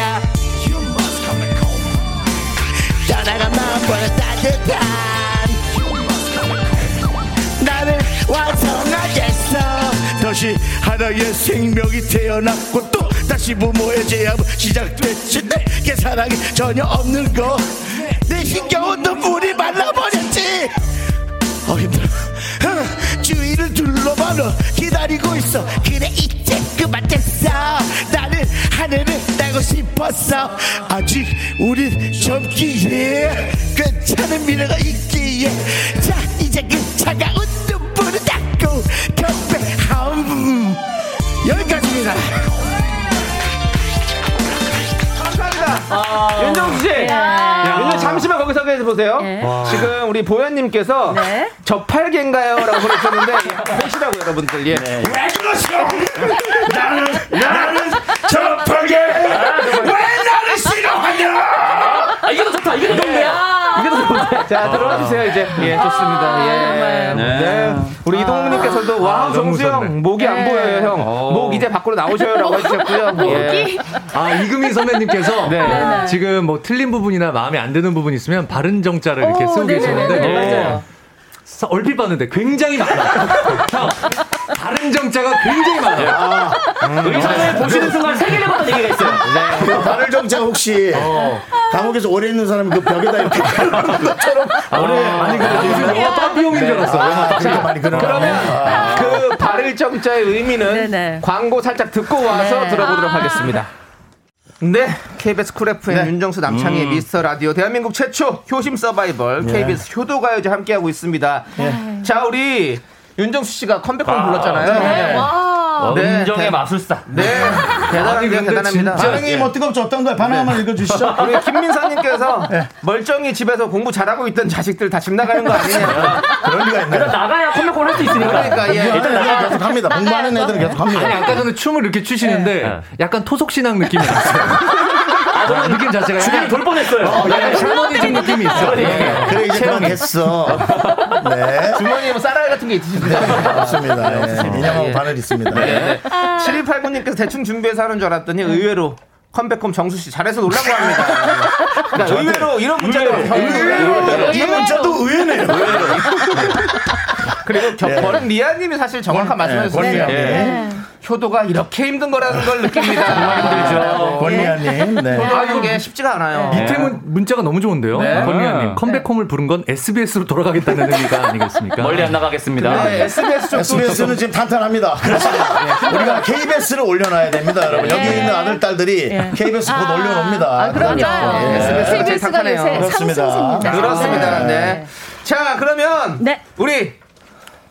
S5: 떠나간 마음보다 따뜻한 나를 완성하겠어 다시 하나의 생명이 태어났고 또 다시 부모의 제압은 시작됐지 내게 사랑이 전혀 없는 거내 힘겨운 눈물이 말라버렸지 어 힘들어 흥, 주위를 둘러봐 너 기다리고 있어 그래 이제 그만 됐어 나는 하늘을 따고 싶었어 아직 우린 젊기에 괜찮은 미래가 있기에 자 이제 그 차가운 눈물을 닦고 건배함 여기까지입니다
S3: 감사합니다. 윤정수 씨.
S5: 야.
S3: 윤정 씨, 잠시만 거기 서계서 보세요.
S5: 와.
S3: 지금 우리 보현님께서 저팔계인가요라고 보내주셨는데 보시라고 여러분들. 예.
S7: 네.
S5: 왜 그러시오 나는 나는 저팔계 왜 나를 싫어하냐
S16: 아, 이게 더 좋다. 이게 더 좋네요. 아, 이게 더 좋네.
S9: 아.
S3: 자 들어와 주세요 이제. 예 좋습니다. 예. 네.
S16: 아.
S3: 우리 이동욱님께서도 와
S9: 아, 너무
S3: 정수 형
S9: 웃었네.
S3: 목이 안
S9: 네.
S3: 보여요 형.
S9: 어.
S3: 목 이제 밖으로 나오셔요라고 해주셨고요. 예.
S9: 아 이금희 선배님께서
S3: 네. 네네.
S9: 지금 뭐 틀린 부분이나 마음에 안 드는 부분 이 있으면 바른 정자를 이렇게
S3: 오,
S9: 쓰고
S3: 네네네네,
S9: 계시는데
S3: 맞아요.
S9: 사- 얼핏 봤는데 굉장히 많아. 형, 바른 정자가 굉장히
S5: 네.
S9: 많아.
S5: 음.
S3: 네.
S16: 의상을 보시는 순간 세계를 받은 얘기가 있어요.
S2: 그 바늘 정자 혹시
S9: 어.
S2: 감옥에서 오래 있는 사람이 그 벽에다 이렇게 걸어놓은 것처럼 오래 아,
S9: 아니 근데 무슨 영화 빠삐용인 줄 알았어.
S3: 자, 그러면 그 발을 정자의 의미는 광고 살짝 듣고 와서
S9: 네.
S3: 들어보도록 하겠습니다. 네, KBS 쿨 FM 윤정수 남창희
S9: 음.
S3: 미스터 라디오 대한민국 최초 효심 서바이벌
S9: 예.
S3: KBS 효도가요제 함께하고 있습니다. 자, 우리 윤정수 씨가 컴백홈
S9: 아,
S3: 네. 불렀잖아요.
S9: 네. 네.
S3: 네.
S9: 와.
S1: 네. 음정의 마술사.
S3: 네.
S1: 아니,
S3: 대단합니다.
S1: 근데
S3: 대단합니다. 예. 네.
S1: 진짜 반응이 뭐
S2: 뜨겁지 어떤가요? 반응 한번 읽어주시죠.
S3: 우리 김민서님께서 멀쩡히 집에서 공부 잘하고 있던 자식들 다 집 나가는 거 아니냐.
S2: 그런 리가
S3: 일단 나가야 컴백홈 할수 있으니까. 그러니까, 예.
S9: 일단 나가야
S2: 아,
S9: 계속 합니다. 공부하는 애들은 계속 합니다. 아니, 아까 전에 춤을 이렇게 추시는데 약간 토속신앙 느낌이 났어요. 아, 느낌 자체가
S1: 주변에 돌 뻔했어요.
S9: 어, 약간
S16: 네.
S9: 샤머니즘 느낌이 있어. 예.
S2: 예. 그래 이제
S9: 체형이.
S2: 그만했어. 네.
S3: 주머니에 뭐 쌀알 같은 게 있으신데.
S2: 맞습니다. 예. 인형하고 바늘 있습니다.
S3: 네. 7289님께서 대충 준비해서 하는 줄 알았더니 의외로 컴백홈 정수 씨 잘해서 놀란 거 합니다. 그러니까
S2: 저한테
S3: 의외로 이런 문자도
S2: 의외로,
S3: 와요.
S2: 의외로. 이 문자도 의외네요.
S3: 의외로. 그리고 겨-
S2: 예.
S3: 버릇 리아님이 사실 정확한
S2: 권- 예,
S3: 말씀을 주셨어요. 네.
S2: 권리아님. 예.
S3: 효도가 이렇게 힘든 거라는 걸 느낍니다. 정말 힘들죠.
S2: 권리아님, 네.
S3: 효도하는 게 쉽지가
S1: 어.
S3: 않아요.
S9: 밑에 문, 문자가 너무 좋은데요.
S3: 네.
S9: 권미아님 컴백홈을 부른 건 SBS로 네. 돌아가겠다는
S8: 네.
S9: 의미가 아니겠습니까? 네.
S1: 멀리 안 나가겠습니다. 네.
S9: 근데
S2: SBS
S9: 쪽도
S2: SBS는
S9: 조금-
S2: 지금 탄탄합니다.
S8: 네,
S2: 그렇습니다. 우리가 KBS를 올려놔야 됩니다, 여러분. 여기
S8: 예.
S2: 있는 아들 딸들이
S8: 예.
S2: KBS 곧
S8: 아,
S2: 올려놓습니다. 그러니까. 예.
S8: 아, 그럼요. SBS가 제일 KBS 가 탄탄해요. 요새 상승세입니다.
S3: 그렇습니다.
S8: 네.
S3: 네. 자, 그러면 우리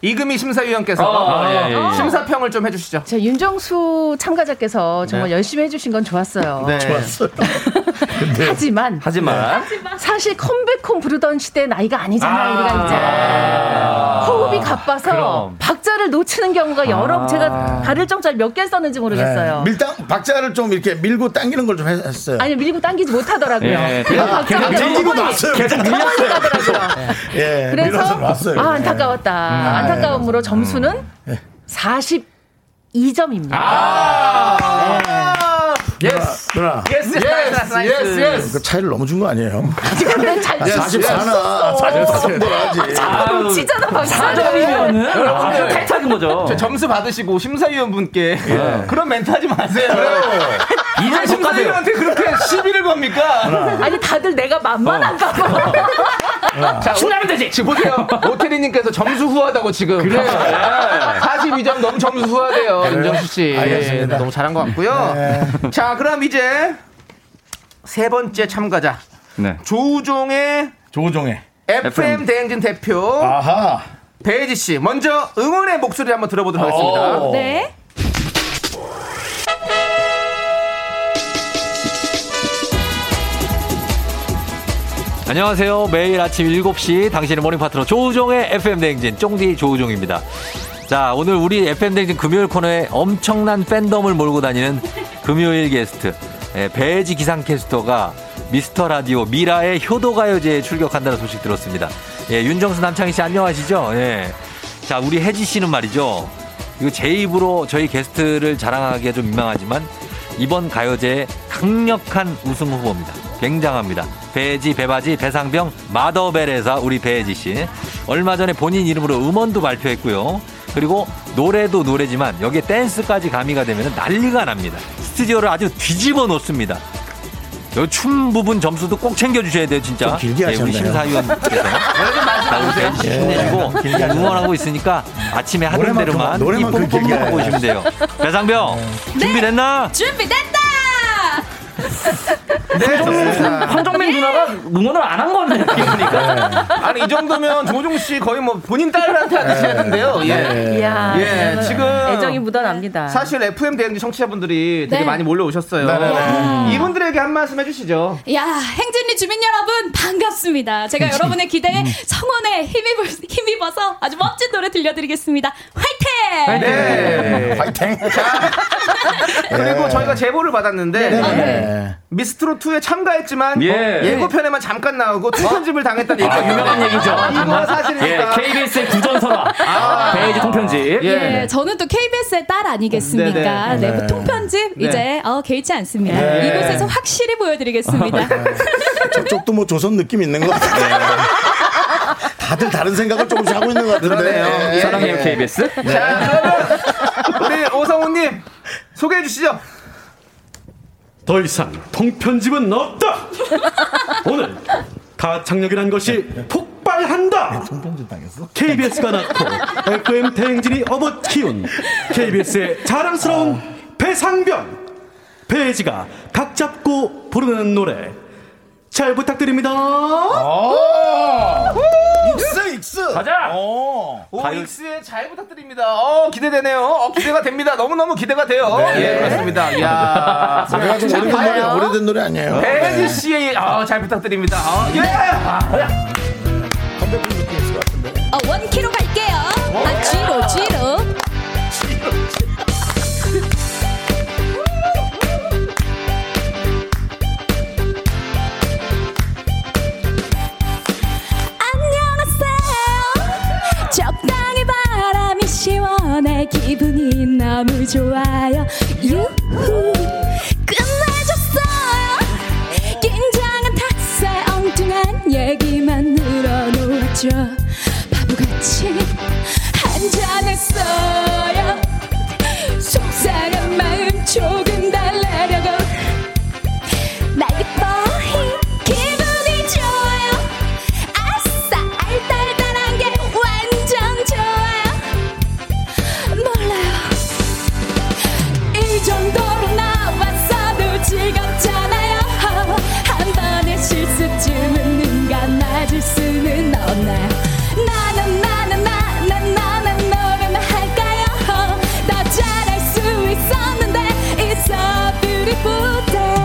S3: 이금희 심사위원께서
S1: 어, 예, 예,
S8: 아,
S1: 예.
S3: 심사평을 좀 해주시죠.
S8: 자, 윤정수 참가자께서 정말
S3: 네.
S8: 열심히 해주신 건 좋았어요.
S3: 네. 좋았어요.
S8: 하지만,
S1: 하지만
S8: 사실 컴백홈 부르던 시대 나이가 아니잖아요. 우리가 이제 호흡이 가빠서
S2: 그럼.
S8: 박자를 놓치는 경우가 여러
S2: 아.
S8: 제가 다를 정자를 몇 개 썼는지 모르겠어요.
S2: 밀당 박자를 좀 이렇게 밀고 당기는 걸 좀 했어요.
S8: 아니 밀고 당기지 못하더라고요.
S9: 네.
S2: 예,
S8: 그
S2: 그냥
S8: 박자가
S2: 그냥 당기고
S8: 너무
S2: 놨어요.
S8: 빨리
S2: 그냥
S8: 가만히
S2: 밀렸어요.
S8: 가더라고요.
S2: 예, 밀어서
S8: 그래서
S2: 놨어요.
S8: 아 안타까웠다.
S2: 음.
S8: 안타까움으로 점수는 42점입니다.
S3: 네.
S2: 예스. 누나.
S3: 예스, 예스, 예스, 예스.
S2: 그 차이를 너무 준 거 아니에요?
S8: 근데 잘
S2: 44나
S3: 네.
S2: 44 정도는 하지.
S8: 넘치잖아, 박사님.
S3: 네.
S9: 아, 네.
S3: 여러분들
S1: 탈착인 아, 그 거죠.
S3: 저 점수 받으시고 심사위원분께
S1: 예.
S3: 그런 멘트 하지 마세요. 이제 심사위원한테 그렇게 시비를 겁니까?
S8: 아니 다들 내가
S9: 어.
S8: 만만한가 봐.
S3: 자, 신나면 되지. 지금 보세요. 오태리님께서 점수 후하다고 지금. 아, 네.
S9: 그래요.
S3: 42점 너무 점수 후하대요.
S9: 그래요?
S3: 윤정수 씨.
S9: 알겠습니다.
S3: 너무 잘한 것 같고요. 자, 그럼 이제 세 번째 참가자.
S1: 네.
S3: 조우종의
S2: 조우종의
S3: FM 대행진 대표. 배혜지 씨. 먼저 응원의 목소리 한번 들어보도록 하겠습니다.
S13: 네.
S11: 안녕하세요. 매일 아침 7시 당신의 모닝 파트너 조우종의 FM대행진, 쫑디 조우종입니다. 자, 오늘 우리 FM대행진 금요일 코너에 엄청난 팬덤을 몰고 다니는 금요일 게스트, 예, 배지 기상캐스터가 미스터 라디오 미라의 효도가요제에 출격한다는 소식 들었습니다. 예, 윤정수 남창희 씨 안녕하시죠? 예. 자, 우리 혜지 씨는 말이죠. 이거 제 입으로 저희 게스트를 자랑하기가 좀 민망하지만 이번 가요제의 강력한 우승 후보입니다. 굉장합니다. 배지, 배바지, 배상병, 마더벨에서 우리 배지 씨. 얼마 전에 본인 이름으로 음원도 발표했고요. 그리고 노래도 노래지만 여기에 댄스까지 가미가 되면 난리가 납니다. 스튜디오를 아주 뒤집어 놓습니다. 요 춤 부분 점수도 꼭 챙겨주셔야 돼요, 진짜.
S2: 좀 길게
S11: 예, 우리
S2: 하셨네요.
S11: 심사위원께서. 나도 배지
S2: 예,
S11: 힘내시고
S2: 약간 길게
S11: 응원하고 있으니까 아침에 하던
S2: 노래만큼은-
S11: 대로만 이
S2: 노래만큼 길게
S11: 뿜뿜 하고
S2: 해야지.
S11: 오시면 돼요. 배상병 준비됐나?
S13: 준비됐다!
S1: 황정민 누나가 응원을 안 한 건데.
S3: 네. 아니, 이 정도면 조우종 씨 거의 뭐 본인 딸한테 하듯이 하는데요. 예.
S8: 네. 이야,
S3: 예, 지금.
S8: 애정이 묻어납니다.
S3: 사실 FM 대행진 청취자분들이 되게
S13: 네.
S3: 많이 몰려오셨어요.
S13: 네네네.
S3: 이분들에게 한 말씀 해주시죠.
S13: 야, 행진리 주민 여러분 반갑습니다. 제가 여러분의 기대에 성원에 힘입어, 힘입어서 아주 멋진 노래 들려드리겠습니다. 화이팅!
S3: 네.
S2: 파이팅.
S13: 네.
S3: 그리고 저희가 제보를 받았는데
S2: 네. 아,
S3: 미스트로 2에 참가했지만
S1: 예.
S3: 예. 고편에만 잠깐 나오고 투편집을 당했다는
S1: 아,
S3: 얘기가
S1: 유명한 얘기죠.
S12: 아.
S3: 이거 사실입니다.
S1: 예, KBS의 구전설화.
S3: 아.
S1: 베이지 네. 통편지.
S13: 예, 저는 또 KBS의 딸 아니겠습니까?
S1: 네네.
S13: 네,
S1: 네.
S13: 보통 편집
S2: 네.
S13: 이제 어, 개의치 않습니다.
S2: 네.
S13: 이곳에서 확실히 보여드리겠습니다.
S2: 저쪽도 뭐 조선 느낌 있는 것 같아요. 다들 다른 생각을 조금씩 하고 있는 것 같은데.
S3: 그러네요.
S1: 사랑해요, KBS.
S3: 우리 오성훈님 소개해 주시죠.
S7: 더 이상 통편집은 없다. 오늘 가창력이란 것이 폭발한다.
S2: 통편집 네, 당했어?
S7: KBS가 낳고 FM 대행진이 업어 키운 KBS의 자랑스러운
S2: 아.
S7: 배상병 배지가 각 잡고 부르는 노래 잘 부탁드립니다.
S5: 아!
S2: 익스 익스.
S1: 가자.
S2: 어.
S3: 오익스의 잘 부탁드립니다. 어, 기대되네요. 어, 기대가 됩니다. 너무너무 기대가 돼요.
S2: 네.
S3: 예, 그렇습니다. 이야.
S2: 노래가 좀 오래된
S3: 잘
S2: 노래,
S3: 봐요.
S2: 오래된 노래 아니에요.
S3: 배지 씨의, 어, 잘 부탁드립니다. 어, 예!
S13: 어, 원키로 갈게요. 아, 쥐로, 쥐로. 안녕하세요. 적당히 바람이 시원해 기분이 너무 좋아요. 유후 끝내줬어요. 긴장은 탓에 엉뚱한 얘기만 늘어놓았죠. 바보같이 한잔했어요. 속상한 마음 조금 달래려고 나 기뻐히 기분이 좋아요. 아싸 알딸딸한 게 완전 좋아요 몰라요 이 정도로 나왔어도 즐겁잖아요 한 번의 실수쯤은 누가 맞을 수는 없나요 나는 나는 나는 나는 노래만 할까요 더 잘할 수 있었는데 It's a beautiful day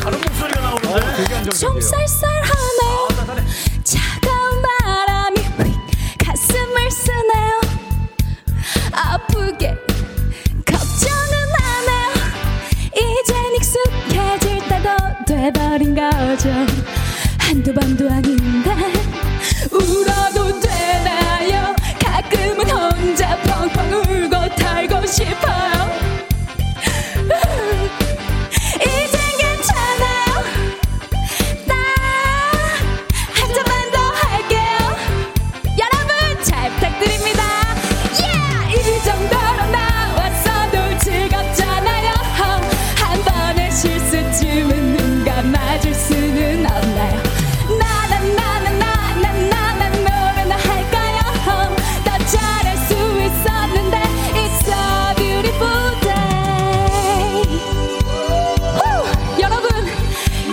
S4: 다른 목소리가
S3: 어,
S4: 나오는데.
S13: 좀 쌀쌀하네 차가운 바람이 휙 가슴을 쓰네요 아프게 걱정은 안해요 이젠 익숙해질 때도 돼버린 거죠 한두 번도 아닌데 울어도 되나요 가끔은 혼자 펑펑 울고 털고 싶어요 이젠 괜찮아요 한 잔만 더 할게요 여러분 잘 부탁드립니다 yeah! 이 정도로 나왔어도 즐겁잖아요 한 번의 실수쯤은 누가 맞을 수는 없나요 나는 나는 나는 나는 노래나 할까요 더 잘할 수 있었는데 It's a beautiful day 후! 여러분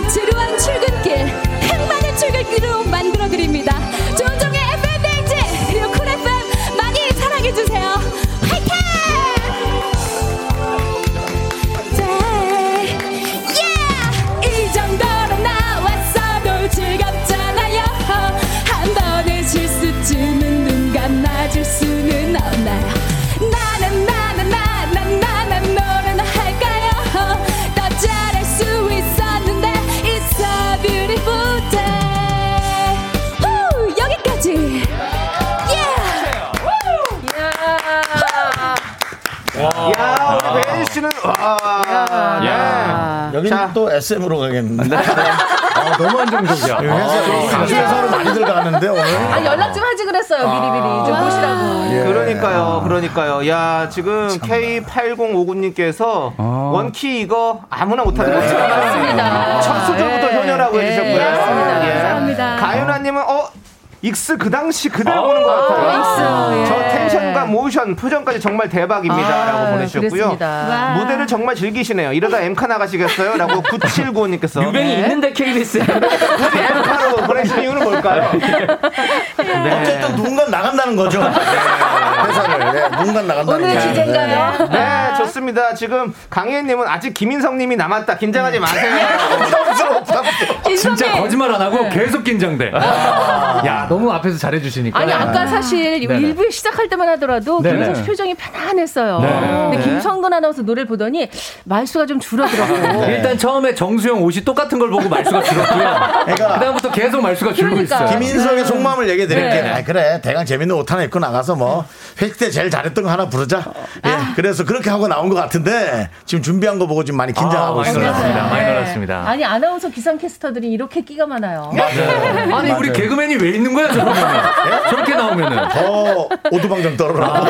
S13: 지루한 출근길 행방의 출근길로 만들어드립니다 조종의 FM 데이지 그리고 쿨 FM 많이 사랑해주세요 화이팅 Day. 네. Yeah! 이 정도로 나왔어도 즐겁잖아요 한 번의 실수쯤은 누가 맞을 수는 없나요 나는 나는 나는 나는 너는 할까요 더 잘할 수 있었는데 It's a beautiful day 후! 여기까지 yeah!
S2: 야,
S3: 우리 배지 씨는, 와.
S2: 야. 여기는 또 SM으로 가겠는데. 아, 너무 안정적이야.
S8: 아,
S2: 회사 회사로 많이들 가는데 오늘.
S8: 아, 연락 좀 하지 그랬어요. 미리미리.
S9: 아.
S1: 아.
S8: 좀 보시라고.
S3: 예. 그러니까요, 그러니까요. 야, 지금 K8059님께서 원키 이거 아무나 못하는 거
S8: 네, 맞습니다.
S3: 첫 수준부터
S8: 네.
S3: 효녀라고
S8: 네,
S3: 해주셨고요. 예.
S8: 맞습니다. 감사합니다. 어,
S3: 가윤아님은 어? 익스 그 당시 그대로 보는 것 같아요.
S8: 익스, 예.
S3: 저 텐션과 모션, 표정까지 정말 대박입니다라고
S8: 아,
S3: 보내주셨고요.
S8: 그랬습니다. 와.
S3: 무대를 정말 즐기시네요. 이러다 엠카 나가시겠어요?라고 9795님께서
S1: 유명이
S8: 네.
S1: 있는데 KBS.
S3: 굳이 엠카로 보내신 이유는 뭘까요?
S2: 어쨌든 누군가 나간다는 거죠. 회사를. 네, 누군가 나간다는 거죠.
S3: 네. 네, 좋습니다. 지금 강혜님은 아직 김인성님이 남았다. 긴장하지 마세요.
S9: 진짜 거짓말 안
S2: 네.
S9: 하고 계속 긴장돼.
S2: 아.
S9: 야, 너무 앞에서 잘해주시니까.
S8: 아니 아까 사실
S9: 네네.
S8: 일부에 시작할 때만 하더라도
S9: 네네.
S8: 김성 씨 표정이 편안했어요.
S9: 네.
S8: 근데
S9: 네.
S8: 김성근 아나운서 노래를 보더니 말수가 좀
S9: 아,
S8: 줄어들었고.
S9: 네. 일단 처음에 정수영 옷이 똑같은 걸 보고 말수가 줄었고요. 그다음부터 계속 말수가 줄고
S8: 그러니까.
S9: 있어요.
S8: 네.
S2: 김인성의 속마음을 얘기해 드릴게요.
S9: 네.
S2: 아, 그래. 대강 재밌는 옷 하나 입고 나가서 뭐 회식 때 제일 잘했던 거 하나
S8: 어.
S2: 부르자. 예.
S8: 아.
S2: 그래서 그렇게 하고 나온 것 같은데 지금 준비한 거 보고 지금 많이 긴장하고
S9: 아, 많이
S2: 있어요.
S9: 놀랐습니다. 많이 놀랐습니다.
S8: 아니 아나운서 기상캐스터들이 이렇게 끼가 많아요.
S9: 네. 맞아요. 아니 우리 개그맨이 왜 있는 거야 거야 저러면은 네? 저렇게 나오면은 아,
S2: 더 오두방정 떨어라.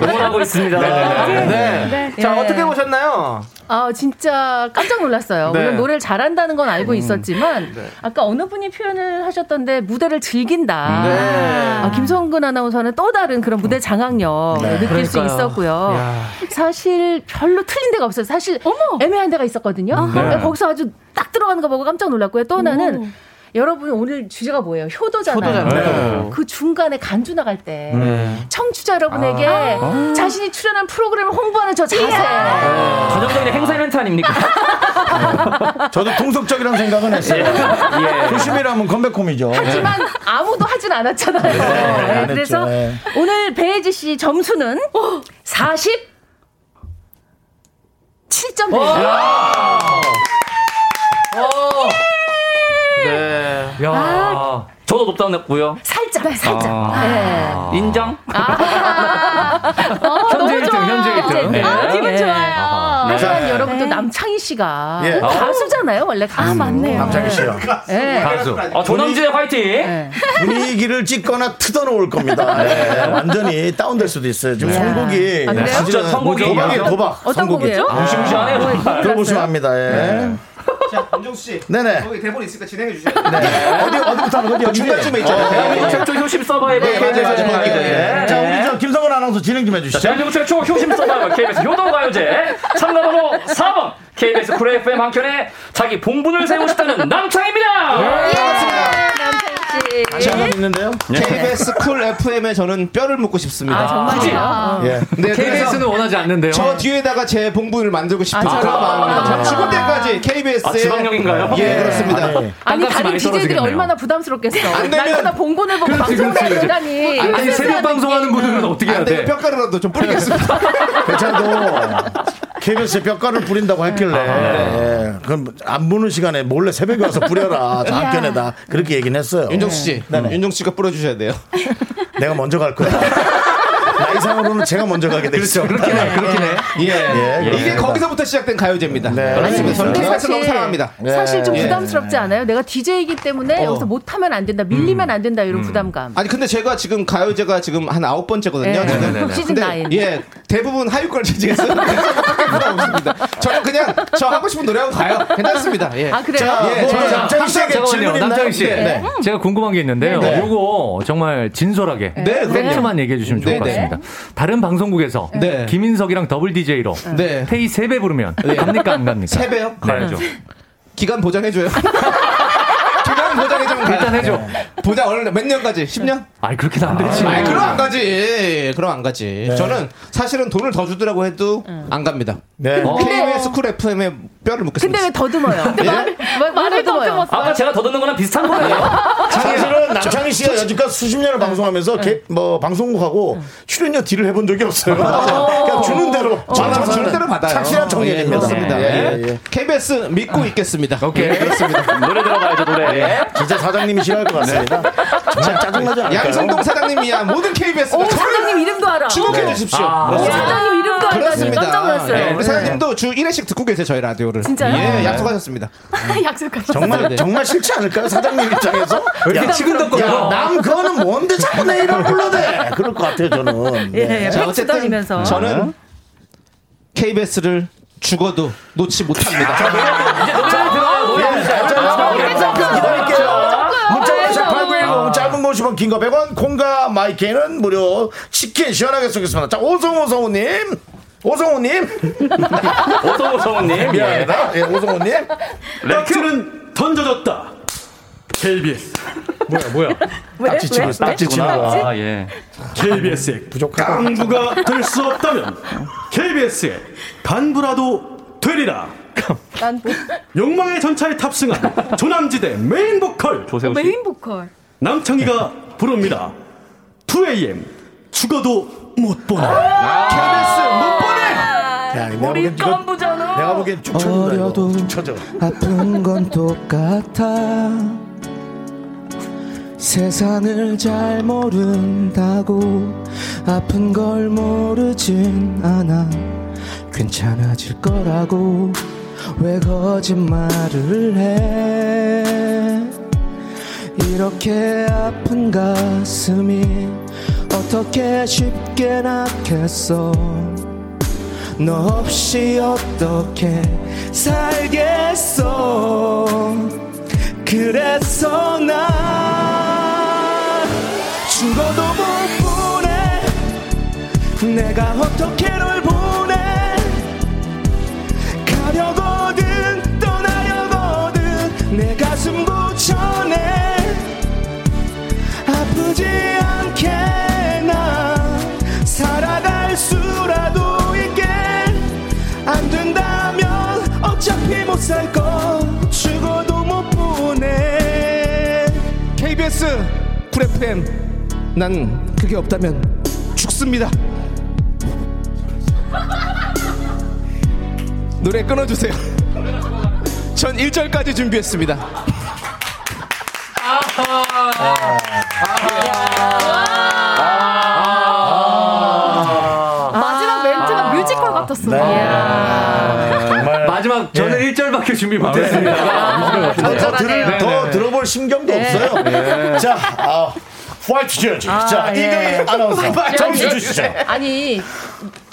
S1: 응원하고 있습니다.
S3: 네.
S8: 네.
S3: 자
S8: 예.
S3: 어떻게 보셨나요?
S8: 아 진짜 깜짝 놀랐어요.
S3: 네. 음.
S8: 물론 노래를 잘한다는 건 알고 있었지만
S3: 네.
S8: 아까 어느 분이 표현을 하셨던데 무대를 즐긴다.
S3: 네. 음.
S8: 아, 김성근 아나운서는 또 다른 그런 무대 장악력
S3: 네.
S8: 느낄 수
S3: 그러니까요.
S8: 있었고요.
S3: 야.
S8: 사실 별로 틀린 데가 없어요. 사실 애매한 데가 있었거든요. 그러니까
S3: 네.
S8: 거기서 아주 딱 들어가는 거 보고 깜짝 놀랐고요. 또 하나는 여러분 오늘 주제가 뭐예요? 효도잖아요.
S3: 효도잖아요. 네.
S8: 그 중간에 간주 나갈 때
S3: 네.
S8: 청취자 여러분에게
S1: 아.
S8: 자신이 출연한 프로그램을 홍보하는 저 자세.
S1: 가정적인 행사 이벤트 아닙니까?
S2: 네. 저도 통속적이라는 생각은 했어요.
S9: 예.
S2: 조심이라면 컴백홈이죠.
S3: 네.
S8: 하지만 아무도 하진 않았잖아요.
S2: 네,
S8: 네,
S2: 안 했죠.
S8: 그래서
S2: 네.
S8: 오늘 배혜지 씨 점수는
S1: 어!
S8: 40 7점
S3: 어!
S8: 드립니다.
S3: 어!
S1: 네. 야. 저도 높다고 냈고요.
S8: 아. 살짝, 살짝.
S1: 아.
S8: 네.
S1: 인정.
S8: 어,
S1: 현재
S8: 너무
S1: 일등,
S8: 좋아요.
S1: 현재 일등.
S8: 네. 아, 기분
S1: 네.
S8: 좋아요.
S1: 네.
S8: 하지만
S1: 네.
S8: 여러분 또 남창희 씨가
S1: 예.
S8: 가수잖아요.
S3: 음,
S8: 원래 가수. 아, 맞네요.
S2: 남창희 씨요.
S8: 네.
S2: 가수.
S3: 어,
S2: 어,
S1: 아, 조남지대 화이팅!
S2: 분위기를 찢거나 뜯어놓을 겁니다. 예, 완전히 다운될 수도 있어요. 지금
S1: 네.
S2: 선곡이.
S1: 아, 그래요? 진짜 선곡이
S2: 도박이에요, 도박.
S1: 어떤 곡이에요? 아, 무시무시하네요, 정말.
S2: 들어보시면 합니다. 예.
S1: 네.
S3: 자 안정수 씨.
S2: 네네.
S3: 거기 대본 있으니까 진행해 주셔야 돼요.
S2: 어디, 어디부터 하는 거죠? 여기
S3: 중간쯤에
S2: 위에.
S3: 있잖아요.
S2: 어,
S3: 대한민국
S1: 최초 네. 효심 서바이벌
S2: 네,
S1: KBS
S2: 맞아요, 맞아요.
S1: 마지막이죠.
S2: 예.
S1: 예.
S2: 자, 우리
S1: 예.
S2: 저 김성은 아나운서 진행 좀 해주시죠.
S1: 대한민국 최초 효심 서바이벌 KBS 효도가요제 참가번호 4번 KBS 쿨 FM 한켠에 자기 본분을 세우고 싶다는 남창입니다.
S3: 예.
S8: 남창희
S3: 씨.
S2: 있는데요?
S3: 예. KBS 쿨 FM에 저는 뼈를 묻고 싶습니다.
S8: 아, 정말요?
S3: 예. 네,
S9: KBS 는
S3: 그래서
S9: 원하지 않는데요.
S3: 저 뒤에다가 제 봉분을 만들고 싶은
S9: 아,
S3: 그런
S9: 저런.
S3: 마음입니다. 지금 때까지 KBS에
S9: 아, 지방령인가요?
S3: 예,
S9: 네.
S3: 그렇습니다.
S8: 아니 다른 DJ들이 얼마나 부담스럽겠어.
S3: 안 되면-
S8: 날마다 봉곤을 보고
S3: 그렇지,
S8: 방송
S3: 그렇지.
S8: 시간이.
S3: 아니, 새벽 방송하는 분들은
S2: 어떻게 해야
S3: 안 되면
S2: 돼?
S3: 뼈가루라도 좀 뿌리겠습니다.
S2: 괜찮아도 KBS에 뼈가루 뿌린다고 했길래
S3: 아, 네.
S2: 예, 그럼 안 보는 시간에 몰래 새벽에 와서 뿌려라 저 한켠에다 그렇게 얘기는 했어요 네.
S3: 윤정수 씨, 윤정수 씨가 뿌려주셔야 돼요
S2: 내가 먼저 갈 거야 나이상으로는 제가 먼저 가게 됐어
S3: 그렇죠.
S2: 네.
S3: 그렇긴 해, 그렇긴 해. 예.
S2: 예,
S3: 이게
S2: 그렇습니다.
S3: 거기서부터 시작된 가요제입니다.
S2: 그렇습니다.
S3: 맞습니다. 저는
S2: 근데
S3: KBS 너무
S8: 사실-
S3: 사랑합니다.
S2: 네.
S8: 사실 좀
S3: 예.
S8: 부담스럽지 않아요? 내가 DJ이기 때문에
S3: 어.
S8: 여기서 못하면 안 된다,
S2: 음.
S8: 밀리면 안 된다 이런 부담감.
S3: 아니 근데 제가 지금 가요제가 지금 한 아홉 번째거든요.
S8: 예.
S3: 지금.
S8: 네네네. 시즌
S3: 근데
S8: 나인.
S3: 예, 대부분 하위권 차지했어요. 없습니다. 저는 그냥 저 하고 싶은 노래하고 가요. 괜찮습니다. 예.
S8: 아, 그래요?
S3: 자, 예,
S9: 뭐,
S3: 저는
S9: 남창희
S3: 합작
S9: 씨에게
S3: 잠깐만요.
S9: 질문 있나요? 남창희 씨,
S3: 네, 네.
S9: 제가 궁금한 게 있는데요.
S3: 네.
S9: 요거 정말 진솔하게
S3: 네, 그럼요.
S9: 팩트만 얘기해 주시면 좋을
S3: 네,
S9: 것
S3: 네.
S9: 같습니다. 다른 방송국에서
S3: 네.
S9: 김인석이랑 더블 DJ로
S3: 네.
S9: 페이 3배 부르면
S3: 네.
S9: 갑니까 안 갑니까? 네,
S3: 세 배요? 네.
S9: 가야죠.
S3: 기간 보장해줘요. 기간 보장해주면 가요. 네.
S9: 일단 해줘. 네.
S3: 보장 얼마 몇 년까지? 10년?
S9: 아니 그렇게는 안 되지.
S3: 아, 그럼 안
S8: 네.
S3: 가지. 그럼 안 가지.
S9: 네.
S3: 저는 사실은 돈을 더 주더라고 해도 안 갑니다.
S2: 네.
S3: KBS 쿨 FM에 뼈를 묻겠습니다.
S8: 어.
S3: 예.
S8: 근데 왜 더듬어요?
S2: 아,
S8: 말- 말을 더듬어요.
S1: 아까 제가 더듬는 거랑 비슷한 거예요.
S2: 사실은 남창희 씨가 여지껏 수십
S3: 네.
S2: 년을 방송하면서 개- 뭐 방송국하고 출연료 딜을 해본 적이 없어요. 그냥 주는 대로
S3: 어. 저는 주는 대로 받아요.
S2: 착실한
S3: 예,
S2: 청년입니다.
S3: 그렇습니다.
S2: 예, 예, 예.
S3: KBS 믿고 있겠습니다. 예. 오케이. 그렇습니다.
S1: 노래 들어가야죠 노래.
S2: 예.
S3: 예.
S2: 진짜 사장님이 싫어할 것 같습니다. 정말 짜증나지 않을까요?
S3: 네. 양성동 사장님이야 모든 KBS.
S8: 오, 사장님 이름도 알아.
S3: 주목해
S2: 네.
S3: 주십시오.
S8: 아, 오, 사장님 이름도 알다니
S3: 그렇습니다.
S8: 깜짝 놀랐어요.
S3: 예, 우리 사장님도 주 1회씩 듣고 계세요 저희 라디오를.
S8: 진짜요?
S3: 예,
S8: 네.
S3: 약속하셨습니다.
S8: 약속하셨어요.
S2: 정말
S3: 네.
S2: 정말 싫지 않을까요? 사장님 입장에서
S3: 왜 이렇게
S2: 야,
S3: 치근덕거려?
S2: 야, 남 그거는 뭔데 자꾸 내 이름 불러대? 그럴 것 같아요 저는. 네.
S8: 예, 예, 팩 떠지면서.
S3: 저는 KBS를 죽어도 놓지 못합니다.
S2: 아,
S1: 이제 노래 들어가요 노래.
S12: 아,
S2: 문자8910 짧은 거 50원 긴거 100원 콩과 마이케는 무료 치킨 시원하게 쏘겠습니다 자 오성오성우님 오성우님
S1: 오성오성우님.
S2: 미안합니다 예, 오성우님
S7: 락지는 네. 던져졌다. KBS.
S2: 뭐야 뭐야
S7: 왜?
S2: 딱지 치고 있어
S7: 왜?
S2: 딱지 치는
S7: 딱지?
S2: 거
S7: 아, KBS의
S2: 부족하다
S7: 깡부가 될 수 없다면 KBS의 간부라도 되리라.
S8: 뭐,
S7: 욕망의 전차에 탑승한 조남지대 메인 보컬
S2: 네,
S7: 조세호
S13: 메인 보컬.
S7: 남창희가 부릅니다. 2AM 죽어도 못 보내. 아,
S2: 야, 내가 보기엔 이거- 어, 내가 보기엔 쭉 쳐준다 이거 쭉 쳐져
S10: 아픈 건 똑같아 세상을 잘 모른다고 아픈 걸 모르진 않아 괜찮아질 거라고 왜 거짓말을 해
S5: 이렇게 아픈 가슴이 어떻게 쉽게 낫겠어 너 없이 어떻게 살겠어 그래서 난 죽어도 못 보내 내가 어떻게 널 보내 가려거든 떠나려거든 내 가슴 붙여내 아프지 않게 나 살아갈 수라도 있게 안 된다면 어차피 못 살 거 죽어도 못 보내 KBS 쿨 FM 난 그게 없다면 죽습니다 노래 끊어주세요 전 1절까지 준비했습니다
S13: 아,
S8: 마지막 멘트가 뮤지컬 같았어.
S2: 네.
S3: 아, 네.
S9: 마지막
S3: 예.
S9: 저는 1절밖에 준비
S3: 아,
S9: 못했습니다. 아,
S2: 더, 들, 더 들어볼 신경도
S9: 네.
S2: 없어요.
S9: 네.
S2: 자, 아, 화이트 지어지.
S8: 아,
S2: 자,
S8: 예.
S2: 이경희 아나운서. 점수 주시죠.
S8: 아니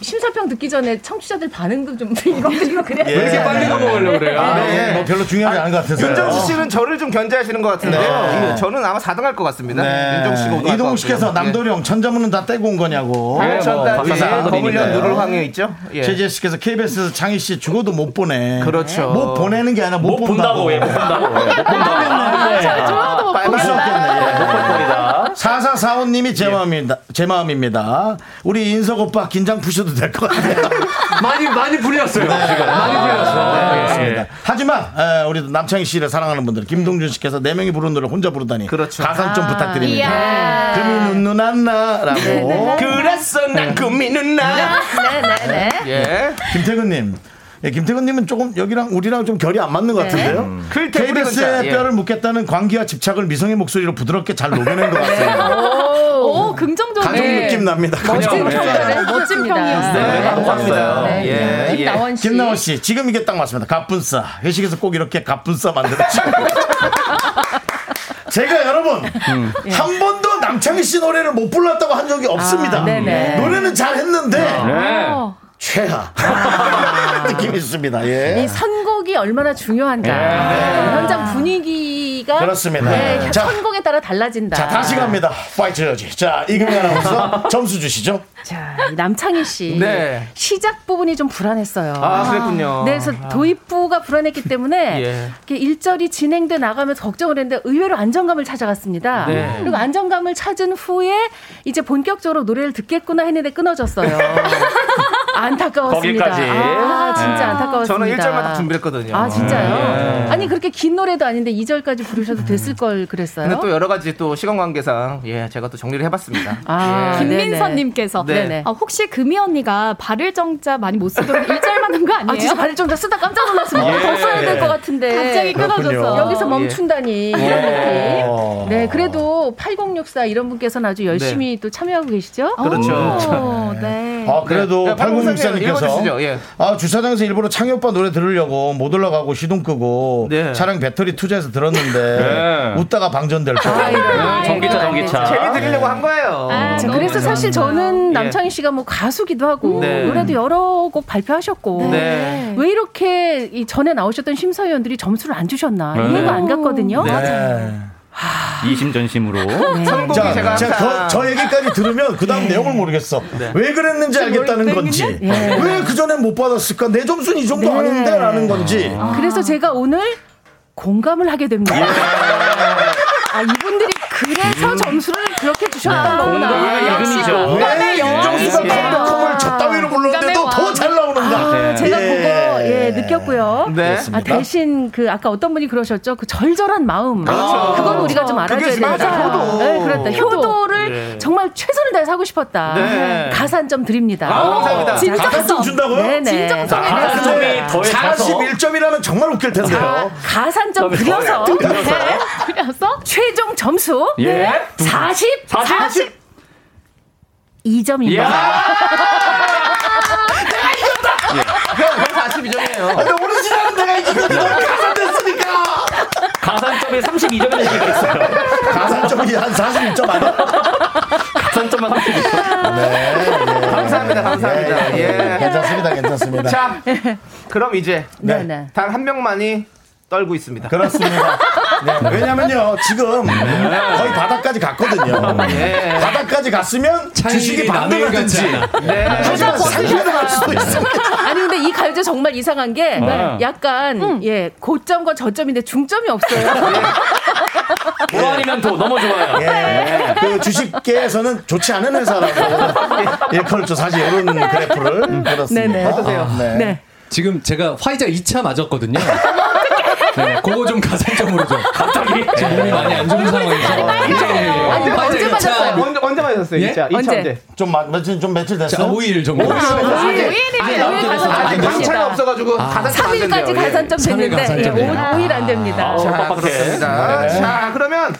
S8: 심사평 듣기 전에 청취자들 반응도 좀 읽어드리고 그래야
S2: 예. 왜 이렇게 빨리 넘어가려고 그래요? 네. 뭐 별로 중요하지 않은 것 같아서요.
S3: 윤정수 씨는 저를 좀 견제하시는 것 같은데요.
S2: 네.
S3: 이- 저는 아마 4등 할 것 같습니다. 윤정수 씨가 오등할 것
S2: 예. 이동욱 씨께서
S3: 같고요.
S2: 남도령 천자문은 다 떼고 온 거냐고.
S3: 예, 뭐, 박사상 거물년 누를 황에 있죠? 예.
S2: 최재 씨께서 KBS에서 장희 씨 죽어도 못 보내.
S3: 그렇죠.
S2: 못 보내는 게 아니라 못,
S12: 못 본다고, 예, 못 본다고. 예, 못 본다고.
S2: 아,
S12: 잘 좋아도 못
S2: 볼수
S12: 본다.
S2: 없겠네.
S12: 못 본다.
S2: 4445님이
S9: 예.
S2: 제 마음입니다. 제 마음입니다. 우리 인석 오빠 긴장 푸셔도 될 것 같아요.
S9: 많이 많이 불렸어요. 지금 많이
S2: 네,
S9: 불렸어.
S2: 알겠습니다. 하지만 에, 우리 남창희 씨를 사랑하는 분들 김동준 씨께서 네 명이 부르는 노래 혼자 부르다니
S9: 그렇죠.
S2: 가사 좀
S3: 아.
S2: 부탁드립니다.
S3: 이야.
S2: 금이 눈눈 안나라고. 네.
S3: 그랬어 난 꿈이 누나.
S8: 네, 네네네.
S2: 예. 김태근님. 예, 김태근님은 조금 여기랑 우리랑 좀 결이 안 맞는 것
S3: 네.
S2: 같은데요.
S3: 음. 그렇대,
S2: KBS의
S3: 우리는 자, 예.
S2: 뼈를 묻겠다는 광기와 집착을 미성의 목소리로 부드럽게 잘 녹여낸
S13: 예.
S2: 것 같아요.
S8: 네. 오, 긍정적인.
S2: 가족 느낌 납니다.
S8: 네. 멋진
S2: 가족 느낌.
S8: 평이네. 멋진 평이었어요.
S2: 네, 감사합니다.
S8: 네, 예, 예. 김나원 씨.
S2: 김나원 씨, 지금 이게 딱 맞습니다. 갑분싸. 회식에서 꼭 이렇게 갑분싸 만들었죠. 제가 여러분
S3: 음.
S8: 예.
S2: 한 번도 남창희 씨 노래를 못 불렀다고 한 적이 없습니다.
S8: 아,
S2: 예.
S8: 네네.
S2: 노래는 잘했는데
S8: 네.
S2: 최하
S8: 아.
S2: 느낌이 있습니다. 예.
S8: 이 선곡이 얼마나 중요한가.
S2: 네.
S8: 현장 분위기가
S2: 그렇습니다.
S8: 예,
S2: 자.
S8: 선곡에 따라 달라진다.
S2: 자
S12: 아.
S2: 다시 갑니다. 파이트 여지. 자 이금희 아나운서 점수 주시죠.
S8: 자, 이 남창희 씨
S2: 네.
S8: 시작 부분이 좀 불안했어요.
S2: 아, 그랬군요.
S8: 네, 그래서 도입부가 불안했기 때문에
S2: 예.
S8: 이렇게 일절이 진행돼 나가면서 걱정을 했는데 의외로 안정감을 찾아갔습니다.
S6: 네.
S8: 그리고 안정감을 찾은 후에 이제 본격적으로 노래를 듣겠구나 했는데 끊어졌어요. 안타까웠습니다.
S3: 네. 거기까지. 네.
S8: 아, 진짜 안타까웠습니다.
S3: 저는 1절만 딱 준비했거든요.
S8: 아, 진짜요?
S3: 예.
S8: 아니, 그렇게 긴 노래도 아닌데 2절까지 부르셔도 됐을 걸 그랬어요.
S3: 근데 또 여러 가지 또 시간 관계상 예 제가 또 정리를 해봤습니다.
S8: 아,
S3: 예.
S13: 김민선님께서
S3: 네. 네네.
S13: 아, 혹시 금이 언니가 발을 정자 많이 못 쓰도록 일절만 한 거 아니에요?
S8: 아, 진짜 발을 정자 쓰다 깜짝 놀랐습니다.
S2: 예.
S13: 예.
S8: 더 써야 될 것 같은데.
S13: 갑자기 끊어져서
S8: 여기서 멈춘다니 이런
S13: 예.
S8: 느낌. 네, 그래도 8064 이런 분께서는 아주 열심히 또 참여하고 계시죠?
S2: 그렇죠.
S8: 오, 네.
S12: 음.
S2: 아 그래도
S8: 네,
S2: 8064님께서
S12: 예.
S2: 아 주차장에서 일부러 창희 오빠 노래 들으려고 못 올라가고 시동 끄고
S3: 네.
S2: 차량 배터리 투자해서 들었는데
S12: 네.
S2: 웃다가 방전될 뻔. 네.
S12: 네, 전기차, 전기차.
S2: 아,
S3: 재미 드리려고 한 거예요.
S8: 자, 아, 그래서 사실 저는 남창희 씨가 뭐 가수기도 하고
S3: 네.
S8: 노래도 여러 곡 발표하셨고
S3: 네.
S8: 왜 이렇게 이 전에 나오셨던 심사위원들이 점수를 안 주셨나
S12: 네.
S8: 이해가 안 갔거든요.
S12: 이심전심으로.
S2: 자, 제가 저, 저 얘기까지 들으면 그 다음 내용을 모르겠어.
S12: 네.
S2: 왜 그랬는지 알겠다는 건지,
S8: 예.
S2: 왜 그 전에 못 받았을까? 내 점수는 이 정도 아닌데라는 예. 건지.
S8: 그래서 제가 오늘 공감을 하게 됩니다. 아, 이분들이 그래서
S2: 음.
S8: 점수를 그렇게 주셨던
S2: 네.
S8: 거구나.
S2: 공감의
S8: 역시
S2: 이름이죠.
S8: 공감의
S2: 왜 윤정수가
S8: 영웅이시다.
S2: 네. 컴백홈을 저따위로 불렀는데도
S8: 공감의
S2: 더잘
S8: 왕.
S2: 나오는가?
S8: 아,
S2: 네.
S8: 제가
S2: 예.
S8: 그거 예, 느꼈고요.
S2: 네.
S8: 아,
S2: 그렇습니다.
S8: 대신 그 아까 어떤 분이 그러셨죠? 그 절절한 마음.
S6: 그렇죠.
S8: 그건 우리가 좀 알아줘야
S6: 그게 맞아요.
S8: 됩니다.
S6: 효도.
S8: 네, 그렇다. 효도를
S6: 네.
S8: 정말 최선을 다해서 하고 싶었다.
S6: 네.
S8: 가산 좀 드립니다.
S2: 아, 감사합니다.
S8: 진정성.
S2: 가산 좀 준다고요?
S8: 네네.
S2: 진정성에
S8: 아,
S2: 대해서.
S8: 가산점이 더해져서.
S2: 41점이라면 정말 웃길
S8: 네.
S2: 텐데요.
S8: 가산점
S2: 그러면
S8: 그려서
S2: 더 그려서.
S8: 네, 그려서 최종 점수 네.
S2: 예.
S8: 40
S6: 40.
S8: 40 2점입니다.
S3: 형
S5: 아,
S3: 42점이에요.
S6: 근데 오늘 지나는 내가 이기고 너무 가산됐으니까.
S12: 가산점에 32점을 얘기했어요.
S2: 가산점이 한 41점 아니야?
S12: 가산점만
S2: 31점. 네. 예.
S3: 감사합니다, 감사합니다.
S2: 예, 예, 예.
S3: 예.
S2: 괜찮습니다, 괜찮습니다.
S3: 자, 그럼 이제
S2: 네.
S3: 단 한 명만이 떨고 있습니다.
S2: 그렇습니다. 네, 왜냐면요, 지금 거의 바닥까지 갔거든요.
S3: 예.
S2: 바닥까지 갔으면
S3: 차이
S2: 주식이
S3: 남일
S2: 반등하든지.
S3: 같지 않아. 네.
S2: 하지만
S3: 그러다
S2: 상대도 갈 수도 있어.
S8: 아니 근데 이 갈비도 정말 이상한 게
S2: 네.
S8: 약간 예 고점과 저점인데 중점이 없어요.
S12: 뭐 아니면 또 넘어져요.
S2: 예. 그 주식계에서는 좋지 않은 회사라고
S3: 예,
S2: 일컬죠. 사실 이런 아, 네. 음. 그래프를 그렇습니다.
S9: 아, 네네. 어떠세요?
S2: 네.
S9: 지금 제가 화이자 2차 맞았거든요. 네, 그거 좀 가산점으로 좀. 갑자기? 네. 지금 몸이 많이 안 좋은 상황이죠.
S3: 언제, 언제 맞았어요? 예. 언제, 언제 맞았어요?
S9: 예?
S3: 진짜?
S9: 언제?
S2: 좀 마- 며칠 좀 며칠
S9: 자,
S2: 됐어요?
S9: 5일 정도.
S2: 오일, 오일, 오일.
S8: 오일이지. 오일 가산점
S3: 아직
S8: 됩니다.
S3: 당차가 없어가지고 가산점 안
S8: 3일까지
S3: 된대요. 예.
S8: 가산점 됐는데 예, 5일 안 됩니다.
S3: 자, 그렇습니다.
S8: 네.
S3: 자, 그러면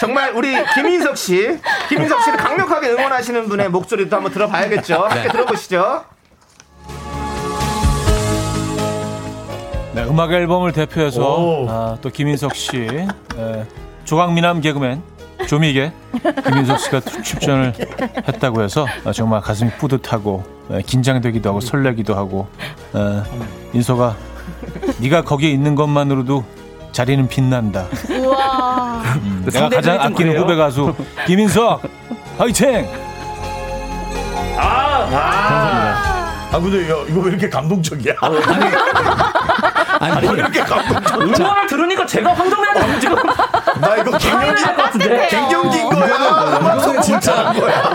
S3: 정말 우리 김인석 씨, 김인석 씨를 강력하게 응원하시는 분의 목소리도 한번 들어봐야겠죠. 함께
S17: 네.
S3: 들어보시죠.
S15: 네, 음악 앨범을 대표해서 아, 또 김인석 씨, 에, 조강미남 개그맨 조미개 김인석 씨가 출전을 했다고 해서 아, 정말 가슴이 뿌듯하고 에, 긴장되기도 하고 설레기도 하고 에, 인석아, 네가 거기에 있는 것만으로도 자리는 빛난다.
S11: 우와.
S15: 음,
S11: 근데
S15: 내가 가장
S11: 상대들이 좀
S15: 아끼는
S11: 그래요?
S15: 후배 가수 김인석, 화이팅!
S2: 아, 아 근데 이거, 이거 왜 이렇게 감동적이야?
S9: 아니,
S2: 왜 이렇게 감동적이야?
S12: 음악을 들으니까 그러니까 제가 황정대한테 지금.
S2: 나 이거 갱년기인 것 같은데? 갱년기인 거야. 음악
S9: 이거는
S2: 선물
S9: 진짜.
S2: 잘한 거야.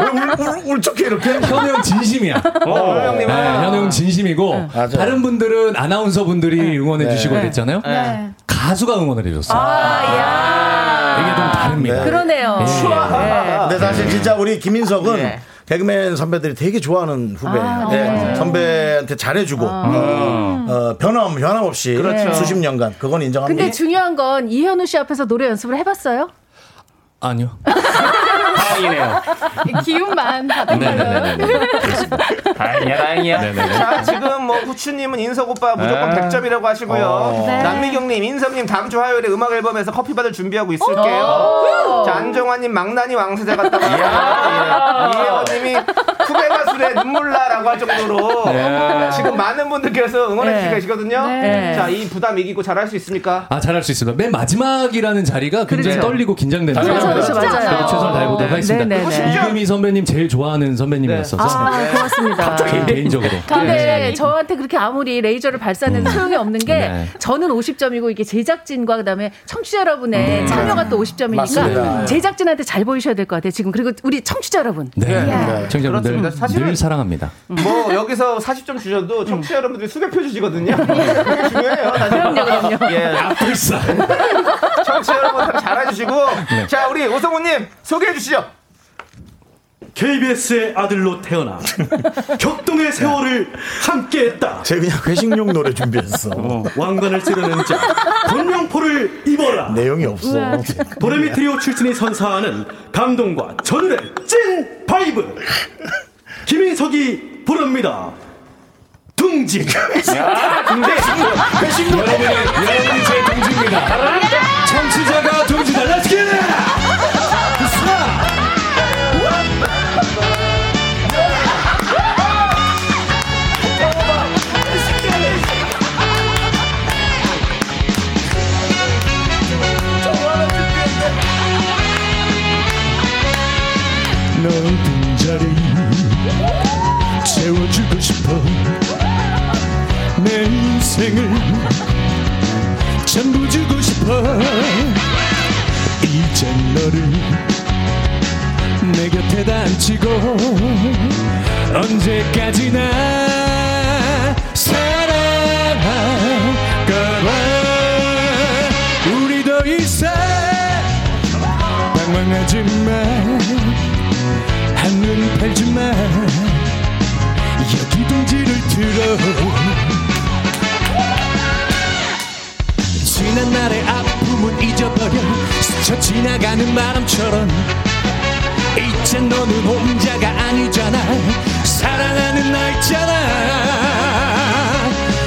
S2: 왜 울, 울, 울적해, 이렇게?
S9: 현우 형 진심이야. 네, 현우 형 진심이고 다른 분들은 아나운서 분들이 응원해 주시고
S8: 네.
S9: 그랬잖아요.
S8: 네.
S9: 가수가 응원을 해줬어. 요
S8: 이게
S9: 좀 다릅니다.
S8: 그러네요.
S9: 예.
S8: 네.
S2: 근데 사실 진짜 우리 김인석은 개그맨 선배들이 되게 좋아하는 후배예요.
S8: 아,
S2: 네.
S8: 맞아요.
S2: 선배한테 잘해주고 어, 어, 변함 변함없이
S8: 그렇죠.
S2: 수십 년간 그건 인정합니다.
S8: 근데 중요한 건 이현우 씨 앞에서 노래 연습을 해봤어요?
S9: 아니요. 다행이네요.
S8: 기운만 받은 걸로.
S12: 다행이야, 다행이야.
S3: 자, 지금 뭐 후추님은 인석 오빠 무조건
S12: 네.
S3: 100점이라고 하시고요.
S12: 어. 네.
S3: 남미경님, 인섭님 다음 주 화요일에 음악 앨범에서 커피 받을 준비하고
S11: 오.
S3: 있을게요. 자, 안정환님 망나니 왕세자 같다고. 예. 이혜원님이 후배 가수의 눈물나라고 할 정도로
S9: 예.
S3: 지금 많은 분들께서 응원해 주시고
S9: 네.
S3: 계시거든요.
S9: 네.
S3: 자, 이 부담 이기고 잘할 수 있습니까?
S9: 아 잘할 수 있습니다. 맨 마지막이라는 자리가 굉장히
S3: 그렇죠.
S9: 떨리고 긴장되는
S3: 그렇죠,
S9: 자리입니다.
S3: 그렇죠, 맞아요.
S9: 저도 최선을 다해보도록
S3: 네,
S9: 하겠습니다.
S3: 네, 네, 네.
S9: 이금희 선배님 제일 좋아하는 선배님이었어서
S8: 아, 네. 고맙습니다.
S9: 저는 개인적으로.
S3: 네.
S8: 근데 저한테 그렇게 아무리 레이저를 발사하는 소용이 없는 게
S9: 네.
S8: 저는 50점이고 이게 제작진과 그다음에 청취자 여러분의
S9: 음.
S8: 참여가 또 50점이니까
S9: 맞습니다.
S8: 제작진한테 잘 보이셔야 될 것 같아요. 지금 그리고 우리 청취자 여러분.
S9: 네. 네. 청자분들
S3: 그렇습니다. 사실은-
S9: 늘 사랑합니다.
S3: 뭐 여기서 40점 주셔도 청취자 여러분들이 수개표 주시거든요. 그게 중요해요.
S12: 아,
S3: 그럼요, 그럼요. 예.
S2: 네.
S9: 아플싸.
S3: 청취자 여러분 잘해주시고
S2: 네.
S3: 자 우리 오성우님 소개해 주시죠.
S7: KBS의 아들로 태어나 격동의 세월을 함께했다.
S2: 제 그냥 회식용 노래 준비했어.
S7: 왕관을 찌르는 자, 본명포를 입어라.
S2: 내용이 없어. 우와.
S7: 도레미 트리오 출신이 선사하는 감동과 전율의 찐 파이브. 김인석이 부릅니다. 둥지. 네.
S11: 야, 둥지. 회식 노래.
S9: 여러분이 제 동지입니다. 청취자가 동지다. Let's get it!
S11: 넓은 자리
S5: 채워주고 싶어 내 인생을 전부 주고 싶어 이젠 너를 내 곁에다 앉히고 언제까지나 사랑할 거라 우리도 이상 당황하지 마 한눈 팔지 마 여기 동지를 들어 지난 날의 아픔은 잊어버려 스쳐 지나가는 바람처럼 이제 너는 혼자가 아니잖아 사랑하는 나 있잖아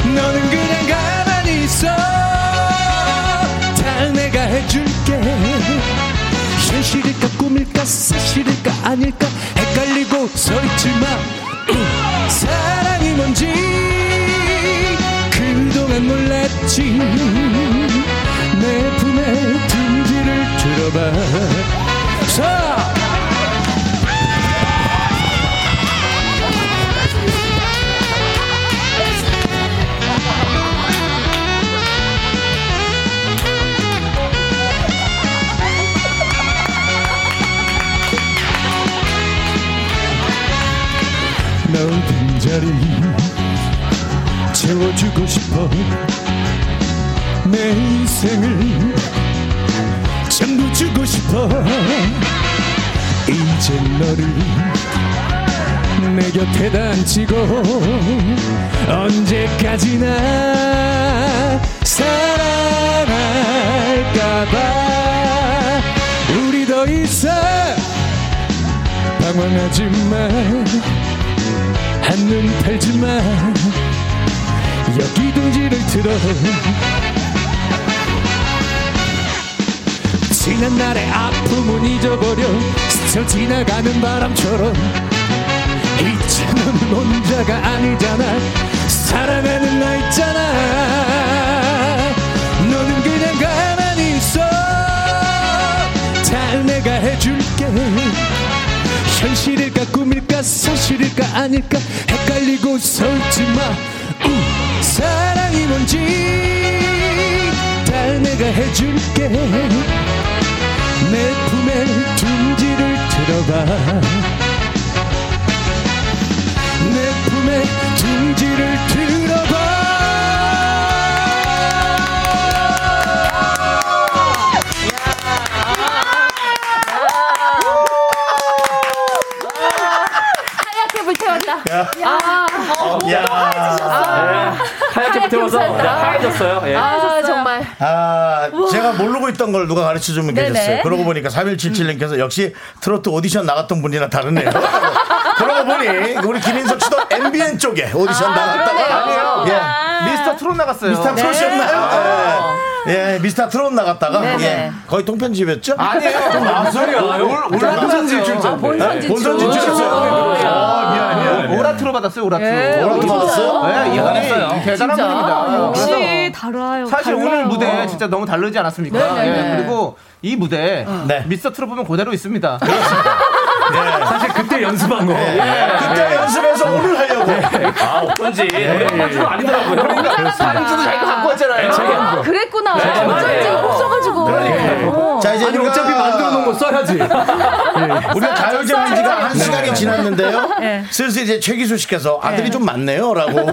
S5: 너는 그냥 가만히 있어 다 내가 해줄게
S18: 사실일까 사실일까 아닐까 헷갈리고 서 있지만 사랑이 뭔지 그동안 몰랐지 내 품에 든 뒤를 들어봐 사
S5: 널 빈자리 채워주고 싶어 내 인생을 잠궈주고 싶어 이제 너를 내 곁에 단치고 언제까지나 사랑할까봐 우리 더 이상 방황하지 마 한눈 팔지 마 여기 둥지를 들어 지난 날의 아픔은 잊어버려 스쳐 지나가는 바람처럼 이제는 혼자가 아니잖아 사랑하는 나 있잖아 너는 그냥 가만히 있어 잘 내가 해줄게 현실일까 꿈일까 사실일까 아닐까 헷갈리고 설지마 음, 사랑이 뭔지 다 내가 해줄게 내 품에 둥지를 들어봐 내 품에 둥지를 들어봐
S8: 하얗게 불태웠다.
S1: 야.
S8: 아, 어,
S1: 야.
S2: 네.
S8: 하얘지셨어요.
S1: 예, 하얗게 붙어서
S8: 하얗게
S1: 하얘졌어요. 예.
S8: 아, 정말.
S2: 아,
S8: 우와.
S2: 제가 모르고 있던 걸 누가 가르쳐 주면
S8: 네네.
S2: 계셨어요. 그러고 보니까 3177님께서 역시 트로트 오디션 나갔던 분이랑 다르네요. 그러고 보니 우리 김인석 씨도 MBN 쪽에 오디션
S3: 아,
S2: 나갔다가 예.
S3: 그러네요. 미스터 트롯 나갔어요.
S2: 미스터 트롯이었나요? 예. 예, 미스터 트롯 나갔다가
S3: 네네.
S2: 예, 거의 통편집이었죠?
S3: 아니에요.
S2: 아, 소리야.
S3: 올-
S2: 올-
S3: 올라
S2: 본선 진출자.
S3: 아, 본선
S2: 네. 본선
S3: 진출.
S2: 진출했어요. 아, 미안, 미안, 미안.
S3: 오라트로 받았어요. 오라트로.
S2: 예, 오라트로 받았어요?
S3: 네,
S2: 받았어요.
S3: 이분이 대단한
S8: 진짜. 아,
S13: 아,
S3: 분입니다.
S8: 역시 달아요.
S13: 네,
S3: 그래서 사실
S8: 달라요.
S3: 오늘 무대
S13: 어.
S3: 진짜 너무 다르지 않았습니까?
S8: 네네네.
S3: 예, 그리고 이 무대
S2: 네.
S3: 미스터 트롯 보면 그대로 있습니다. 네. 사실 그때 연습한 거.
S2: 예.
S3: 예.
S2: 그때 연습해서 오늘 하려고.
S3: 네.
S2: 예. 그러니까
S1: 아, 어쩐지 노래 한 줄은 아니더라고요.
S3: 반주도 자기가 갖고
S5: 네,
S3: 왔잖아요.
S8: 아, 그랬구나.
S1: 네, 맞아요.
S8: 어쩐지 없어가지고. 어.
S2: 자, 이제
S9: 아니,
S2: 우리가-
S9: 어차피 만들어 놓은 거 써야지.
S2: 우리가 가요제 온 지가 한
S9: 네.
S2: 시간이 지났는데요.
S3: 예.
S9: 네.
S2: 슬슬 이제 최기수 씨께서 아들이 좀 많네요. 라고.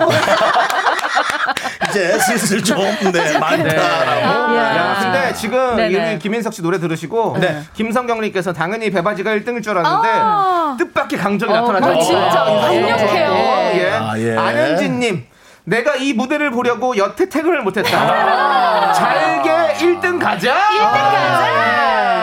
S2: 이제 슬슬 좀, 네, 많다라고.
S3: 야, 근데 지금
S2: 네네.
S3: 이미 김인석 씨 노래 들으시고
S2: 네.
S3: 김성경님께서 당연히 배바지가 1등일 줄 알았는데
S5: 아.
S3: 뜻밖의 강점이
S8: 어,
S3: 나타나죠.
S8: 진짜 강력해요.
S3: 예.
S8: 아, 예.
S3: 안현진님. 내가 이 무대를 보려고 여태 태그를 못했다.
S8: 아.
S3: 잘게 1등 가자. 1등 가자.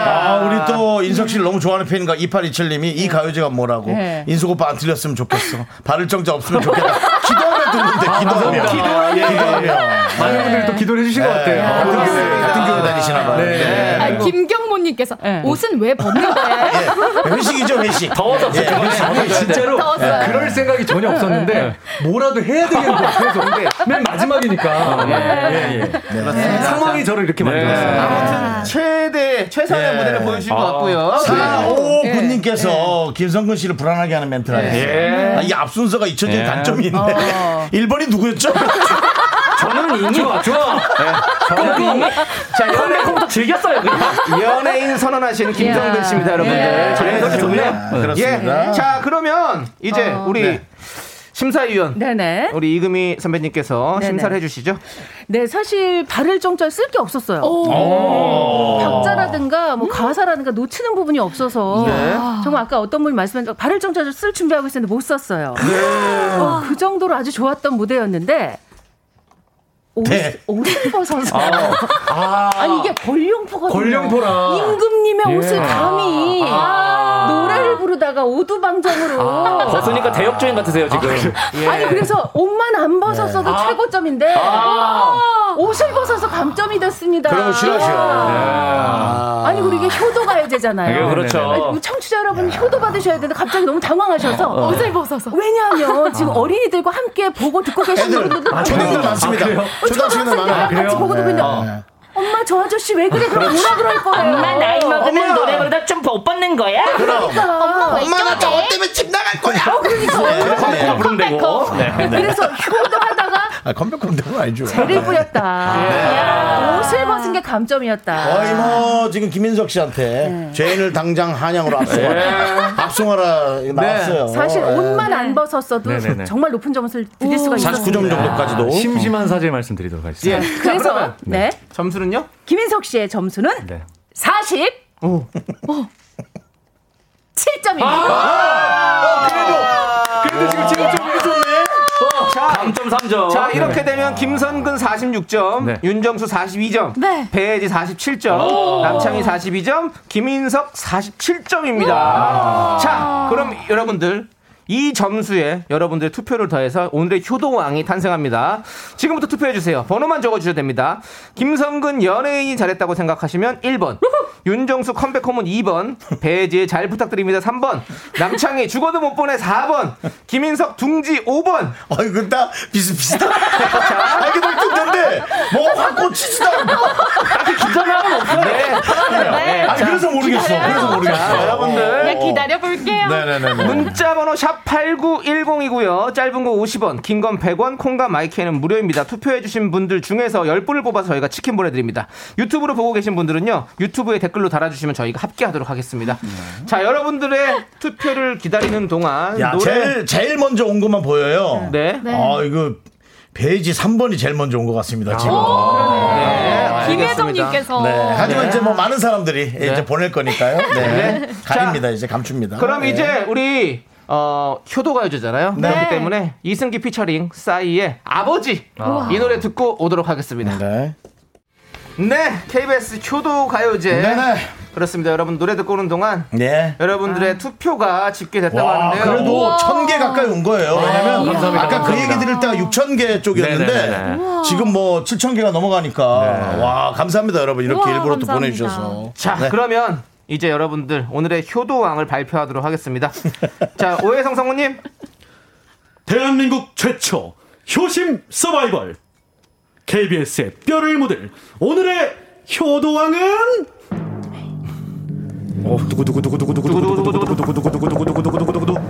S2: 아, 우리 또 인석 씨를 너무 좋아하는 팬인가 2827님이 이 가요제가 뭐라고
S3: 네.
S2: 인숙 오빠 안 틀렸으면 좋겠어. 바를 정자 없으면 좋겠다. 기도하며 듣는데 아, 기도하며.
S9: 아, 기도하며.
S2: 예, 기도하며.
S9: 네. 많은 분들이 또 기도를 해주신 것 같아요.
S2: 같은 교회, 같은 교회 다니시나 봐요.
S9: 네.
S2: 네.
S13: 아, 김경모님께서
S8: 예.
S13: 옷은 왜 벗는 거야?
S2: 예. 회식이죠 회식.
S1: 더워서
S9: 예, 아니,
S8: 네.
S9: 진짜로 네,
S2: 예.
S13: 더웠어요.
S9: 그럴 생각이 전혀 없었는데
S3: 네.
S9: 뭐라도 해야 되는 것 같아서 근데 맨 마지막이니까
S3: 네.
S8: 네.
S9: 예, 예, 예.
S2: 네,
S9: 상황이 저를 이렇게 만들었어요.
S3: 아무튼 최대 최선의
S2: 예.
S3: 무대를 보여주신
S9: 아.
S3: 것 같고요. 네.
S8: 예.
S2: 4559님께서 김성근 씨를 불안하게 하는
S9: 네.
S2: 멘트라니.
S3: 예.
S2: 아, 이게 앞순서가 잊혀진
S3: 예.
S2: 단점이 있네.
S3: 어.
S2: 1번이 누구였죠?
S1: 저는 이미
S3: 좋아, 좋아.
S2: 네,
S1: 저는 이미 자, 컴백부터 즐겼어요. 그냥.
S3: 연예인 선언하시는 김성근
S1: 야.
S3: 씨입니다, 여러분들.
S1: 예.
S3: 자,
S1: 네,
S3: 이렇게
S1: 좋네요.
S3: 좋네요.
S1: 네, 그렇습니다.
S3: 예. 자, 그러면 이제
S8: 어.
S3: 우리
S8: 네.
S3: 심사위원
S8: 네네.
S3: 우리 이금희 선배님께서
S8: 네네.
S3: 심사를 해주시죠.
S8: 네, 사실 바를 정절 쓸 게 없었어요.
S5: 아.
S3: 오.
S8: 박자라든가 뭐 가사라든가 놓치는 부분이 없어서
S5: 네.
S3: 예.
S8: 정말 아까 어떤 분이 말씀하신 대로 바를 정절을 쓸 준비하고 있었는데 못 썼어요. 어, 그 정도로 아주 좋았던 무대였는데
S5: 네.
S8: 오리퍼 선수.
S5: 아.
S8: 아. 니 이게 권룡포거든요.
S5: 권룡포라.
S8: 임금님의
S5: 예. 아.
S8: 옷을 감히 노래를 부르다가 오두방정으로.
S12: 아,
S1: 벗으니까
S12: 예.
S1: 대역주인 같으세요, 지금.
S8: 아니 그래서 옷만 안 벗었어도 최고점인데
S1: 아.
S8: 아. 옷을 벗어서 감점이 됐습니다.
S2: 그런 거 싫어하셔.
S3: 아.
S2: 네.
S8: 아니 그리고 이게 효도가
S2: 이게
S8: 예제잖아요.
S2: 그렇죠.
S8: 아니, 청취자 여러분 효도 받으셔야 되는데 갑자기 너무 당황하셔서
S2: 어, 어.
S8: 옷을 벗어서. 왜냐하면 지금 어린이들과 함께 보고 듣고 계신
S2: 애들,
S8: 분들도
S2: 아, 초등들
S8: 많아요.
S2: 많습니다.
S8: 어,
S2: 초등학생들
S8: 초등학생들
S2: 많아요.
S8: 같이
S2: 그래요?
S8: 보고 듣고
S2: 네.
S8: 있는데
S2: 어.
S8: 엄마 저 아저씨 왜 그래? 그럼
S2: 그렇지.
S8: 뭐라 그럴 거예요.
S19: 엄마 나이 먹으면
S8: 엄마.
S19: 노래 부르다 좀 못 벗는 거야?
S8: 그럼.
S19: 엄마 왜
S8: 엄마, 나저
S19: 저래? 때문에 집 나갈 거야?
S9: 네.
S2: 컴백홈 부른대고. 네.
S8: 그래서 효도하다가
S2: 아, 컴백홈 대고 아니죠.
S8: 죄를 뿌렸다. 옷을 벗은 게 감점이었다.
S2: 거의 뭐 지금 김민석 씨한테 죄인을 당장 한양으로 압송하라, 압송하라 나왔어요.
S3: 예.
S2: 네.
S8: 사실 옷만 안 벗었어도
S9: 네네네.
S8: 정말 높은 점수를 어. 드릴 수가 있었어요.
S9: 아, 심심한 사죄 말씀드리도록 하겠습니다.
S3: 예.
S8: 그래서 네.
S3: 점수는요?
S8: 김인석 씨의 점수는
S9: 네.
S8: 40.
S3: 오.
S8: 7점입니다.
S3: 아! 어, 그래도 지금 지금 좀 좋네. 자,
S1: 3.3점. 네.
S3: 자, 이렇게 되면 김선근 46점, 윤정수 42점, 배혜지 47점,
S1: 오.
S3: 남창희 42점, 김인석
S1: 아.
S3: 47점입니다.
S2: 아.
S3: 자, 그럼 여러분들 이 점수에 여러분들의 투표를 더해서 오늘의 효도왕이 탄생합니다. 지금부터 투표해주세요. 번호만 적어주셔도 됩니다. 김성근 연예인이 잘했다고 생각하시면 1번. 윤정수 컴백홈은 2번. 배지의 잘 부탁드립니다 3번. 남창희 죽어도 못 보내 4번. 김인석 둥지 5번.
S2: 어이, 그다 비슷비슷하다.
S3: 자,
S2: 알게 될 텐데, 뭐확 꽂히지도 않고.
S3: 딱히 긴장감은 없어요.
S2: 네. 아니, 그래서 모르겠어. 그래서 모르겠어.
S3: 자, 여러분들.
S8: 네,
S19: 그냥 기다려볼게요.
S3: 문자 번호 샵 8910이고요. 짧은 거 50원, 긴 건 100원, 콩과 마이크는 무료입니다. 투표해 주신 분들 중에서 10분을 뽑아서 저희가 치킨 보내 드립니다. 유튜브로 보고 계신 분들은요. 유튜브에 댓글로 달아 주시면 저희가 합계하도록 하겠습니다. 자, 여러분들의 투표를 기다리는 동안
S2: 네. 야, 제일, 제일 먼저 온 것만 보여요.
S3: 네.
S19: 네.
S2: 아, 이거 베이지 3번이 제일 먼저 온 것 같습니다, 지금.
S19: 오, 그러네요.
S2: 네,
S19: 김혜정님께서.
S2: 네. 하지만
S3: 네.
S2: 이제 뭐 많은 사람들이 이제 보낼 거니까요. 네.
S3: 네.
S2: 가립니다, 이제 감춥니다.
S3: 그럼
S2: 네.
S3: 이제 우리 어, 효도가요제잖아요.
S2: 네.
S3: 그렇기 때문에 이승기 피처링 싸이의 아버지
S2: 우와.
S3: 이 노래 듣고 오도록 하겠습니다.
S2: 네.
S3: KBS 효도가요제.
S2: 네네.
S3: 그렇습니다. 여러분 노래 듣고 오는 동안
S2: 네.
S3: 여러분들의 투표가 집계됐다고
S2: 와,
S3: 하는데요.
S2: 그래도 천 개 가까이 온 거예요. 왜냐면
S3: 이야.
S2: 아까 그
S3: 네, 감사합니다.
S2: 얘기 드릴 때가 6천 개 쪽이었는데
S3: 네네네. 우와.
S2: 지금 뭐 7천 개가 넘어가니까 와 감사합니다 여러분 이렇게
S3: 우와,
S2: 일부러 또
S3: 감사합니다.
S2: 보내주셔서
S3: 자,
S2: 네.
S3: 그러면 이제 여러분들 오늘의 효도왕을 발표하도록 하겠습니다. 자, 오해성 성우님.
S7: 대한민국 최초 효심 서바이벌 KBS의 뼈를 묻을 오늘의 효도왕은 어, 두구두구두구두구두구두구두구두구두구두구두구두구두구두구두구두구두구두구두구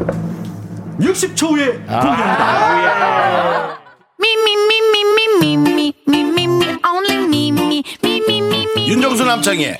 S7: 60초 후에
S3: 아,
S7: 공개합니다.
S19: Me, me, me, me, me, me, me, me, me, me, only me, me, me, me, me,
S3: 예.
S19: me.
S2: 윤정수 남창의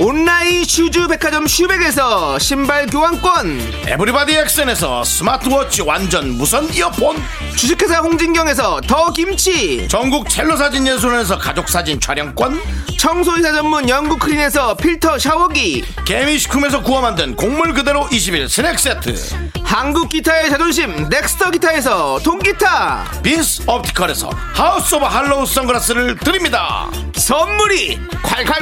S20: 온라인 슈즈 백화점 슈백에서 신발 교환권
S2: 에브리바디 액션에서 스마트워치 완전 무선 이어폰
S20: 주식회사 홍진경에서 더 김치
S2: 전국 첼로 사진 예술원에서 가족 사진 촬영권
S20: 청소이사 전문 영국 크린에서 필터 샤워기
S2: 개미식품에서 구워 만든 곡물 그대로 21 스낵 세트
S20: 한국 기타의 자존심 넥스터 기타에서 동기타
S2: 빈스 옵티컬에서 하우스 오브 할로우 선글라스를 드립니다
S20: 선물이 콸콸콸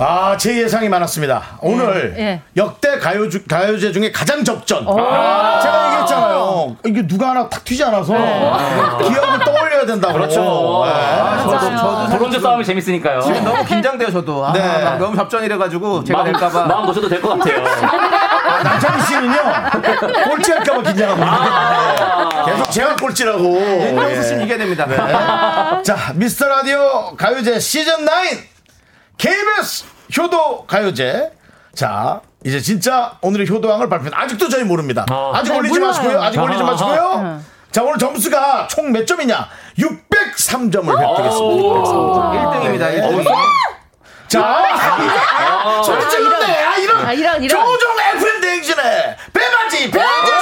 S2: 아 제 예상이 많았습니다 오늘
S3: 네.
S8: 예.
S2: 역대 가요 주, 가요제 중에 가장 적전
S8: 아.
S2: 제가 얘기했잖아요 이게 누가 하나 탁 튀지 않아서 기억을 떠올려야 된다고 네.
S1: 그렇죠. 아, 저도- 맞아요. 저도 사실 브론즈 싸움이 재밌으니까요.
S3: 지금 너무 긴장돼요, 저도. 아,
S1: 네.
S3: 막 너무 접전이래가지고 제가
S1: 마음-
S3: 될까봐.
S1: 마음 놓으셔도 될 것 같아요.
S2: 남창희 씨는요 꼴찌할까봐 긴장합니다. 네. 계속 제가 꼴찌라고. 예.
S3: 윤정수 씨는 이겨야 됩니다.
S2: 네. 자 미스터 라디오 가요제 시즌 9 KBS 효도 가요제. 자 이제 진짜 오늘의 효도왕을 발표. 아직도 저희 모릅니다. 아직
S8: 네,
S2: 올리지
S8: 몰라요.
S2: 마시고요. 아직
S8: 아.
S2: 올리지 마시고요. 자 오늘 점수가 총 몇 점이냐? 603점을 획득했습니다.
S3: 1등입니다.
S2: 자,
S19: 아,
S2: 소리 질렀네. 아, 이런.
S19: 아, 이런, 이런.
S2: 조종 FM 대행진의 배바지, 배바지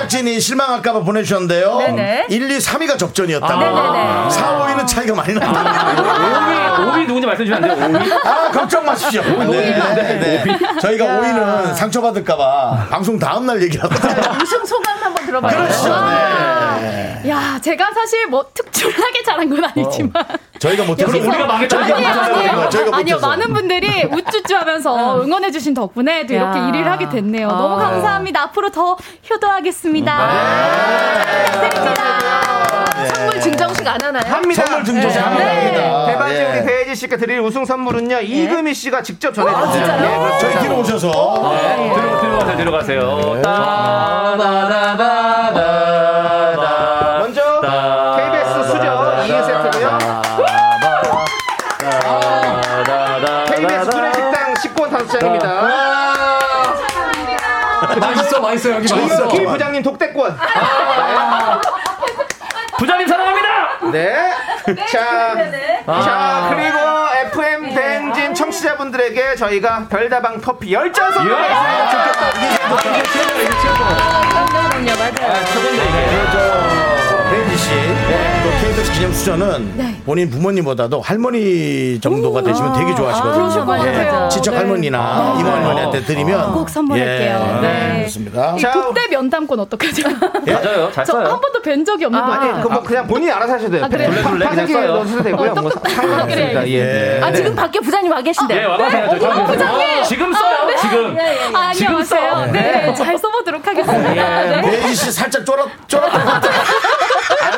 S2: 박진희 아. 실망할까봐 보내주셨는데요.
S8: 네네.
S2: 1, 2, 3위가 접전이었다고.
S8: 아, 네네네.
S2: 4, 5위는 차이가 많이
S1: 났다. 5위, 5위 아, 누군지 말씀해주면 안 돼요? 5위?
S2: 아, 걱정 마십시오. 네,
S1: 오위 누군데? 오위?
S2: 저희가
S1: 야.
S2: 5위는 상처받을까봐 방송 다음날 얘기하고.
S8: 우승 소감 한번 들어봐요. 아.
S2: 그렇죠.
S8: 와.
S2: 네.
S13: 야, 제가 사실 뭐 특출나게 잘한 건 아니지만.
S2: 저희가 못해서.
S13: 여기서- 아니에요, 아니에요.
S2: 어, 저희가 어.
S13: 아니요,
S2: 못해서.
S13: 많은 분들이 우쭈쭈 하면서 응원해주신 덕분에 또 이렇게
S8: 야.
S13: 1위를 하게 됐네요.
S19: 어.
S8: 아.
S13: 너무 감사합니다. 앞으로 더 효도하겠습니다.
S3: 예.
S8: 선물 증정식 안 하나요?
S3: 합니다.
S8: 네.
S12: 예.
S3: 대반지 우리 배혜지 씨께 드릴 우승 선물은요 이금희 씨가 직접 전해주세요.
S2: 저희 뒤로 오셔서
S12: 어, 네.
S1: 들어, 들어가세요, 들어가세요.
S3: 먼저 KBS 수저 2인 세트고요.
S1: 아,
S3: KBS 수레 식당 식권 5장입니다.
S21: 아, 맛있어, 맛있어, 여기 맛있어. 아.
S3: 김 부장님 독대권.
S1: 부장님 사랑합니다.
S3: 네. 자,
S8: 네.
S21: 아.
S3: 자 그리고 FM
S1: 네.
S3: 댕진 청취자분들에게 저희가 별다방 커피 10잔
S21: 아,
S1: 예.
S2: 아,
S3: 선물했어요.
S8: 그럼요, 맞아요.
S2: 혜지 씨, 네. 또 KBS 기념 수저는
S13: 네.
S2: 본인 부모님보다도 할머니 정도가 되시면 되게 좋아하시거든요. 예.
S13: 아, 맞아요, 맞아요.
S2: 친척
S13: 네.
S2: 할머니나 이모 할머니한테 네, 드리면
S13: 꼭 선물할게요.
S2: 예,
S13: 네.
S2: 좋습니다.
S13: 이 국대 면담권 어떡하죠?
S1: 맞아요, 예, 잘
S13: 예? 저
S1: 써요.
S13: 한 번도 뵌 적이 없는 거
S3: 아니,
S13: 같아요.
S3: 그거 뭐 그냥 본인이 알아서 하셔도 돼요.
S13: 아, 그래요?
S3: 파-
S1: 둘레둘레
S3: 파생에
S1: 그냥 써요.
S3: 넣으셔도 되고요. 뭐 상관없습니다. 예.
S8: 아, 지금 밖에 부장님 와 계신데.
S1: 예, 와봐세요.
S8: 네.
S1: 저
S8: 어,
S1: 저기
S8: 부장님.
S1: 지금 써요,
S8: 아, 네.
S1: 지금.
S8: 예, 예, 예.
S13: 아, 안녕하세요.
S1: 지금 써.
S13: 네,
S1: 네.
S13: 잘 써보도록 하겠습니다. 네.
S2: 혜지 씨 살짝 쫄았 쫄았.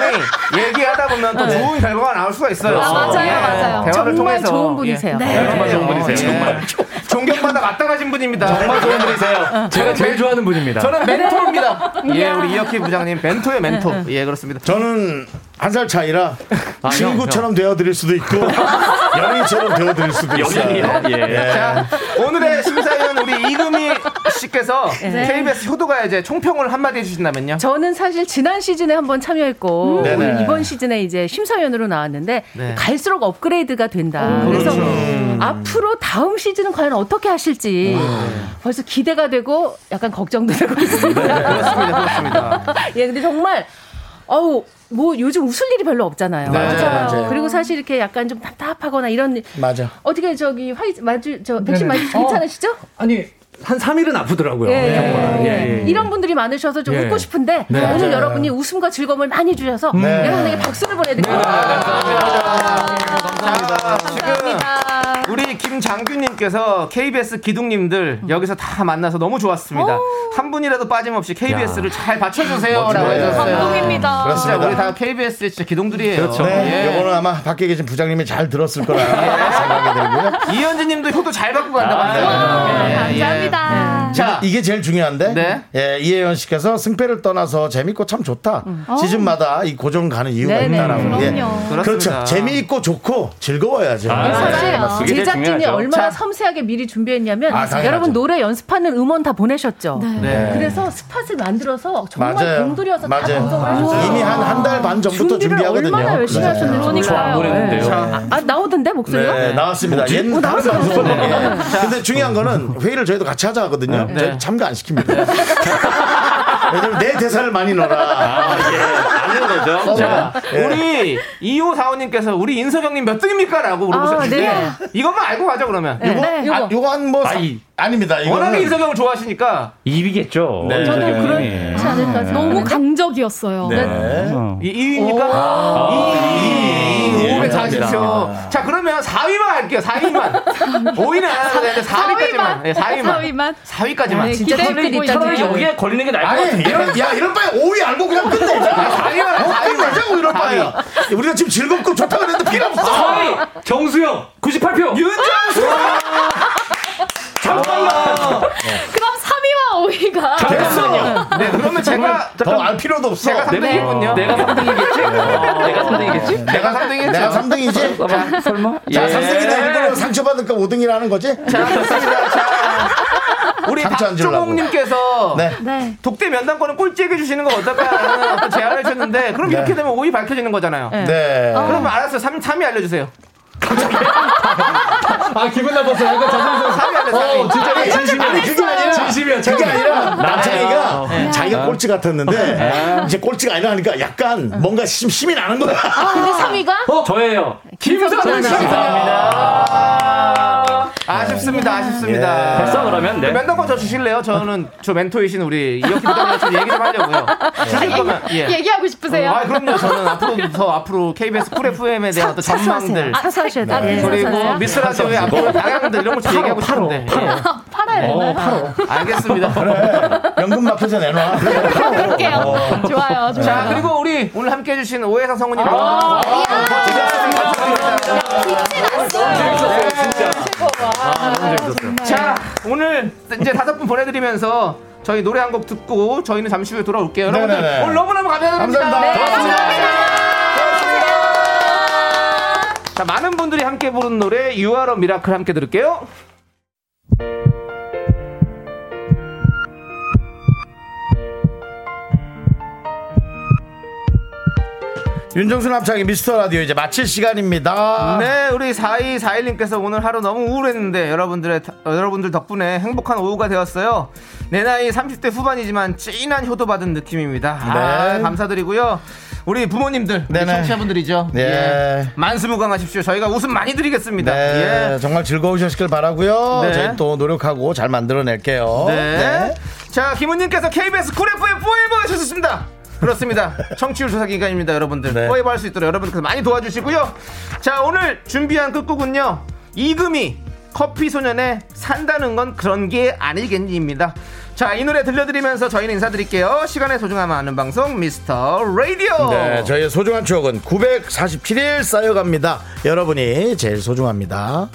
S3: 아니, 얘기하다 보면 또 좋은 결과가 나올 수가 있어요.
S8: 네.
S3: 예.
S8: 아, 맞아요, 맞아요.
S3: 대화를
S8: 정말
S3: 통해서. 예.
S8: 좋은 분이세요. 네.
S1: 정말 좋은 분이세요. 정말.
S3: 존경받아 마땅하신 분입니다. 정말 좋은 분이세요.
S9: 제가 제일
S3: 멘-
S9: 좋아하는 분입니다.
S3: 저는 네. 멘토입니다.
S8: 네.
S3: 예, 우리 이혁희 부장님 멘토의 멘토.
S13: 네.
S3: 예, 그렇습니다. 아,
S2: 저는 한 살 차이라 친구처럼 되어드릴 수도 있고 연인처럼 되어드릴 수도 있어요.
S1: 연인이요? 예.
S3: 자, 오늘의 심사위원 우리 이금희 씨께서
S8: 네.
S3: KBS 효도가 이제 총평을 한마디 해주신다면요.
S8: 저는 사실 지난 시즌에 한번 참여했고
S3: 음.
S8: 오늘
S3: 네네.
S8: 이번 시즌에 이제 심사위원으로 나왔는데
S3: 네. 음, 그렇죠.
S8: 갈수록 업그레이드가 된다. 그래서 앞으로 다음 시즌은 과연 어떻게 하실지
S3: 음.
S8: 벌써 기대가 되고 약간 걱정도 되고 있습니다.
S5: 네,
S8: 예, 근데 정말 어우 뭐 요즘 웃을 일이 별로 없잖아요.
S2: 네, 맞아요. 맞아요.
S8: 그리고 사실 이렇게 약간 좀 답답하거나 이런 일-
S2: 맞아.
S8: 어떻게 저기 화이 맞을 저 백신
S9: 네네.
S8: 맞으시 괜찮으시죠?
S9: 아니, 한 3일은 아프더라고요.
S8: 예, 예,
S9: 정말.
S8: 예, 예. 이런 분들이 많으셔서 좀
S9: 예.
S8: 웃고 싶은데
S9: 네.
S8: 오늘
S9: 맞아요.
S8: 여러분이 웃음과 즐거움을 많이 주셔서
S9: 네.
S8: 여러분에게 박수를 보내드립니다.
S3: 네. 우리 김장규님께서 KBS
S2: 음.
S3: 기둥님들 여기서 다 만나서 너무 좋았습니다. 한 분이라도 빠짐없이 KBS를 잘 받쳐주세요라고
S2: 멋지네요.
S3: 해주셨어요.
S2: 감동입니다.
S3: 진짜
S2: 그렇습니다.
S3: 우리 다 KBS의 진짜 기둥들이에요.
S2: 네,
S3: 예.
S2: 이거는 아마 밖에 계신 부장님이 잘 들었을 거라 생각이 들고요.
S3: 이현진님도 효도 잘 받고 간다고 하네요.
S8: 아,
S13: 감사합니다.
S2: 자, 이게 제일 중요한데. 예, 이혜연 씨께서 승패를 떠나서 재밌고 참 좋다.
S13: 어.
S2: 시즌마다 이 고정 가는 이유가
S8: 음. 네네,
S2: 있다라고. 예.
S8: 그럼요.
S2: 그렇죠.
S3: 그렇습니다.
S2: 재미있고 좋고 즐거워야죠. 예,
S8: 아, 사실
S2: 그게 제일
S8: 제작진이
S2: 중요하죠.
S8: 얼마나 섬세하게 미리 준비했냐면
S2: 아, 당연하죠.
S8: 여러분 노래 연습하는 음원 다 보내셨죠.
S2: 네.
S8: 그래서 스팟을 만들어서 정말
S2: 맞아요.
S8: 공들여서 다
S2: 맞아요.
S8: 방송을 하셨어요.
S2: 이미 한 한 달 반 전부터 준비하거든요.
S8: 얼마나 열심히 하셨는지
S2: 자,
S8: 아 나오던데 목소리가?
S2: 네, 나왔습니다.
S8: 뭐지?
S2: 옛날
S8: 어, 나왔어요.
S2: 방송.
S8: 나왔어요.
S2: 예. 근데 중요한 거는 회의를 저희도 같이 하자 하거든요.
S1: 네.
S2: 저희 참가 안 시킵니다. 왜냐면 내 대사를 많이
S3: 아,
S2: 넣어라. 예.
S1: 아는 거죠.
S3: 예. 자,
S1: 자,
S2: 네.
S3: 우리 2545님께서 우리 인서경님 몇 등입니까? 라고 물어보셨는데
S2: 아, 네.
S3: 이것만 알고 가자 그러면
S2: 네, 요거? 네, 요거. 한뭐 아닙니다.
S3: 워낙에
S2: 이거는-
S3: 인서경을 좋아하시니까
S1: 2위겠죠.
S3: 네. 저도
S1: 그렇지
S13: 않을까
S15: 음.
S2: 아.
S13: 생각- 너무 강적이었어요.
S3: 네.
S15: 네.
S3: 이 2위입니까?
S1: 아.
S3: 2위.
S15: 아,
S1: 예,
S3: 540표.
S1: 감사합니다.
S3: 자, 그러면 4위만 할게요. 4위만. 5위는 네, 안 하도 되는데 4위까지만. 4위만.
S13: 4위만.
S3: 4위까지만.
S13: 네,
S12: 그러니까
S13: 진짜 기대해 털리고 있다,
S1: 차라리 여기에 걸리는 게 나을 것
S2: 아니,
S1: 같은데.
S2: 이런, 야, 이럴 바에 5위 알고 그냥 끝내자.
S3: 아니야,
S2: 뭐
S3: 아니야.
S2: 끝내자고 이럴 바에. 우리가 지금 즐겁고 아, 좋다고 했는데 필요 없어. 아,
S1: 정수영 98표.
S3: 윤정수.
S13: 그럼 3위와 5위가
S1: 잠깐만요.
S3: 네, 그러면 제가
S2: 더 알 필요도 없어.
S3: 제가
S1: 내가-
S3: 3등이군요.
S1: 네.
S3: 네.
S1: 내가 3등이겠지? 내가 3등이겠지?
S5: 네.
S3: 내가 3등이겠죠. 어,
S2: 내가 3등이지?
S1: 아, 설마?
S2: 자,
S1: 예.
S2: 3등이다. 일부러 상처받을까 5등이라는 거지?
S3: 우리
S2: 상처 안 주려고.
S3: 박주공님께서
S2: 네.
S3: 독대 면담권은 꼴찌에게 주시는 건 어떨까라는 어떤 제안을 해주셨는데 그럼
S2: 네.
S3: 이렇게 되면 5위 밝혀지는 거잖아요.
S2: 네. 네.
S3: 아. 그러면 알았어요. 3, 삼위 알려주세요.
S21: 아, 기분 나빴어. 약간 자존심.
S3: 3위 알려주세요.
S21: 어, 진짜
S2: 아니,
S21: 진심이
S2: 아니, 그게 아니라
S21: 진심이 꼴이야,
S2: 그게
S21: 처음에.
S2: 아니라
S21: 아,
S2: 남창이가
S21: 네.
S2: 자기가
S21: 아.
S2: 꼴찌 같았는데
S21: 아.
S2: 이제 꼴찌가 아니라 하니까 약간 뭔가 심, 심이 나는 거야.
S8: 아, 근데 3위가?
S1: 어? 저예요.
S3: 김성현 씨입니다. 아쉽습니다, 아쉽습니다.
S1: 예. 됐어, 그러면, 네.
S3: 면담권 저 주실래요? 저는 저 멘토이신 우리 이혁기 부장님 좀 얘기 좀 하려고요. 주실 거면 예.
S8: 얘기하고 싶으세요?
S3: 아 그럼요. 저는 앞으로 더 앞으로 KBS 쿨 FM에 대한 어떤 전망들 네.
S8: 아, 사셔야 돼요. 아,
S3: 그리고
S8: 사셔야
S3: 미스 라디오의
S8: 돼요?
S3: 앞으로 방향들 이런 걸좀 얘기하고 싶은데. 예.
S8: 팔아야
S2: 어,
S8: 되나요?
S3: 알겠습니다.
S2: 연금 마표자 내놔.
S8: 그럴게요. 좋아요, 좋아요.
S3: 자, 그리고 우리 오늘 함께 해주신 오해상 성우님.
S8: 아,
S12: 아,
S3: 자, 오늘 이제 다섯 분 보내드리면서 저희 노래 한 곡 듣고 저희는 잠시 후에 돌아올게요. 여러분들
S2: 네네네.
S3: 오늘 너무너무 감사드립니다.
S2: 네, 감사합니다. 고맙습니다.
S3: 고맙습니다. 자, 많은 분들이 함께 부른 노래 You Are a Miracle 함께 들을게요.
S2: 윤정수 남창의 미스터 라디오 이제 마칠 시간입니다.
S3: 네, 우리 4241님께서 오늘 하루 너무 우울했는데 여러분들의 어, 여러분들 덕분에 행복한 오후가 되었어요. 내 나이 30대 후반이지만 진한 효도 받은 느낌입니다. 아,
S2: 네.
S3: 감사드리고요. 우리 부모님들, 우리
S2: 네네.
S3: 청취자분들이죠.
S2: 네.
S3: 예. 만수무강하십시오. 저희가 웃음 많이 드리겠습니다.
S2: 네,
S3: 예.
S2: 정말 즐거우셨길 바라고요.
S3: 네.
S2: 저희 또 노력하고 잘 만들어낼게요.
S3: 네. 자, 김훈님께서 KBS 쿨 FM 포에버 하셨습니다. 그렇습니다. 청취율 조사 기간입니다, 여러분들.
S2: 네.
S3: 포에버 할 수 있도록 여러분들 많이 도와주시고요. 자, 오늘 준비한 끝곡은요. 이금희 커피 소년의 산다는 건 그런 게 아니겠니입니다. 자, 이 노래 들려드리면서 저희는 인사드릴게요. 시간의 소중함을 아는 방송 미스터 라디오.
S2: 네, 저희의 소중한 추억은 947일 쌓여갑니다. 여러분이 제일 소중합니다.